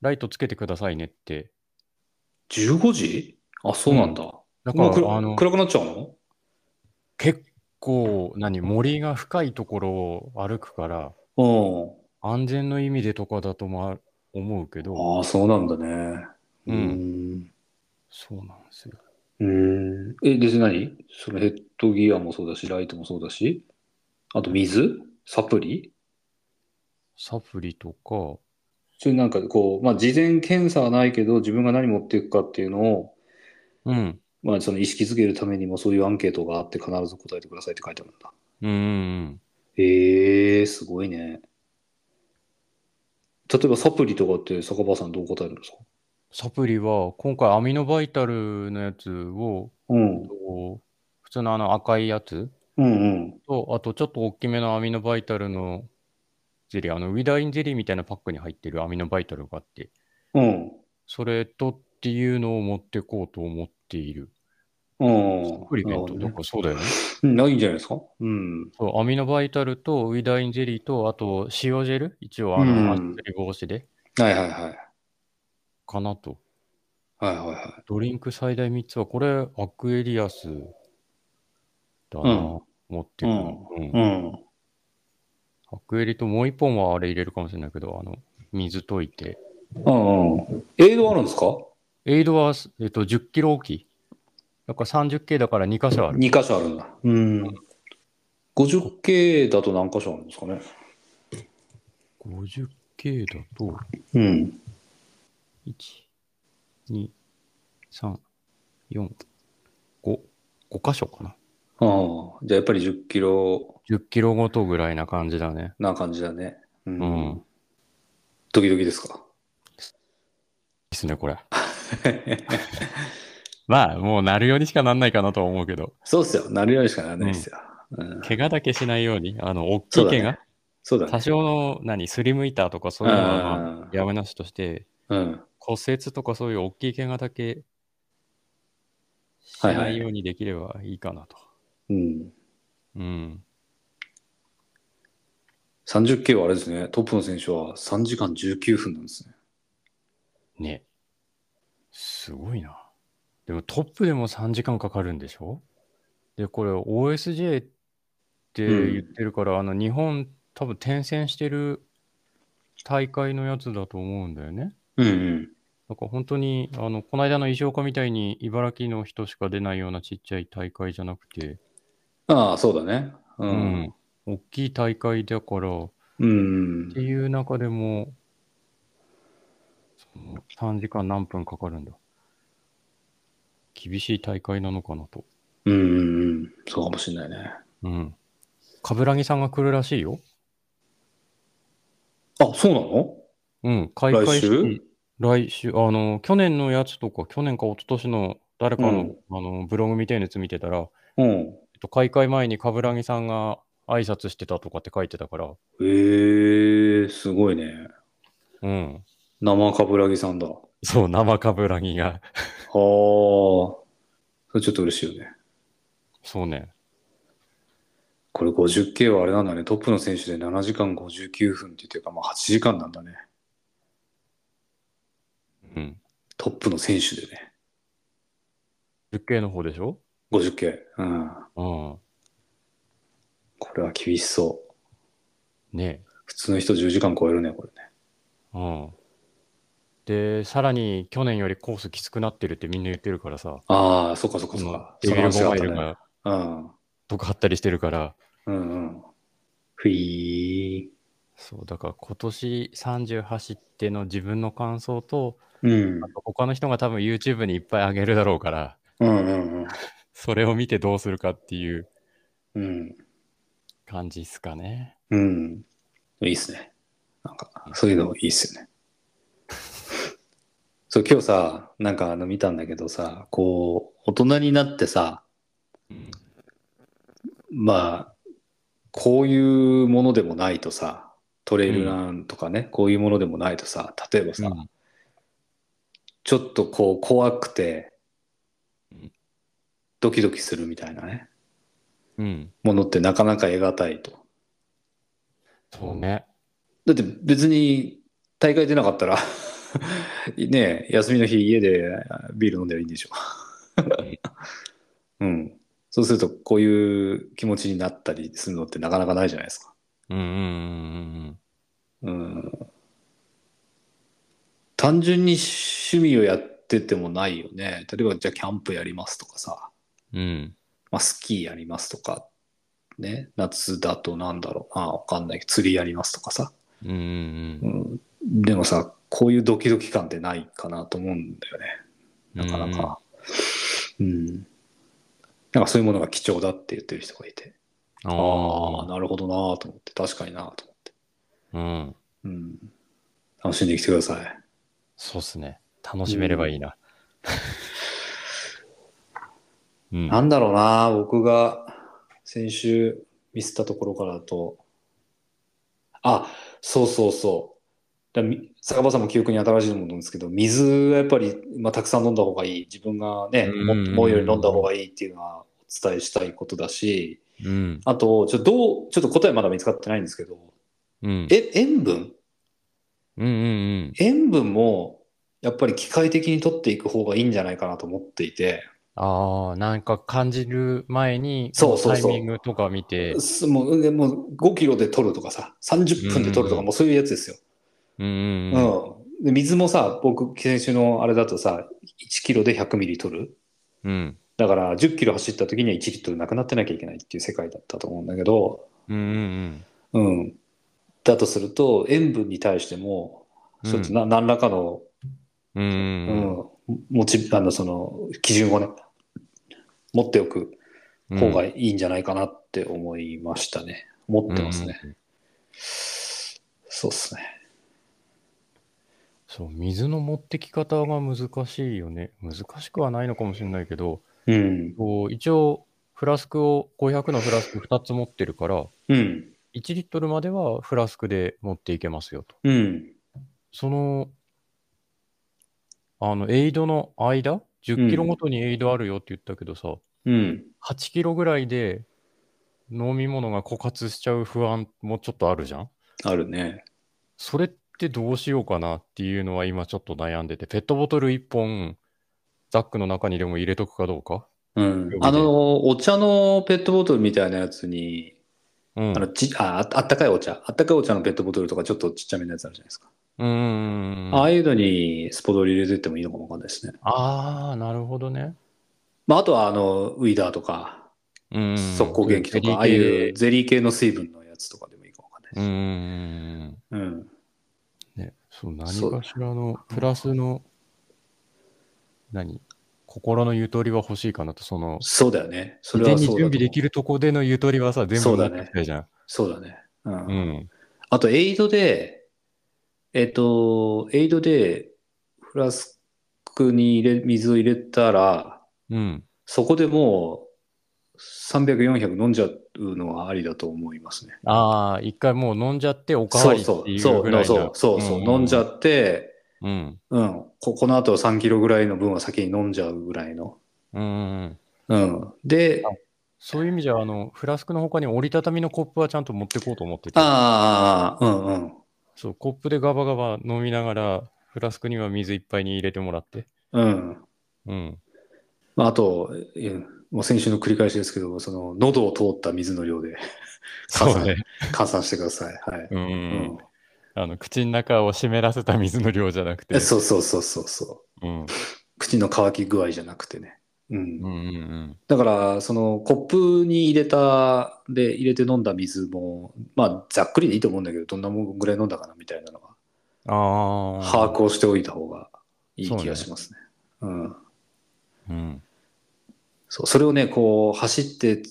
[SPEAKER 1] ライトつけてくださいねって。
[SPEAKER 2] 15時あ、そうなんだ。
[SPEAKER 1] だか
[SPEAKER 2] もう
[SPEAKER 1] ら、あ
[SPEAKER 2] 暗
[SPEAKER 1] の、
[SPEAKER 2] 暗くなっちゃうの
[SPEAKER 1] 結構、何、森が深いところを歩くから、
[SPEAKER 2] うん。
[SPEAKER 1] 安全の意味でとかだともあ思うけど、
[SPEAKER 2] ああ、そうなんだね。
[SPEAKER 1] う
[SPEAKER 2] うん。
[SPEAKER 1] そうなんですよ。
[SPEAKER 2] うん。え、で、何そのヘッドギアもそうだし、ライトもそうだし、あと水サプリ
[SPEAKER 1] サプリとか、
[SPEAKER 2] それなんかこう、まあ、事前検査はないけど、自分が何持っていくかっていうのを、
[SPEAKER 1] うん。
[SPEAKER 2] まあ、その意識づけるためにもそういうアンケートがあって必ず答えてくださいって書いてあるんだ。
[SPEAKER 1] うんうん
[SPEAKER 2] ええすごいね。例えばサプリとかって坂場さんどう答えるんですか
[SPEAKER 1] サプリは、今回アミノバイタルのやつを、
[SPEAKER 2] うん。
[SPEAKER 1] こう普通のあの赤いやつ
[SPEAKER 2] うん
[SPEAKER 1] と、あとちょっと大きめのアミノバイタルのゼリー、あのウィダーインゼリーみたいなパックに入ってるアミノバイタルがあって、
[SPEAKER 2] うん。
[SPEAKER 1] それとっていうのを持ってこうと思っている。
[SPEAKER 2] うん。うん。
[SPEAKER 1] サプリメントと
[SPEAKER 2] なるほどね
[SPEAKER 1] か、そうだよね。
[SPEAKER 2] うんないんじゃないですかうん。
[SPEAKER 1] そうアミノバイタルとウィダーインゼリーと、あと塩ジェル、一応あの、
[SPEAKER 2] うん
[SPEAKER 1] アスリ防止で、
[SPEAKER 2] はいはいはい。
[SPEAKER 1] かなと。
[SPEAKER 2] はいはいは
[SPEAKER 1] ドリンク最大3つは、これ、アクエリアスだな、
[SPEAKER 2] うん
[SPEAKER 1] 持ってくる、うん
[SPEAKER 2] い。うん。
[SPEAKER 1] アクエリともう一本はあれ入れるかもしれないけど、あの、水溶いて。
[SPEAKER 2] うんうん。エイドあるんですか
[SPEAKER 1] エイドは、えっと、10キロ置き。だから30系だから2箇所ある。
[SPEAKER 2] ?2 箇所あるんだ。うん。50系だと何箇所あるんですかね
[SPEAKER 1] 50系だと、
[SPEAKER 2] うん。
[SPEAKER 1] 1、2、3、4、5、5箇所かな。
[SPEAKER 2] ああ。じゃあやっぱり10キロ
[SPEAKER 1] 10キロごとぐらいな感じだね。
[SPEAKER 2] な感じだね。う
[SPEAKER 1] うん。
[SPEAKER 2] ドキドキですか
[SPEAKER 1] ですね、こ れ。まあ、もうなるようにしかなんないかなとは思うけど、
[SPEAKER 2] そうっすよ。なるようにしかならないっすよ。うん。
[SPEAKER 1] 怪我だけしないように、あの、大き
[SPEAKER 2] そう
[SPEAKER 1] い
[SPEAKER 2] だね
[SPEAKER 1] 怪我、
[SPEAKER 2] そうだね
[SPEAKER 1] 多。少の、何、すりむいたとかそういうのは、まあ
[SPEAKER 2] あ
[SPEAKER 1] やめなしとして、
[SPEAKER 2] あうん。
[SPEAKER 1] 骨折とかそういう大きい怪我だけし
[SPEAKER 2] はい
[SPEAKER 1] な
[SPEAKER 2] はいい
[SPEAKER 1] ようにできればいいかなと。
[SPEAKER 2] うん。
[SPEAKER 1] うん。
[SPEAKER 2] 30キロはあれですね。トップの選手は3時間19分なんですね。
[SPEAKER 1] ね。すごいな。でもトップでも3時間かかるんでしょで、これ OSJ って言ってるから、あの日本多分転戦してる大会のやつだと思うんだよね。
[SPEAKER 2] うんうん。
[SPEAKER 1] なんか本当に、あの、この間の石岡みたいに茨城の人しか出ないようなちっちゃい大会じゃなくて、
[SPEAKER 2] ああ、そうだね。う。
[SPEAKER 1] うんん。大きい大会だから、
[SPEAKER 2] うん
[SPEAKER 1] っ。ていう中でも、その3時間何分かかるんだ。厳しい大会なのかなと。
[SPEAKER 2] うん。うん。そうかもしれないね。
[SPEAKER 1] うん。冠城さんが来るらしいよ。
[SPEAKER 2] あ、そうなの
[SPEAKER 1] うん。開
[SPEAKER 2] 来週
[SPEAKER 1] 来週、あの、去年のやつとか、去年か一昨年の誰かの,、あのブログみたいなやつ見てたら、
[SPEAKER 2] うん。
[SPEAKER 1] えっと、開会前に冠城さんが挨拶してたとかって書いてたから、
[SPEAKER 2] ええすごいね。
[SPEAKER 1] うん。
[SPEAKER 2] 生冠城さんだ。
[SPEAKER 1] そう、生カブラギが。
[SPEAKER 2] ああ。それちょっと嬉しいよね。
[SPEAKER 1] そうね。
[SPEAKER 2] これ 50K はあれなんだね。トップの選手で7時間59分って言ってるから、まあ8時間なんだね。
[SPEAKER 1] うん。
[SPEAKER 2] トップの選手でね。
[SPEAKER 1] 10K の方でしょ
[SPEAKER 2] 50K。うん。
[SPEAKER 1] うん。
[SPEAKER 2] これは厳しそう。
[SPEAKER 1] ね
[SPEAKER 2] 普通の人10時間超えるね、これね。
[SPEAKER 1] え。うん。で、さらに去年よりコースきつくなってるってみんな言ってるからさ、
[SPEAKER 2] ああ、そっかそっかそっ
[SPEAKER 1] 今
[SPEAKER 2] か。、
[SPEAKER 1] デビル
[SPEAKER 2] そ
[SPEAKER 1] モ
[SPEAKER 2] の
[SPEAKER 1] バイ
[SPEAKER 2] 話
[SPEAKER 1] ル
[SPEAKER 2] があっ
[SPEAKER 1] が
[SPEAKER 2] たね。
[SPEAKER 1] 毒張ったりしてるから、
[SPEAKER 2] うん。うんうん。ふい
[SPEAKER 1] そう、だから今年30走っての自分の感想と、
[SPEAKER 2] ー。うん
[SPEAKER 1] あ。と他の人が多分 YouTube にいっぱい上げるだろうから、
[SPEAKER 2] うんうん
[SPEAKER 1] それを見てどうするかっていう
[SPEAKER 2] うん。うん。
[SPEAKER 1] 感じっすかね。
[SPEAKER 2] うん。いいっすね。なんか、そういうのいいっすよね。そう、今日さ、なんかあの見たんだけどさ、こう、大人になってさ、まあ、こういうものでもないとさ、トレイルランとかね、こういうものでもないとさ、例えばさ、
[SPEAKER 1] うん
[SPEAKER 2] ちょっとこう怖くて
[SPEAKER 1] うん、
[SPEAKER 2] ドキドキするみたいなね、
[SPEAKER 1] うん。
[SPEAKER 2] ものってなかなか得難いと。
[SPEAKER 1] そうね。
[SPEAKER 2] だって別に大会出なかったら ねえ休みの日家でビール飲んでりゃいいんでしょうんそうするとこういう気持ちになったりするのってなかなかないじゃないですか
[SPEAKER 1] うんうんうんうんうん。
[SPEAKER 2] うん単純に趣味をやっててもないよね例えばじゃあキャンプやりますとかさ、
[SPEAKER 1] うん。
[SPEAKER 2] まあ、スキーやりますとかね夏だとなんだろうなわかんないけど釣りやりますとかさ
[SPEAKER 1] うんうんう。
[SPEAKER 2] うんんでもさ、こういうドキドキ感ってないかなと思うんだよね、なかなか。うん。なんかそういうものが貴重だって言ってる人がいて、
[SPEAKER 1] うん。
[SPEAKER 2] ああー、
[SPEAKER 1] あ
[SPEAKER 2] なるほどなと思って、確かになと思って。
[SPEAKER 1] あ。うん。
[SPEAKER 2] うん。楽しんできてください。
[SPEAKER 1] そうっすね。楽しめればいいな。うん。
[SPEAKER 2] なんだろうな僕が先週ミスったところからだと、あ、そうそうそう。だみ坂場さんも記憶に新しいと思うんですけど、水はやっぱり、まあ、たくさん飲んだ方がいい。自分がね、
[SPEAKER 1] うん
[SPEAKER 2] もっと思うより飲んだ方がいいっていうのはお伝えしたいことだし、
[SPEAKER 1] うん。
[SPEAKER 2] あと、ちょっとどう、ちょっと答えまだ見つかってないんですけど、
[SPEAKER 1] うん。
[SPEAKER 2] え、塩分
[SPEAKER 1] うんうんうん。
[SPEAKER 2] 塩分も、やっぱり機械的に取っていく方がいいんじゃないかなと思っていて、
[SPEAKER 1] ああ、なんか感じる前に、
[SPEAKER 2] そうそうそ
[SPEAKER 1] タ
[SPEAKER 2] う
[SPEAKER 1] イミングとか見て、
[SPEAKER 2] すもうでもう5キロで取るとかさ、30分で取ると
[SPEAKER 1] うんう
[SPEAKER 2] か、
[SPEAKER 1] ん
[SPEAKER 2] もうそういうやつですよ。
[SPEAKER 1] うんうんうん。
[SPEAKER 2] うん。で、水もさ、僕、先週のあれだとさ、1キロで100ミリ取る。
[SPEAKER 1] うん。
[SPEAKER 2] だから、10キロ走った時には1リットルなくなってなきゃいけないっていう世界だったと思うんだけど、
[SPEAKER 1] うんうん
[SPEAKER 2] うん。だとすると、塩分に対しても、
[SPEAKER 1] うん。
[SPEAKER 2] ちょっとな、何らかの、
[SPEAKER 1] うんうん
[SPEAKER 2] う
[SPEAKER 1] うん
[SPEAKER 2] ん、持ち、あの、その、基準をね、持っておく
[SPEAKER 1] うん。
[SPEAKER 2] 方がいいんじゃないかなって思いましたね。持ってますね。
[SPEAKER 1] うんうんうん。
[SPEAKER 2] そうっすね。
[SPEAKER 1] そう、水の持ってき方が難しいよね。難しくはないのかもしれないけど、
[SPEAKER 2] うん。
[SPEAKER 1] こう一応、フラスクを、500のフラスク2つ持ってるから、
[SPEAKER 2] うん。
[SPEAKER 1] 1リットルまではフラスクで持っていけますよと。
[SPEAKER 2] うん。
[SPEAKER 1] その、あの、エイドの間、10キロごとにエイドあるよって言ったけどさ、
[SPEAKER 2] うん。
[SPEAKER 1] 8キロぐらいで飲み物が枯渇しちゃう不安もちょっとあるじゃん
[SPEAKER 2] あるね。
[SPEAKER 1] それってどうしようかなっていうのは今ちょっと悩んでて、ペットボトル1本、ザックの中にでも入れとくかどうか。
[SPEAKER 2] うん
[SPEAKER 1] で。
[SPEAKER 2] あの、お茶のペットボトルみたいなやつに、
[SPEAKER 1] うん。
[SPEAKER 2] あのちあ、ああったかいお茶。あったかいお茶のペットボトルとかちょっとちっちゃめのやつあるじゃないですか。
[SPEAKER 1] うんうんうん。
[SPEAKER 2] ああ
[SPEAKER 1] あ
[SPEAKER 2] いうのにスポドリ入れてってもいいのかもわかんないですね。
[SPEAKER 1] あー、なるほどね。
[SPEAKER 2] まあ、あとは、あの、ウィダーとか、
[SPEAKER 1] うんうん。
[SPEAKER 2] 速攻元気とか、ああ
[SPEAKER 1] ゼリー系
[SPEAKER 2] いうゼリー系の水分のやつとかでもいいかもわかんないで
[SPEAKER 1] うんう
[SPEAKER 2] す。
[SPEAKER 1] んうん
[SPEAKER 2] うん。
[SPEAKER 1] うん。ね、そう、何
[SPEAKER 2] そう
[SPEAKER 1] かしらの、プラスの、何心のゆとりは欲しいかなと、その、
[SPEAKER 2] そうだよね。そ
[SPEAKER 1] 事前
[SPEAKER 2] れは
[SPEAKER 1] に
[SPEAKER 2] そう
[SPEAKER 1] 準
[SPEAKER 2] だと思う
[SPEAKER 1] 備できるとこでのゆとりはさ、全部
[SPEAKER 2] そうだ
[SPEAKER 1] 持
[SPEAKER 2] ね
[SPEAKER 1] ってきたいじゃん。
[SPEAKER 2] そうだね。うん。
[SPEAKER 1] うん。
[SPEAKER 2] あと、エイドで、えっと、エイドで、フラスクに入れ、水を入れたら、
[SPEAKER 1] うん。
[SPEAKER 2] そこでもう300、400飲んじゃうのはありだと思いますね。
[SPEAKER 1] ああ、一回もう飲んじゃっておか
[SPEAKER 2] そ
[SPEAKER 1] わ
[SPEAKER 2] う
[SPEAKER 1] りって
[SPEAKER 2] そう、
[SPEAKER 1] い
[SPEAKER 2] そうう、
[SPEAKER 1] ぐらい
[SPEAKER 2] そう、そう、そう、飲んじゃ
[SPEAKER 1] っ
[SPEAKER 2] って、
[SPEAKER 1] うん。
[SPEAKER 2] うん、ここの後3キロぐらいの分は先に飲んじゃうぐらいの。
[SPEAKER 1] うんうんうん。
[SPEAKER 2] うん、で、
[SPEAKER 1] そういう意味じゃ、あの、フラスクの他に折りたたみのコップはちゃんと持ってこうと思ってて。
[SPEAKER 2] ああ、うんうん。
[SPEAKER 1] そう、コップでガバガバ飲みながら、フラスクには水いっぱいに入れてもらって。
[SPEAKER 2] うん。
[SPEAKER 1] うん。
[SPEAKER 2] まあ、あと、えもう先週の繰り返しですけど、その、喉を通った水の量で換算、。換算してください。はい。
[SPEAKER 1] うんう
[SPEAKER 2] うん
[SPEAKER 1] うん。あの、口の中を湿らせた水の量じゃなくて。。
[SPEAKER 2] えそうそうそうそうそう
[SPEAKER 1] うん。
[SPEAKER 2] う。口の乾き具合じゃなくてね。う。
[SPEAKER 1] うんんうん
[SPEAKER 2] だから、その、コップに入れた、で、入れて飲んだ水も、まあ、ざっくりでいいと思うんだけど、どんなもんぐらい飲んだかなみたいなのは、
[SPEAKER 1] うん。ああ。
[SPEAKER 2] 把握をしておいた方がいい気がしますね。うん。
[SPEAKER 1] うん。
[SPEAKER 2] そう、それをね、こう、走って、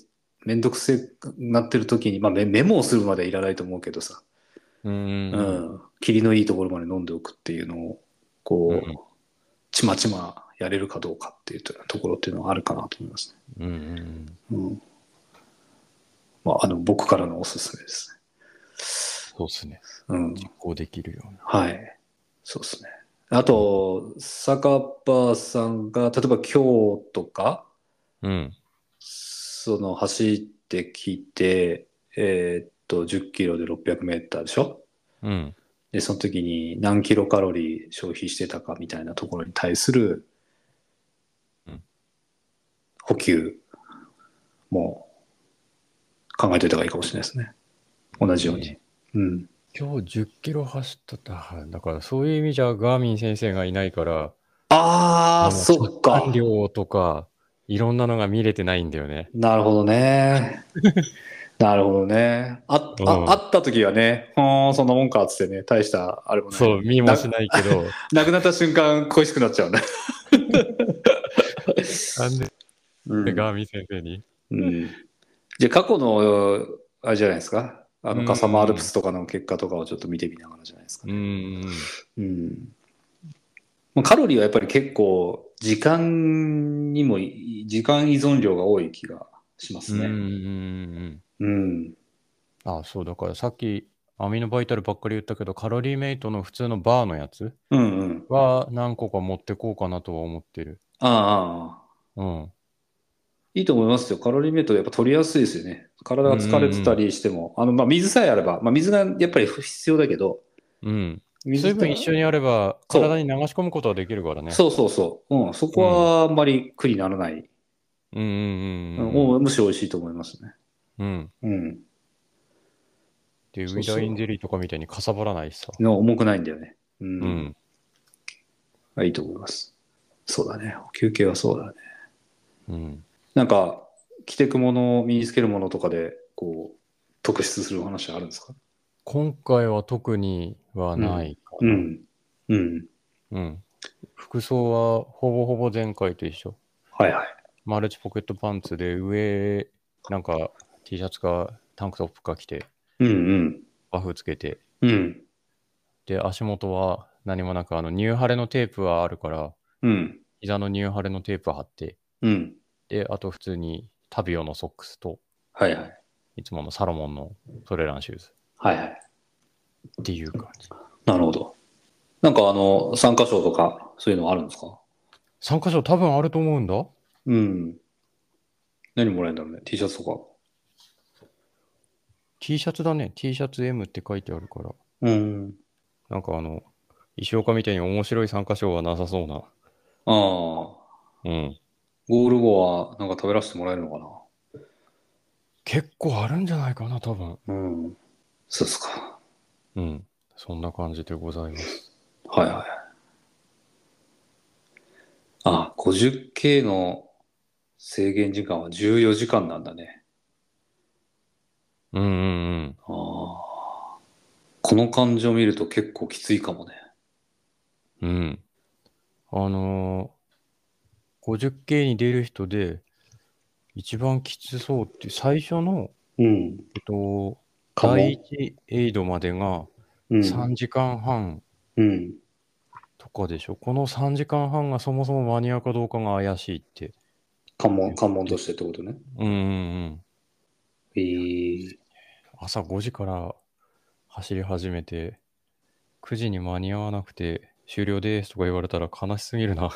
[SPEAKER 2] めんどくせえなってる時に、まあメ、メモをするまではいらないと思うけどさ、
[SPEAKER 1] うんうん
[SPEAKER 2] う
[SPEAKER 1] うん。
[SPEAKER 2] ん、霧のいいところまで飲んでおくっていうのを、こう、
[SPEAKER 1] うん
[SPEAKER 2] ちまちまやれるかどうかっていうところっていうのはあるかなと思います
[SPEAKER 1] うんうん。
[SPEAKER 2] ね。うん。まあ、あの、僕からのおすすめです
[SPEAKER 1] そうっすね。
[SPEAKER 2] ね。うん。
[SPEAKER 1] 実行できるような。
[SPEAKER 2] はい。そうですね。あと、坂場さんが、例えば今日とか、
[SPEAKER 1] うん。
[SPEAKER 2] その走ってきて、えーっと、10キロで600メーターでしょ
[SPEAKER 1] うん。
[SPEAKER 2] で、その時に何キロカロリー消費してたかみたいなところに対する
[SPEAKER 1] うん
[SPEAKER 2] 補給も考えておいた方がいいかもしれないですね。同じように。うん。
[SPEAKER 1] 今日10キロ走ったってあだからそういう意味じゃ、ガーミン先生がいないから、
[SPEAKER 2] ああ、
[SPEAKER 1] の
[SPEAKER 2] そっか
[SPEAKER 1] 血管。量とか、いろんなのが見れてないんだよね。
[SPEAKER 2] なるほ どね。なるほどね。あ、あ、
[SPEAKER 1] うん
[SPEAKER 2] 会った時はね、うーん、そんなもんかっつってね、大した、あれもない。
[SPEAKER 1] そう、見もしないけ ど、
[SPEAKER 2] なくなった瞬間、恋しくなっちゃうね。
[SPEAKER 1] なんで
[SPEAKER 2] うん
[SPEAKER 1] ガーミン先生に。
[SPEAKER 2] うんじゃあ、過去の、あれじゃないですか。あ
[SPEAKER 1] う
[SPEAKER 2] の、
[SPEAKER 1] ん
[SPEAKER 2] 笠間アルプスとかの結果とかをちょっと見てみながらじゃないですか
[SPEAKER 1] う。ん。
[SPEAKER 2] うん。まあカロリーはやっぱり結構、時間にもい、時間依存量が多い気がしま
[SPEAKER 1] う
[SPEAKER 2] す
[SPEAKER 1] んうんう
[SPEAKER 2] ね。
[SPEAKER 1] ん。
[SPEAKER 2] うん。
[SPEAKER 1] あ、そう、だからさっき、アミノバイタルばっかり言ったけど、カロリーメイトの普通のバーのやつ
[SPEAKER 2] うんうん。
[SPEAKER 1] は何個か持ってこうかなとは思ってる。
[SPEAKER 2] ああああ。
[SPEAKER 1] うん。
[SPEAKER 2] いいと思いますよ。カロリーメイトやっぱ取りやすいですよね。体が疲れてたりしても、あの、まあ、水さえあれば、まあ、水がやっぱり必要だけど、
[SPEAKER 1] うん。
[SPEAKER 2] 水
[SPEAKER 1] 水分一緒にあれば、
[SPEAKER 2] そう
[SPEAKER 1] 体に流し込むことはできるからね。
[SPEAKER 2] そうそうそう。うん、そこはあんまり苦にならない。
[SPEAKER 1] う。うんうんう
[SPEAKER 2] う
[SPEAKER 1] んん。
[SPEAKER 2] もうむしろ美味しいと思いますね。
[SPEAKER 1] うん。
[SPEAKER 2] うん。
[SPEAKER 1] で、ウ
[SPEAKER 2] そう
[SPEAKER 1] ィ
[SPEAKER 2] そう
[SPEAKER 1] ダーインゼリーとかみたいにかさばらないしさ。
[SPEAKER 2] の重くないんだよね。うん。
[SPEAKER 1] うん。
[SPEAKER 2] あいいと思います。そうだね。休憩はそうだね。
[SPEAKER 1] うん。
[SPEAKER 2] なんか、着てくもの、身につけるものとかで、こう、特筆するお話あるんですか
[SPEAKER 1] 今回は特にはないか
[SPEAKER 2] う
[SPEAKER 1] な。
[SPEAKER 2] ん。うん。
[SPEAKER 1] うん。服装はほぼほぼ前回と一緒。
[SPEAKER 2] はいはい。
[SPEAKER 1] マルチポケットパンツで上、なんか T シャツかタンクトップか着て、
[SPEAKER 2] うんうん。
[SPEAKER 1] バフつけて、
[SPEAKER 2] うん。
[SPEAKER 1] で、足元は何もなく、あの、ニューハレのテープはあるから、
[SPEAKER 2] うん。
[SPEAKER 1] 膝のニューハレのテープ貼って、
[SPEAKER 2] うん。
[SPEAKER 1] で、あと普通にタビオのソックスと、
[SPEAKER 2] はいはい。
[SPEAKER 1] いつものサロモンのトレランシューズ
[SPEAKER 2] はいはい。
[SPEAKER 1] っていう感じ。
[SPEAKER 2] なるほど。なんかあの、参加賞とか、そういうのあるんですか
[SPEAKER 1] 参加賞多分あると思うんだ。
[SPEAKER 2] うん。何もらえるんだろうね。T シャツと
[SPEAKER 1] T シャツだね。T シャツ M って書いてあるから。
[SPEAKER 2] か。うん。
[SPEAKER 1] なんかあの、石岡みたいに面白い参加賞はなさそうな。
[SPEAKER 2] ああ。
[SPEAKER 1] うん。
[SPEAKER 2] ゴール後はなんか食べらせてもらえるのか
[SPEAKER 1] 結構あるんじゃないかな、多分。
[SPEAKER 2] なうん。そうですか。
[SPEAKER 1] うん。そんな感じでございます。
[SPEAKER 2] はいはい。あ、50K の制限時間は14時間なんだね。
[SPEAKER 1] うんうんうん。
[SPEAKER 2] ああ。この感じを見ると結構きついかもね。
[SPEAKER 1] うん。あのー、50K に出る人で、一番きつそうって、最初の、
[SPEAKER 2] うん。
[SPEAKER 1] えっと、
[SPEAKER 2] かも。
[SPEAKER 1] 第1エイドまでが
[SPEAKER 2] うん。
[SPEAKER 1] 3時間半
[SPEAKER 2] うん。
[SPEAKER 1] とかでしょ。この3時間半がそもそも間に合うかどうかが怪しいって。
[SPEAKER 2] 関門、関門としてってことね。
[SPEAKER 1] うんうんうん。
[SPEAKER 2] えー、
[SPEAKER 1] 朝5時から走り始めて、9時に間に合わなくて、終了ですとか言われたら悲しすぎるな。
[SPEAKER 2] うん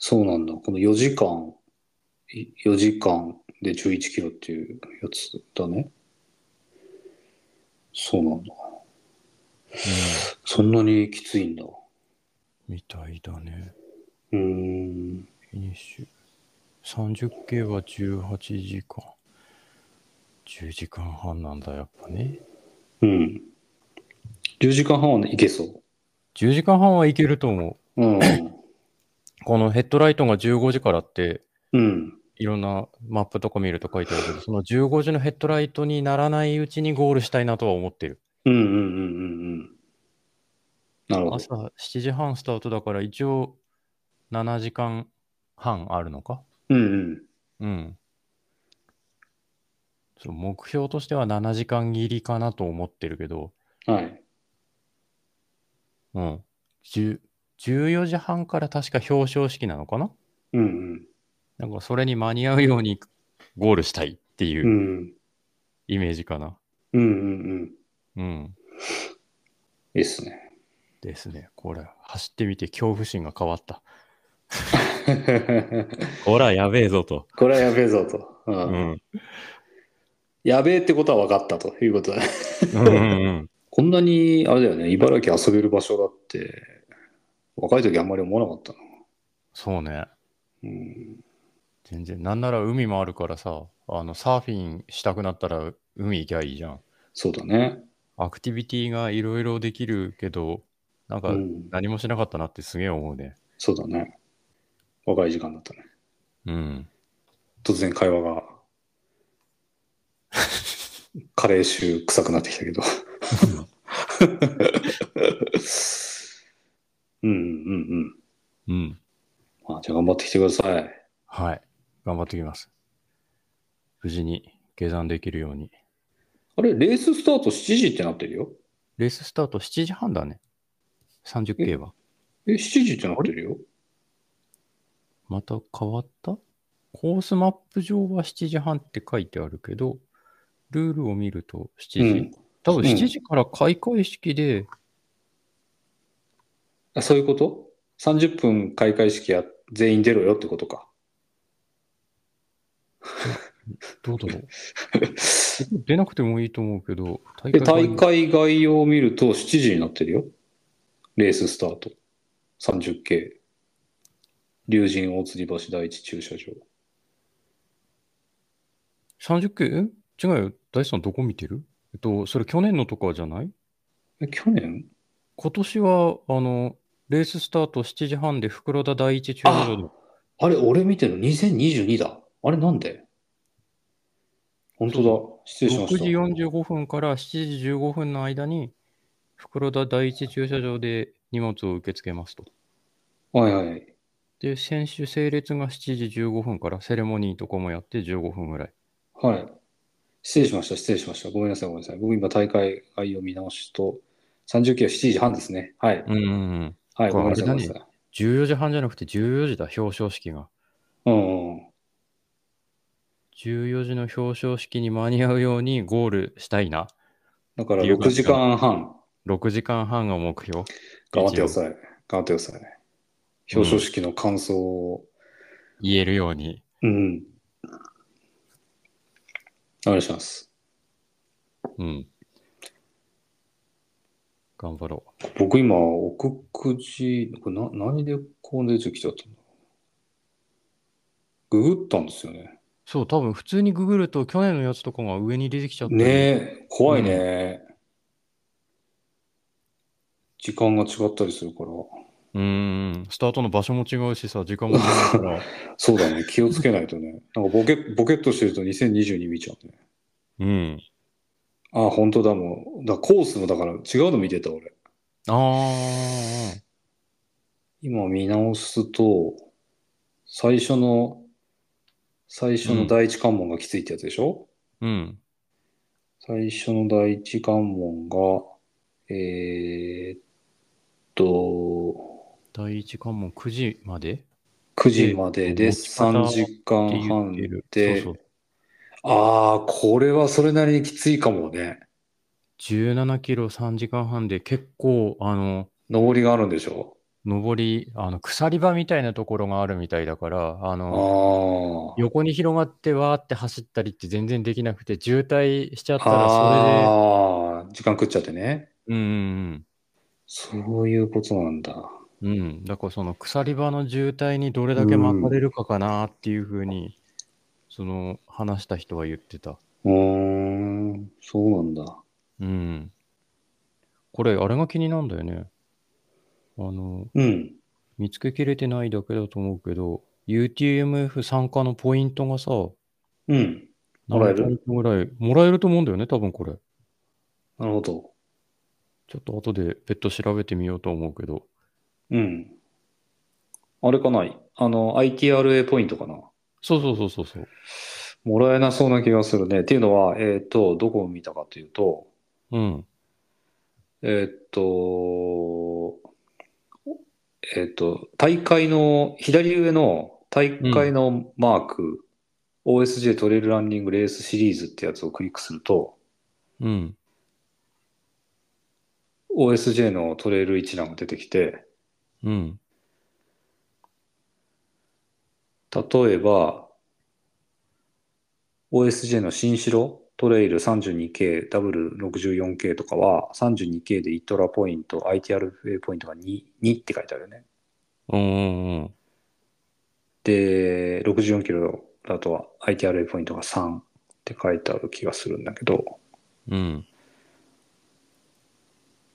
[SPEAKER 2] そうなんだ。この4時間、い4時間で11キロっていうやつだね。そうなんだ。そんなにきついんだ。う
[SPEAKER 1] みたいだね。
[SPEAKER 2] ーん。
[SPEAKER 1] フィニッシュ。30K は18時間。10時間半なんだ、やっぱね。
[SPEAKER 2] うん。10時間半はね、いけそ
[SPEAKER 1] 10時間半はいけると思う。
[SPEAKER 2] う。うん。
[SPEAKER 1] このヘッドライトが15時からって、
[SPEAKER 2] うん。
[SPEAKER 1] いろんなマップとか見ると書いてあるけど、その15時のヘッドライトにならないうちにゴールしたいなとは思ってる。
[SPEAKER 2] うんうんうんうんうん。なるほど。
[SPEAKER 1] 朝7時半スタートだから、一応7時間半あるのか
[SPEAKER 2] うんうん。
[SPEAKER 1] うん。そう目標としては7時間切りかなと思ってるけど、
[SPEAKER 2] はい。
[SPEAKER 1] うん。10 14時半から確か表彰式なのかな
[SPEAKER 2] うんうん。。
[SPEAKER 1] なんかそれに間に合うようにゴールしたいっていううんイメージかな。
[SPEAKER 2] うんうん
[SPEAKER 1] う
[SPEAKER 2] うん。
[SPEAKER 1] ん。
[SPEAKER 2] いいっすね。
[SPEAKER 1] ですね。これ、走ってみて恐怖心が変わった。ほら、やべえぞと。
[SPEAKER 2] これはやべえぞと。
[SPEAKER 1] う
[SPEAKER 2] う。
[SPEAKER 1] んん。
[SPEAKER 2] やべえってことは分かったということだ。
[SPEAKER 1] うんうんうん。
[SPEAKER 2] こんなに、あれだよね、茨城遊べる場所だって、若い時あんまり思わなかったな。
[SPEAKER 1] そうね。
[SPEAKER 2] うん。
[SPEAKER 1] 全然。なんなら海もあるからさ、あの、サーフィンしたくなったら海行きゃいいじゃん。
[SPEAKER 2] そうだね。
[SPEAKER 1] アクティビティがいろいろできるけど、なんか
[SPEAKER 2] うん。
[SPEAKER 1] 何もしなかったなってすげえ思うね。
[SPEAKER 2] そうだね。若い時間だったね。
[SPEAKER 1] うん。
[SPEAKER 2] 突然会話が、カレー臭臭くなってきたけど。うんうんうんう
[SPEAKER 1] う
[SPEAKER 2] ん。
[SPEAKER 1] ん。
[SPEAKER 2] まあ、じゃあ頑張ってきてください。
[SPEAKER 1] はい。頑張ってきます。無事に下山できるように。
[SPEAKER 2] あれ、レーススタート7時ってなってるよ。
[SPEAKER 1] レーススタート7時半だね。30K は。
[SPEAKER 2] え、7時ってなってるよ。
[SPEAKER 1] また変わったコースマップ上は7時半って書いてあるけど、ルールを見ると7時。
[SPEAKER 2] うん
[SPEAKER 1] 多分
[SPEAKER 2] うん
[SPEAKER 1] 7時から開会式で、
[SPEAKER 2] あそういうこと ?30 分開会式や全員出ろよってことか。
[SPEAKER 1] どうだろう。出なくてもいいと思うけど、大
[SPEAKER 2] で、
[SPEAKER 1] 概
[SPEAKER 2] 大会概要を見ると7時になってるよ。レーススタート。30K。竜神大吊り橋第一駐車場。
[SPEAKER 1] 30K? え違うよ。大地さんどこ見てるえっと、それ去年のとかじゃない
[SPEAKER 2] え、去年
[SPEAKER 1] 今年は、あの、レーススタート7時半で袋田第一駐車場で。
[SPEAKER 2] あれ、俺見てるの2022だ。あれ、なんで本当だ。失礼しました。
[SPEAKER 1] 6時45分から7時15分の間に、袋田第一駐車場で荷物を受け付けますと。
[SPEAKER 2] はいはい。
[SPEAKER 1] で、選手整列が7時15分から、セレモニーとかもやって15分ぐらい。
[SPEAKER 2] はい。失礼しました。失礼しました。ごめんなさい。ごめんなさい。僕今大会概要見直しと、30キロ7時半ですね。はい。
[SPEAKER 1] うんうんうん。
[SPEAKER 2] はい。
[SPEAKER 1] こ
[SPEAKER 2] ご
[SPEAKER 1] れ
[SPEAKER 2] めんなさい。
[SPEAKER 1] あれだ
[SPEAKER 2] ごめ
[SPEAKER 1] ね
[SPEAKER 2] んなさい。
[SPEAKER 1] 14時半じゃなくて14時だ、表彰式が。
[SPEAKER 2] うんうん。
[SPEAKER 1] 14時の表彰式に間に合うようにゴールしたいな。
[SPEAKER 2] だから
[SPEAKER 1] っていう
[SPEAKER 2] 6
[SPEAKER 1] 感じ
[SPEAKER 2] 時
[SPEAKER 1] か
[SPEAKER 2] 間半。
[SPEAKER 1] 6時間半が目標。
[SPEAKER 2] 頑張ってください。頑張ってください。表彰式の感想を。
[SPEAKER 1] 言えるように。
[SPEAKER 2] うん。お願いします。
[SPEAKER 1] うん。頑張ろう。
[SPEAKER 2] 僕今、奥久慈、これな何でこの出てきちゃったんだろうググったんですよね。
[SPEAKER 1] そう、多分普通にググると去年のやつとかが上に出てきちゃった。
[SPEAKER 2] ねえ、怖いね、時間が違ったりするから。
[SPEAKER 1] うーん。スタートの場所も違うしさ、時間も違うから。
[SPEAKER 2] そうだね、気をつけないとね。なんかボケ、ボケっとしてると2022見ちゃうね。
[SPEAKER 1] うん。
[SPEAKER 2] ああ、本当だ、もう。だコースもだから違うの見てた、俺。
[SPEAKER 1] あー。
[SPEAKER 2] 今見直すと、最初の、最初の第一関門がきついってやつでしょ、
[SPEAKER 1] うん。
[SPEAKER 2] 最初の第一関門が、えーっと、
[SPEAKER 1] 第一関門9時まで
[SPEAKER 2] 9時までで
[SPEAKER 1] えー
[SPEAKER 2] 3時間
[SPEAKER 1] って言っ
[SPEAKER 2] 半
[SPEAKER 1] てる。
[SPEAKER 2] で
[SPEAKER 1] そうそう。
[SPEAKER 2] ああ、これはそれなりにきついかもね。
[SPEAKER 1] 17キロ3時間半で結構、あの、
[SPEAKER 2] 上りがあるんでしょ
[SPEAKER 1] 上り、あの、鎖場みたいなところがあるみたいだから、あ
[SPEAKER 2] う。
[SPEAKER 1] の、
[SPEAKER 2] ああ。
[SPEAKER 1] 横に広がってわーって走ったりって全然できなくて、渋滞しちゃったらそ
[SPEAKER 2] ああ、時間食っちゃってね。
[SPEAKER 1] れで、うんうん
[SPEAKER 2] そういうことなんだ。
[SPEAKER 1] うん、うん。だからその鎖場の渋滞にどれだけ巻かれるかかなっていうふうに、その、話した人は言ってた。
[SPEAKER 2] うーん、そうなんだ。
[SPEAKER 1] うん。これ、あれが気になるんだよね。あの、
[SPEAKER 2] うん。
[SPEAKER 1] 見つけきれてないだけだと思うけど、UTMF 参加のポイントがさ、
[SPEAKER 2] うん。もらえる
[SPEAKER 1] 何ポイントぐらいもらえると思うんだよね、多分これ。
[SPEAKER 2] なるほど。
[SPEAKER 1] ちょっと後で別途調べてみようと思うけど。
[SPEAKER 2] うん。あれかなあの、ITRA ポイントかな
[SPEAKER 1] そうそうそうそうそう。
[SPEAKER 2] もらえなそうな気がするね。っていうのは、えっ、と、どこを見たかというと、
[SPEAKER 1] うん。
[SPEAKER 2] えっと、えっと、大会の、左上の大会のマーク、OSJ トレイルランニングレースシリーズってやつをクリックすると、
[SPEAKER 1] うん。
[SPEAKER 2] OSJ のトレイル一覧が出てきて、
[SPEAKER 1] うん。
[SPEAKER 2] 例えば、OSJ の新城トレイル 32K、ダブル 64K とかは、32K でイトラポイント、ITRFA ポイントが 2, 2って書いてあるよね。
[SPEAKER 1] うんうんうん。
[SPEAKER 2] で、64キロだと ITRA ポイントが3って書いてある気がするんだけど、
[SPEAKER 1] うん。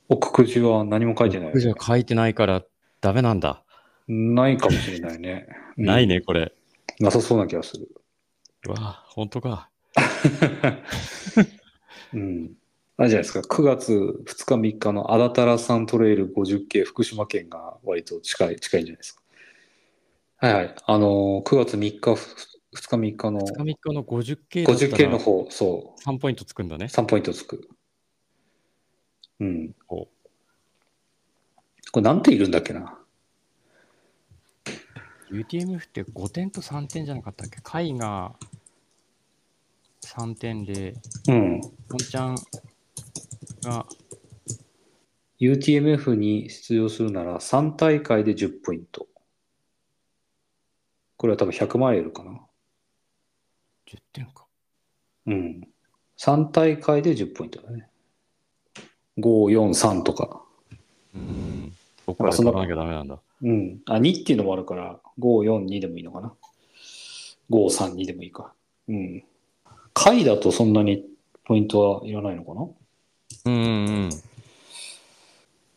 [SPEAKER 2] 奥くじは何も書いてないよ
[SPEAKER 1] 僕じゃ
[SPEAKER 2] ね。
[SPEAKER 1] 書いてないからダメなんだ。
[SPEAKER 2] ないかもしれないね。うん
[SPEAKER 1] ないね、これ。
[SPEAKER 2] なさそうな気がする。
[SPEAKER 1] うわ、本当か。
[SPEAKER 2] うん。あれじゃないですか、9月2日3日のアダタラさんトレイル 50K 福島県が割と近い、近いんじゃないですか。はいはい。あのー、9月3日、2日3日の
[SPEAKER 1] 2日3日の 50K だった
[SPEAKER 2] 50K の
[SPEAKER 1] ら
[SPEAKER 2] 方、そ
[SPEAKER 1] 3ポイントつくんだね
[SPEAKER 2] う、。3ポイントつく。うん。
[SPEAKER 1] お
[SPEAKER 2] これなんているんだっけな。
[SPEAKER 1] UTMF って5点と3点じゃなかったっけ回が3点で、
[SPEAKER 2] うん。
[SPEAKER 1] ポンちゃんが、
[SPEAKER 2] UTMF に出場するなら3大会で10ポイント。これは多分100マイルかな。
[SPEAKER 1] 10点か。
[SPEAKER 2] うん。3大会で10ポイントだね。5、4、3とか。
[SPEAKER 1] うん。僕から取らなきゃダメなんだ。
[SPEAKER 2] うん。あ、2っていうのもあるから、5、4、2でもいいのかな。5、3、2でもいいか。うん。回だとそんなにポイントはいらないのかな
[SPEAKER 1] うんうんうん。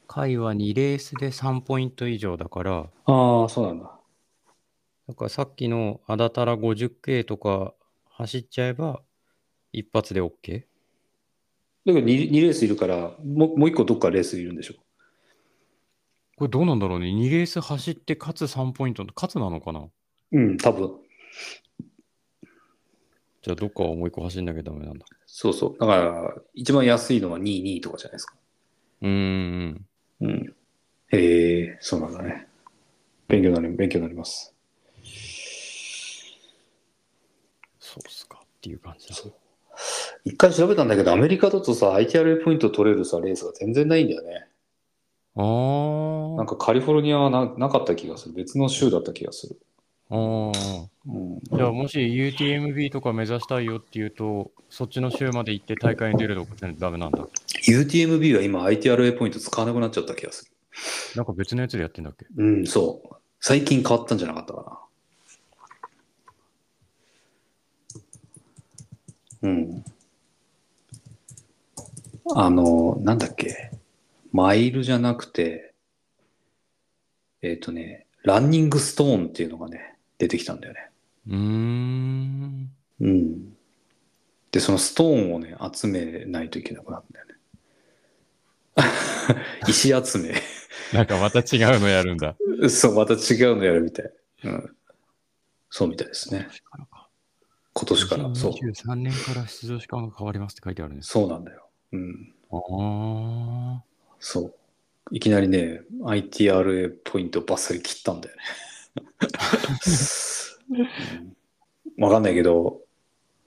[SPEAKER 1] 回は2レースで3ポイント以上だから、
[SPEAKER 2] ああ、そうなんだ。
[SPEAKER 1] だからさっきのあだたら 50K とか走っちゃえば、一発で OK?
[SPEAKER 2] だけど 2, レースいるから、もうもう1個どっかレースいるんでしょ。
[SPEAKER 1] これどうなんだろうね。2レース走って、かつ3ポイント、かつなのかな
[SPEAKER 2] うん、多分。
[SPEAKER 1] じゃあ、どっかはもう一個走んなきゃダメなんだ。
[SPEAKER 2] そうそう。だから、一番安いのは2、2とかじゃないですか。
[SPEAKER 1] うんうん。
[SPEAKER 2] うん。へえ、そうなんだね。勉強になり、勉強になります。
[SPEAKER 1] そうっすかっていう感じだ。
[SPEAKER 2] そう一回調べたんだけど、アメリカだとさ、ITRA ポイント取れるさ、レースが全然ないんだよね。
[SPEAKER 1] あー
[SPEAKER 2] なんかカリフォルニアはななかった気がする。別の州だった気がする。
[SPEAKER 1] あー。
[SPEAKER 2] うん。
[SPEAKER 1] じゃあ、もし UTMB とか目指したいよっていうと、そっちの州まで行って大会に出るとかってダメなんだ。
[SPEAKER 2] UTMB は今 ITRA ポイント使わなくなっちゃった気がする。
[SPEAKER 1] なんか別のやつでやってんだっけ
[SPEAKER 2] うん、そう。最近変わったんじゃなかったかな。うん。あの、なんだっけ。マイルじゃなくて、えっ、とね、ランニングストーンっていうのがね、出てきたんだよね。
[SPEAKER 1] うーん。
[SPEAKER 2] うん。で、そのストーンをね、集めないといけなくなったんだよね。 石集め。
[SPEAKER 1] なんかまた違うのやるんだ。
[SPEAKER 2] そう、また違うのやるみたい。うん。そうみたいですね。今年から。そう。
[SPEAKER 1] 23年から出場時間が変わりますって書いてあるんです。
[SPEAKER 2] そうなんだよ。うん。
[SPEAKER 1] ああ。
[SPEAKER 2] そう。いきなりね、ITRA ポイントバッサリ切ったんだよね。うんわかんないけど、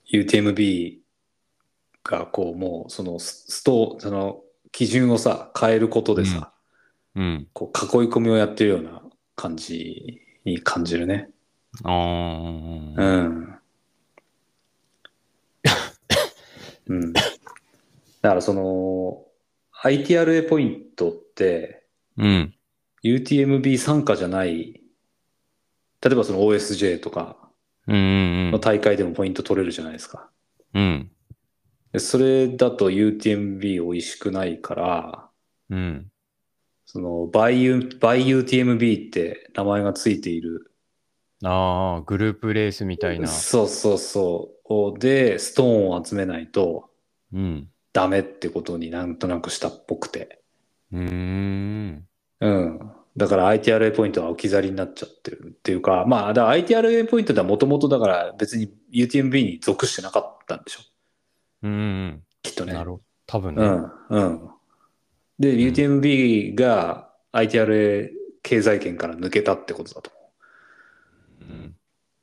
[SPEAKER 2] UTMB がこうもうそのスストその基準をさ変えることでさ、
[SPEAKER 1] うん。
[SPEAKER 2] こう囲い込みをやってるような感じに感じるね。
[SPEAKER 1] あー
[SPEAKER 2] うん。うん。だからその ITRA ポイントって
[SPEAKER 1] うん。
[SPEAKER 2] UTMB 参加じゃない例えばその OSJ とか
[SPEAKER 1] うん。うん。う
[SPEAKER 2] の
[SPEAKER 1] ん
[SPEAKER 2] 大会でもポイント取れるじゃないですか。
[SPEAKER 1] うん。
[SPEAKER 2] でそれだと UTMB 美味しくないから、
[SPEAKER 1] うん。
[SPEAKER 2] その、バイユ、バイ UTMB って名前がついている。
[SPEAKER 1] ああ、グループレースみたいな。
[SPEAKER 2] そうそうそう。で、ストーンを集めないと
[SPEAKER 1] うん。
[SPEAKER 2] ダメってことになんとなくしたっぽくて。
[SPEAKER 1] うーん。
[SPEAKER 2] うん。だから ITRA ポイントは置き去りになっちゃってるっていうか、まあ、だから ITRA ポイントではもともとだから別に UTMB に属してなかったんでしょ。
[SPEAKER 1] うんうん。
[SPEAKER 2] きっとね。
[SPEAKER 1] なるほど。多分
[SPEAKER 2] う
[SPEAKER 1] ね。
[SPEAKER 2] ん、うん。で、UTMB が ITRA 経済圏から抜けたってことだと思う。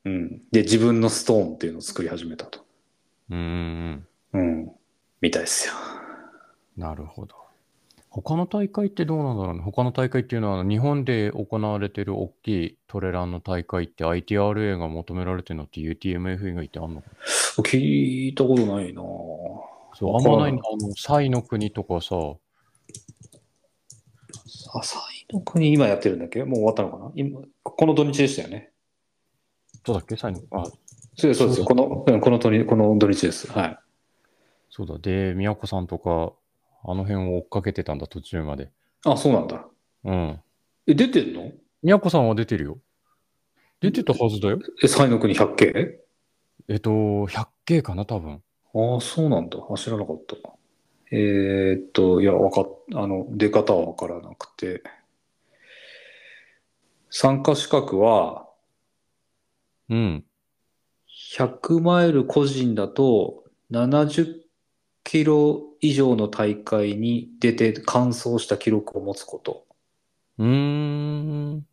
[SPEAKER 1] うん。
[SPEAKER 2] うん。で、自分のストーンっていうのを作り始めたと。
[SPEAKER 1] うん。うん。
[SPEAKER 2] うん。みたいですよ。
[SPEAKER 1] なるほど。他の大会ってどうなんだろうね。他の大会っていうのは、日本で行われてる大きいトレランの大会って ITRA が求められてるのって UTMF 以外ってあんのかな
[SPEAKER 2] 聞いたことないなぁ
[SPEAKER 1] そう、あんまないんだ。あの、サイの国とかさ、
[SPEAKER 2] あ、サイの国今やってるんだっけもう終わったのかな今、この土日でしたよね。
[SPEAKER 1] どうだっけサイのあ、
[SPEAKER 2] そうです、そうです。
[SPEAKER 1] そ
[SPEAKER 2] この、うんこの土日、この土日です。はい。
[SPEAKER 1] そうだ。で、宮子さんとか、あの辺を追っかけてたんだ、途中まで。
[SPEAKER 2] あ、そうなんだ。
[SPEAKER 1] うん。
[SPEAKER 2] え、出てんの
[SPEAKER 1] 宮子さんは出てるよ。出てたはずだよ。
[SPEAKER 2] え、サイの国 100K?
[SPEAKER 1] えっと、100K かな、多分。
[SPEAKER 2] ああ、そうなんだ。あ知らなかった。えーっと、いや、わかっ、あの、出方はわからなくて。参加資格は、
[SPEAKER 1] うん。
[SPEAKER 2] 100マイル個人だと70キロ以上の大会に出て完走した記録を持つこと。
[SPEAKER 1] うーん。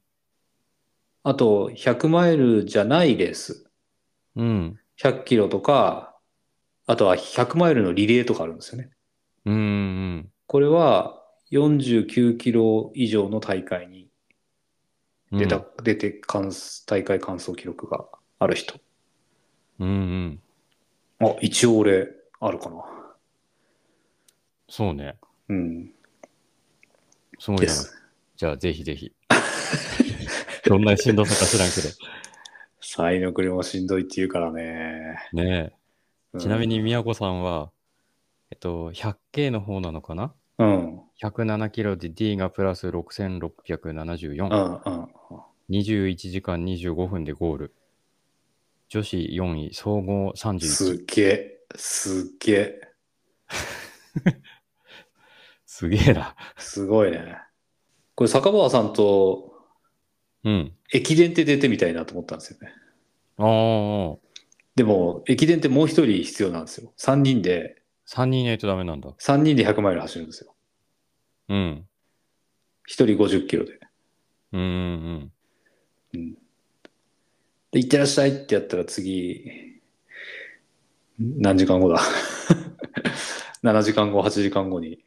[SPEAKER 2] あと、100マイルじゃないレース。
[SPEAKER 1] うん。
[SPEAKER 2] 100キロとか、あとは100マイルのリレーとかあるんですよね。
[SPEAKER 1] うんうん。
[SPEAKER 2] これは49キロ以上の大会に
[SPEAKER 1] うん。
[SPEAKER 2] 出た、出て完走大会完走記録がある人。
[SPEAKER 1] うんうん。
[SPEAKER 2] あ、一応俺、あるかな。
[SPEAKER 1] そうね。
[SPEAKER 2] うん。
[SPEAKER 1] すごい
[SPEAKER 2] で
[SPEAKER 1] な。
[SPEAKER 2] す。
[SPEAKER 1] じゃあ、ぜひぜひ。 どんなしんどさか知らんけど。
[SPEAKER 2] 才能くれもしんどいって言うからね。
[SPEAKER 1] ねえ。
[SPEAKER 2] うん
[SPEAKER 1] ちなみに、宮子さんは、えっと、100K の方なのかな
[SPEAKER 2] うん。
[SPEAKER 1] 107キロで D がプラス6674。
[SPEAKER 2] うんうん。
[SPEAKER 1] 21時間25分でゴール。女子4位、総合31。
[SPEAKER 2] すげえ、すげえ、
[SPEAKER 1] すげえな。
[SPEAKER 2] すごいね。これ、坂川さんと
[SPEAKER 1] うん。
[SPEAKER 2] 駅伝って出てみたいなと思ったんですよね。
[SPEAKER 1] ああ、
[SPEAKER 2] でも、駅伝ってもう一人必要なんですよ。3人で、
[SPEAKER 1] 3人いないとダメなんだ。
[SPEAKER 2] 3人で100マイル走るんですよ。
[SPEAKER 1] うん。
[SPEAKER 2] 1人50キロで。
[SPEAKER 1] うんうん
[SPEAKER 2] うん。で、行ってらっしゃいってやったら次、ん何時間後だ ?7 時間後、8時間後に、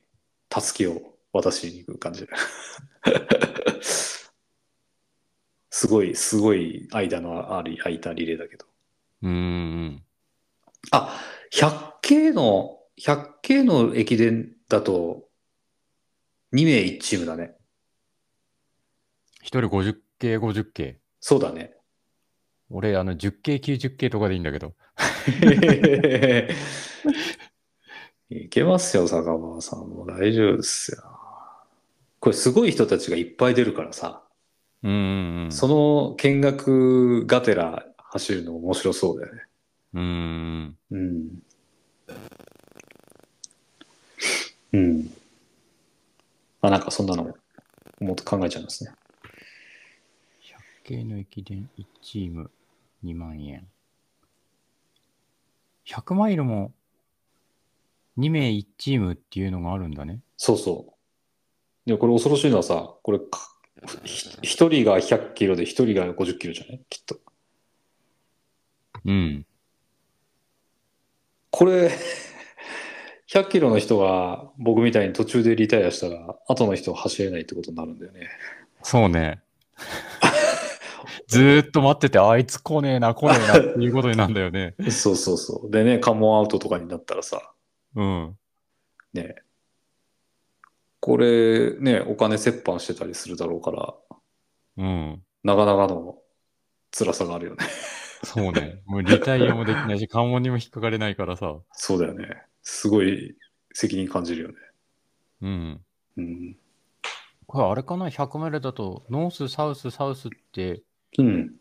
[SPEAKER 2] たすきを渡しに行く感じ。 すごい、すごい間のあり、空いたリレーだけど。
[SPEAKER 1] うん。うんうん
[SPEAKER 2] あ、100K の、100K の駅伝だと、2名1チームだね。
[SPEAKER 1] 1人 50K、50K。
[SPEAKER 2] そうだね。
[SPEAKER 1] 俺、あの、10K、90K とかでいいんだけど。
[SPEAKER 2] いけますよ、坂本さんもう大丈夫ですよ。これすごい人たちがいっぱい出るからさ、
[SPEAKER 1] うんうんうん。
[SPEAKER 2] その見学がてら走るの面白そうだよね。
[SPEAKER 1] うんうん。
[SPEAKER 2] うん。うん。まあなんかそんなのもっと考えちゃいますね。
[SPEAKER 1] 100K の駅伝1チーム2万円。100マイルも2名1チームっていうのがあるんだね。
[SPEAKER 2] そうそう。でもこれ恐ろしいのはさ、これか、ひ一人が100キロで一人が50キロじゃないきっと。
[SPEAKER 1] うん。
[SPEAKER 2] これ、 100キロの人が僕みたいに途中でリタイアしたら、後の人は走れないってことになるんだよね。
[SPEAKER 1] そうね。 ずーっと待ってて、あいつ来ねえな、来ねえなっていうことになるんだよね。
[SPEAKER 2] そうそうそう。でね、カモンアウトとかになったらさ、
[SPEAKER 1] うん。
[SPEAKER 2] ね、これね、お金折半してたりするだろうから、
[SPEAKER 1] うん。
[SPEAKER 2] なかなかの辛さがあるよね。
[SPEAKER 1] そうね。もうリタイアもできないし、関門にも引っかかれないからさ。
[SPEAKER 2] そうだよね。すごい責任感じるよね。
[SPEAKER 1] うん。
[SPEAKER 2] うん。
[SPEAKER 1] これあれかな ?100 マイルだと、ノース、サウス、サウスって、
[SPEAKER 2] うん。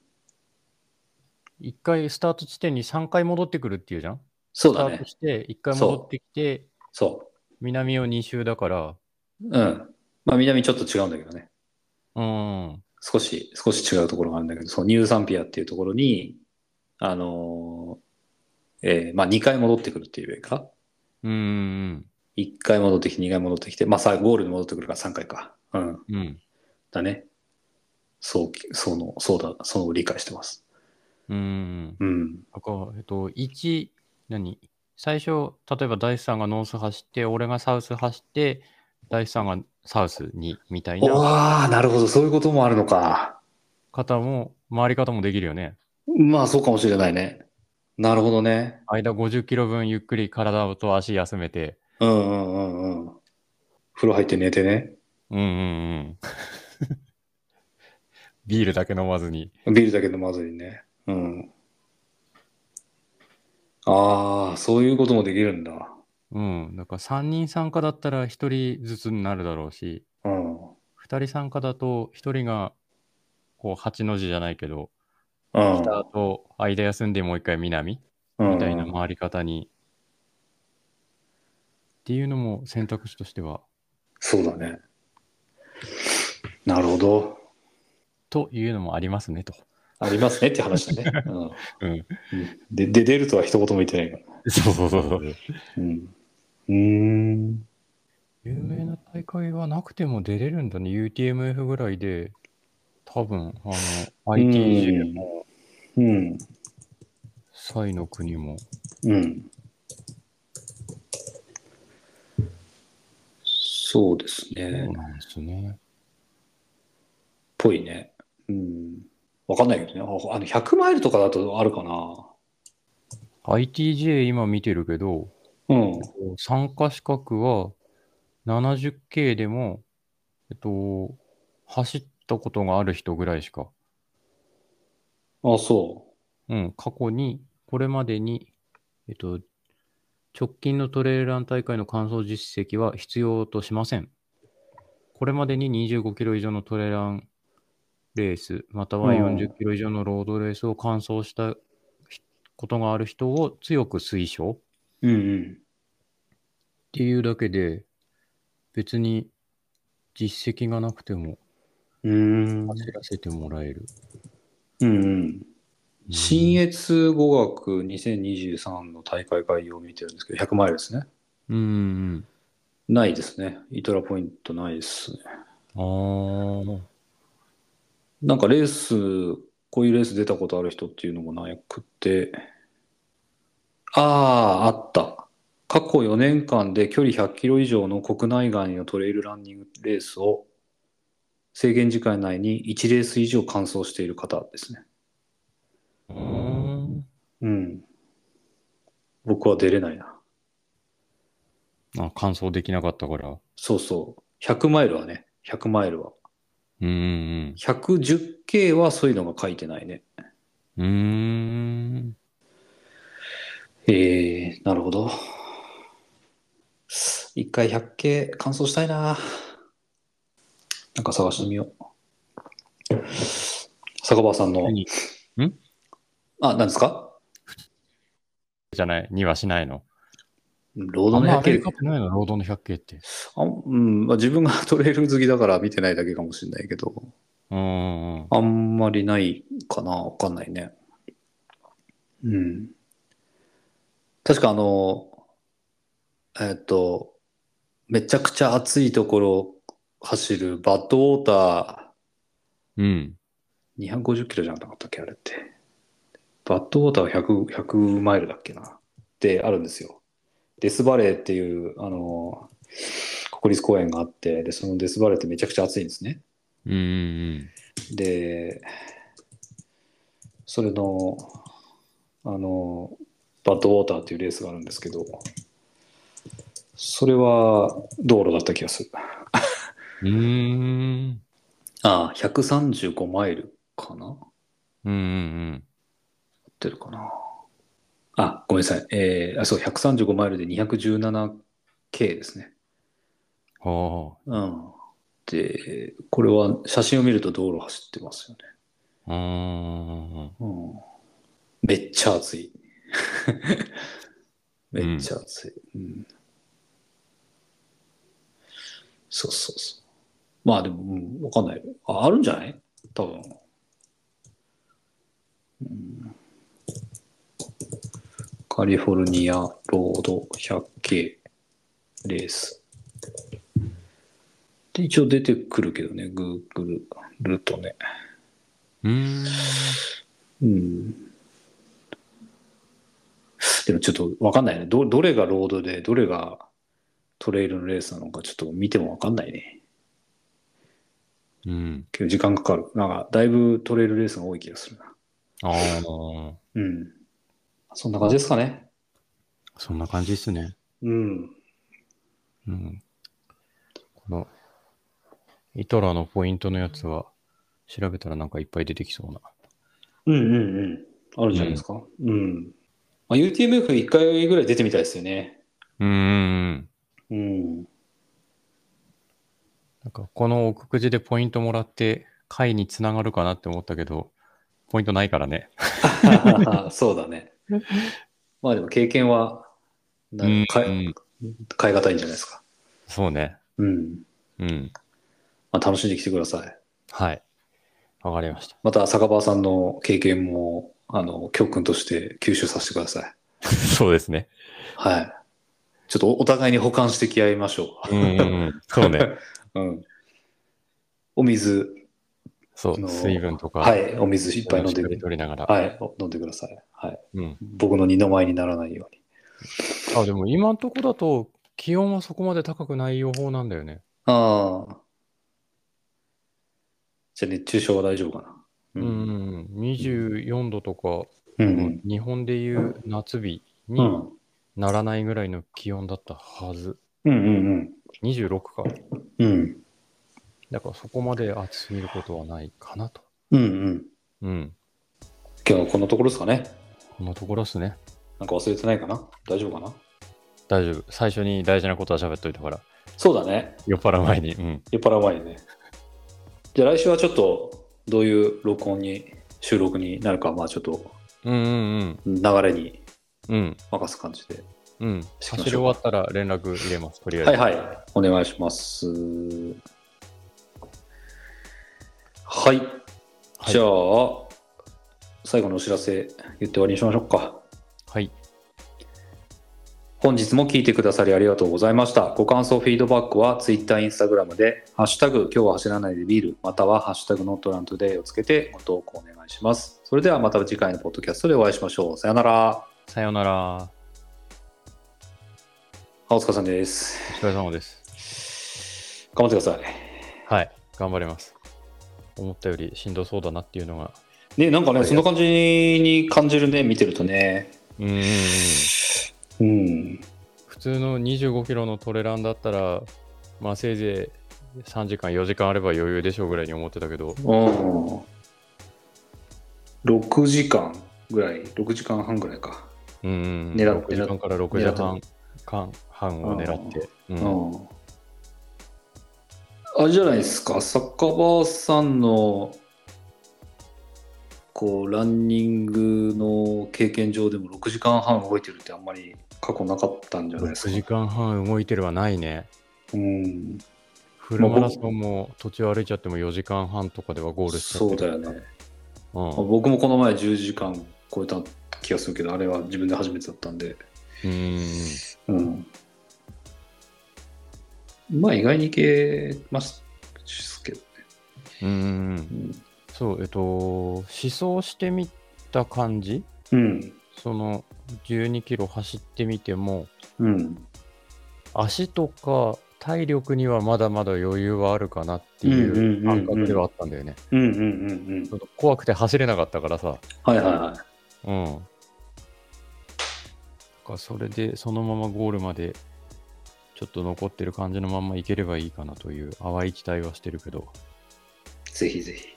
[SPEAKER 1] 一回スタート地点に3回戻ってくるっていうじゃん
[SPEAKER 2] そ
[SPEAKER 1] ス
[SPEAKER 2] う
[SPEAKER 1] タ
[SPEAKER 2] だ
[SPEAKER 1] ー
[SPEAKER 2] ね
[SPEAKER 1] ト。して、1回戻ってきて、
[SPEAKER 2] そ
[SPEAKER 1] 南を2周だから、
[SPEAKER 2] う。うん。まあ南ちょっと違うんだけどね。
[SPEAKER 1] うん。
[SPEAKER 2] 少し、少し違うところがあるんだけど、そのニューサンピアっていうところに、あのーえーまあ2回戻ってくるっていうべきか。
[SPEAKER 1] うんうん
[SPEAKER 2] 1回戻ってきて、2回戻ってきて、まあさ、ゴールに戻ってくるから3回か。うん。
[SPEAKER 1] うん。うん。
[SPEAKER 2] だね。そうき、その、そうだ、そう理解してます。
[SPEAKER 1] うんうん。
[SPEAKER 2] うん。
[SPEAKER 1] だから、えっと、1、何最初、例えば大師さんがノース走って、俺がサウス走って、大師さんがサウスに、みたい
[SPEAKER 2] お
[SPEAKER 1] な
[SPEAKER 2] ー、なるほど、そういうこともあるのか。
[SPEAKER 1] 方も、回り方もできるよね。
[SPEAKER 2] まあ、そうかもしれないね。なるほどね。
[SPEAKER 1] 間50キロ分ゆっくり体と足休めて、
[SPEAKER 2] うんうんうんうん。風呂入って寝てね。
[SPEAKER 1] うんうんうん。 ビールだけ飲まずに。
[SPEAKER 2] ビールだけ飲まずにね。うん。ああ、そういうこともできるんだ。
[SPEAKER 1] うん。だから3人参加だったら1人ずつになるだろうし、
[SPEAKER 2] うん。
[SPEAKER 1] 2人参加だと1人が、こう、8の字じゃないけど、
[SPEAKER 2] うん。
[SPEAKER 1] 北と間休んでもう一回南
[SPEAKER 2] うん
[SPEAKER 1] みたいな回り方に。っていうのも選択肢としては。
[SPEAKER 2] そうだね。なるほど。
[SPEAKER 1] というのもありますねと。
[SPEAKER 2] ありますねって話だ ね。うん。
[SPEAKER 1] うん。
[SPEAKER 2] で、で出るとは一言も言ってないから。
[SPEAKER 1] そうそうそうそう。
[SPEAKER 2] うん。うーん。
[SPEAKER 1] 有名な大会はなくても出れるんだね。UTMF ぐらいで、多分、あの、ITJ も、
[SPEAKER 2] うん。
[SPEAKER 1] サイの国も。
[SPEAKER 2] うん。そうですね。
[SPEAKER 1] なんですね。
[SPEAKER 2] ぽいね。うん。わかんないけどね。ああの、100マイルとかだとあるかな。
[SPEAKER 1] ITJ 今見てるけど、
[SPEAKER 2] うん。
[SPEAKER 1] 参加資格は 70K でも、えっと、走ったことがある人ぐらいしか、
[SPEAKER 2] あ、そ
[SPEAKER 1] うん、過去に、これまでに、えっと、直近のトレイルラン大会の完走実績は必要としません。これまでに25キロ以上のトレランレース、または
[SPEAKER 2] うん
[SPEAKER 1] 40キロ以上のロードレースを完走したひことがある人を強く推奨。
[SPEAKER 2] う。うん
[SPEAKER 1] っていうだけで、別に実績がなくても
[SPEAKER 2] うん。うーん。
[SPEAKER 1] 走らせてもらえる。
[SPEAKER 2] うんうん。
[SPEAKER 1] うん
[SPEAKER 2] 新越語学2023の大会概要を見てるんですけど、100マイルですね。
[SPEAKER 1] うん
[SPEAKER 2] ないですね。イトラポイントないですね。
[SPEAKER 1] うん。ああ。
[SPEAKER 2] なんかレース、こういうレース出たことある人っていうのもなくて、ああ、あった。過去4年間で距離100キロ以上の国内外のトレイルランニングレースを制限時間内に1レース以上完走している方ですね。
[SPEAKER 1] うーん。
[SPEAKER 2] うん。僕は出れないな。
[SPEAKER 1] あ、完走できなかったから。
[SPEAKER 2] そうそう。100マイルはね、100マイルは。
[SPEAKER 1] うんうん。
[SPEAKER 2] 110K はそういうのが書いてないね。
[SPEAKER 1] うーん。
[SPEAKER 2] えー、なるほど。一回 100K 完走したいな。なんか探してみよう。坂場さんの。
[SPEAKER 1] 何
[SPEAKER 2] あ、なんですか
[SPEAKER 1] じゃない、にはしないの。
[SPEAKER 2] ロー
[SPEAKER 1] あ
[SPEAKER 2] ド
[SPEAKER 1] ん
[SPEAKER 2] の
[SPEAKER 1] まアメリ
[SPEAKER 2] 100K
[SPEAKER 1] カってないの、労働の 100K って。
[SPEAKER 2] あうんまあ、自分が トレイル好きだから見てないだけかもしれないけど、
[SPEAKER 1] うんうんうん。
[SPEAKER 2] あんまりないかな。わかんないね。うん。確かあの、えっと、めちゃくちゃ暑いところを走るバッドウォータ
[SPEAKER 1] うん。
[SPEAKER 2] ー250キロじゃなかったっけあれって。バッドウォーターは100、100マイルだっけなってあるんですよ。デスバレーっていう、あの、国立公園があって、で、そのデスバレーってめちゃくちゃ暑いんですね。
[SPEAKER 1] うんうん
[SPEAKER 2] で、それの、あの、バッドウォーターっていうレースがあるんですけど、それは道路だった気がする。
[SPEAKER 1] うん。うーん。
[SPEAKER 2] ああ、135マイルかな合っ
[SPEAKER 1] うんうん
[SPEAKER 2] てるかな。あ、ごめんなさい。えーあ、そう、135マイルで 217K ですね。
[SPEAKER 1] うん。は
[SPEAKER 2] うん。で、これは写真を見ると道路走ってますよね。
[SPEAKER 1] あ。うーん。
[SPEAKER 2] うん。めっちゃ暑い。 めっちゃ暑い。うん。そうそうそう。まあでも、うん、わかんない。ああるんじゃない多分。うんカリフォルニアロード 100K レース。で、一応出てくるけどね、Google ルートね。
[SPEAKER 1] うーん。
[SPEAKER 2] うんでもちょっと分かんないねど。どれがロードで、どれがトレイルのレースなのか、ちょっと見ても分かんないね。
[SPEAKER 1] うん。
[SPEAKER 2] 結構時間かかる。なんか、だいぶトレイルレースが多い気がするな。
[SPEAKER 1] ああ。
[SPEAKER 2] うん。そんな感じですかね。
[SPEAKER 1] そんな感じですね。
[SPEAKER 2] うん。
[SPEAKER 1] うん。この、イトラのポイントのやつは、調べたらなんかいっぱい出てきそうな。
[SPEAKER 2] うんうんうん。あるんじゃないですか。うん。まあ、UTMF1 回ぐらい出てみたいですよね。
[SPEAKER 1] うんうんうん。
[SPEAKER 2] うん。
[SPEAKER 1] なんか、この奥くじでポイントもらって、回につながるかなって思ったけど、ポイントないからね。
[SPEAKER 2] そうだね。まあでも経験は、な
[SPEAKER 1] うん
[SPEAKER 2] か
[SPEAKER 1] うん
[SPEAKER 2] え、変え難いんじゃないですか。
[SPEAKER 1] そうね。
[SPEAKER 2] うん。
[SPEAKER 1] うん。
[SPEAKER 2] まあ、楽しんできてください。
[SPEAKER 1] はい。わかりました。
[SPEAKER 2] また、坂場さんの経験も、あの、教訓として吸収させてくださ い。
[SPEAKER 1] そうですね。
[SPEAKER 2] はい。ちょっとおお互いに補完してき合いましょ
[SPEAKER 1] うんうんうん。そうね。
[SPEAKER 2] う。うん。お水、
[SPEAKER 1] そ
[SPEAKER 2] あ
[SPEAKER 1] う。
[SPEAKER 2] の
[SPEAKER 1] 水分とか、
[SPEAKER 2] はい、お水いっぱい飲んで
[SPEAKER 1] しっかり取りながら。
[SPEAKER 2] はい、お飲んでください。はい。
[SPEAKER 1] うん。
[SPEAKER 2] 僕の二の舞にならないように。
[SPEAKER 1] あ、でも今のとこだと、気温はそこまで高くない予報なんだよね。
[SPEAKER 2] ああ。じゃあ、熱中症は大丈夫かな。
[SPEAKER 1] うんう。んうん。24度とか、
[SPEAKER 2] うん。
[SPEAKER 1] 日本でいう夏日
[SPEAKER 2] う
[SPEAKER 1] に
[SPEAKER 2] ん。
[SPEAKER 1] ならないぐらいの気温だったはず。
[SPEAKER 2] うんうん
[SPEAKER 1] 26か。
[SPEAKER 2] うん。うん。
[SPEAKER 1] だからそこまで暑すぎることはないかなと。
[SPEAKER 2] うんうん。
[SPEAKER 1] うん。
[SPEAKER 2] 今日はこんなところですかね。
[SPEAKER 1] このところですね。
[SPEAKER 2] なんか忘れてないかな大丈夫かな
[SPEAKER 1] 大丈夫。最初に大事なことは喋っといたから、
[SPEAKER 2] そうだね。
[SPEAKER 1] 酔っ払う前に。うん。
[SPEAKER 2] 酔っ払う前にね。じゃあ来週はちょっとどういう録音に、収録になるか、まあちょっと
[SPEAKER 1] うんうん
[SPEAKER 2] 流れに
[SPEAKER 1] うん。うん。
[SPEAKER 2] 任す感じで。
[SPEAKER 1] うん。
[SPEAKER 2] し
[SPEAKER 1] 走
[SPEAKER 2] ましょう
[SPEAKER 1] り終わったら連絡入れます。とりあえず。
[SPEAKER 2] はいはい。お願いします。はい。
[SPEAKER 1] はい
[SPEAKER 2] じゃあ、最後のお知らせ言って終わりにしましょうか。
[SPEAKER 1] はい。
[SPEAKER 2] 本日も聞いてくださりありがとうございました。ご感想、フィードバックは Twitter、Instagram で、ハッシュタグ、今日は走らないでビール、またはハッシュタグ、ノットラントデイをつけてご投稿お願いします。それではまた次回のポッドキャストでお会いしましょう。さよなら。
[SPEAKER 1] さようなら。
[SPEAKER 2] 青塚さんです。
[SPEAKER 1] お疲れ様です。
[SPEAKER 2] 頑張ってください。
[SPEAKER 1] はい。頑張ります。思ったよりしんどそうだなっていうのが。
[SPEAKER 2] ね、なんかね、
[SPEAKER 1] はい
[SPEAKER 2] そんな感じに感じるね、見てるとね。
[SPEAKER 1] うんうんうん。
[SPEAKER 2] うん。
[SPEAKER 1] 普通の25キロのトレランだったら、まあ、せいぜい3時間、4時間あれば余裕でしょうぐらいに思ってたけど、
[SPEAKER 2] うん。6時間ぐらい、6時間半ぐらいか。
[SPEAKER 1] うんうん、
[SPEAKER 2] 狙っ
[SPEAKER 1] 6時間から6時半間半を狙って、うん
[SPEAKER 2] うんあれじゃないですか、坂場さんのこうランニングの経験上でも6時間半動いてるってあんまり過去なかったんじゃないです
[SPEAKER 1] 6
[SPEAKER 2] か。
[SPEAKER 1] 時間半動いてるはないね。
[SPEAKER 2] うん、
[SPEAKER 1] フルマラソンも途中歩いちゃっても4時間半とかではゴールしちゃっ
[SPEAKER 2] そ
[SPEAKER 1] て
[SPEAKER 2] うだ
[SPEAKER 1] る
[SPEAKER 2] よね。
[SPEAKER 1] うん
[SPEAKER 2] 僕もこの前10時間超えた気がするけど、あれは自分で初めてだったんで。
[SPEAKER 1] うんうんうん
[SPEAKER 2] うん、まあ意外にいけますけどね。
[SPEAKER 1] うんうんうん。
[SPEAKER 2] うん
[SPEAKER 1] そう、えっと、思想してみた感じ
[SPEAKER 2] うん、
[SPEAKER 1] その12キロ走ってみても、
[SPEAKER 2] うん。
[SPEAKER 1] 足とか体力にはまだまだ余裕はあるかなって
[SPEAKER 2] うんうんう
[SPEAKER 1] いう
[SPEAKER 2] ん
[SPEAKER 1] うん感覚ではあったんだよね。
[SPEAKER 2] うんうんうんうん
[SPEAKER 1] ちょ。っと怖くて走れなかったからさ。
[SPEAKER 2] はいはいはい。
[SPEAKER 1] うん。だからそれでそのままゴールまでちょっと残ってる感じのまんまいければいいかなという淡い期待はしてるけど。
[SPEAKER 2] ぜひぜひ。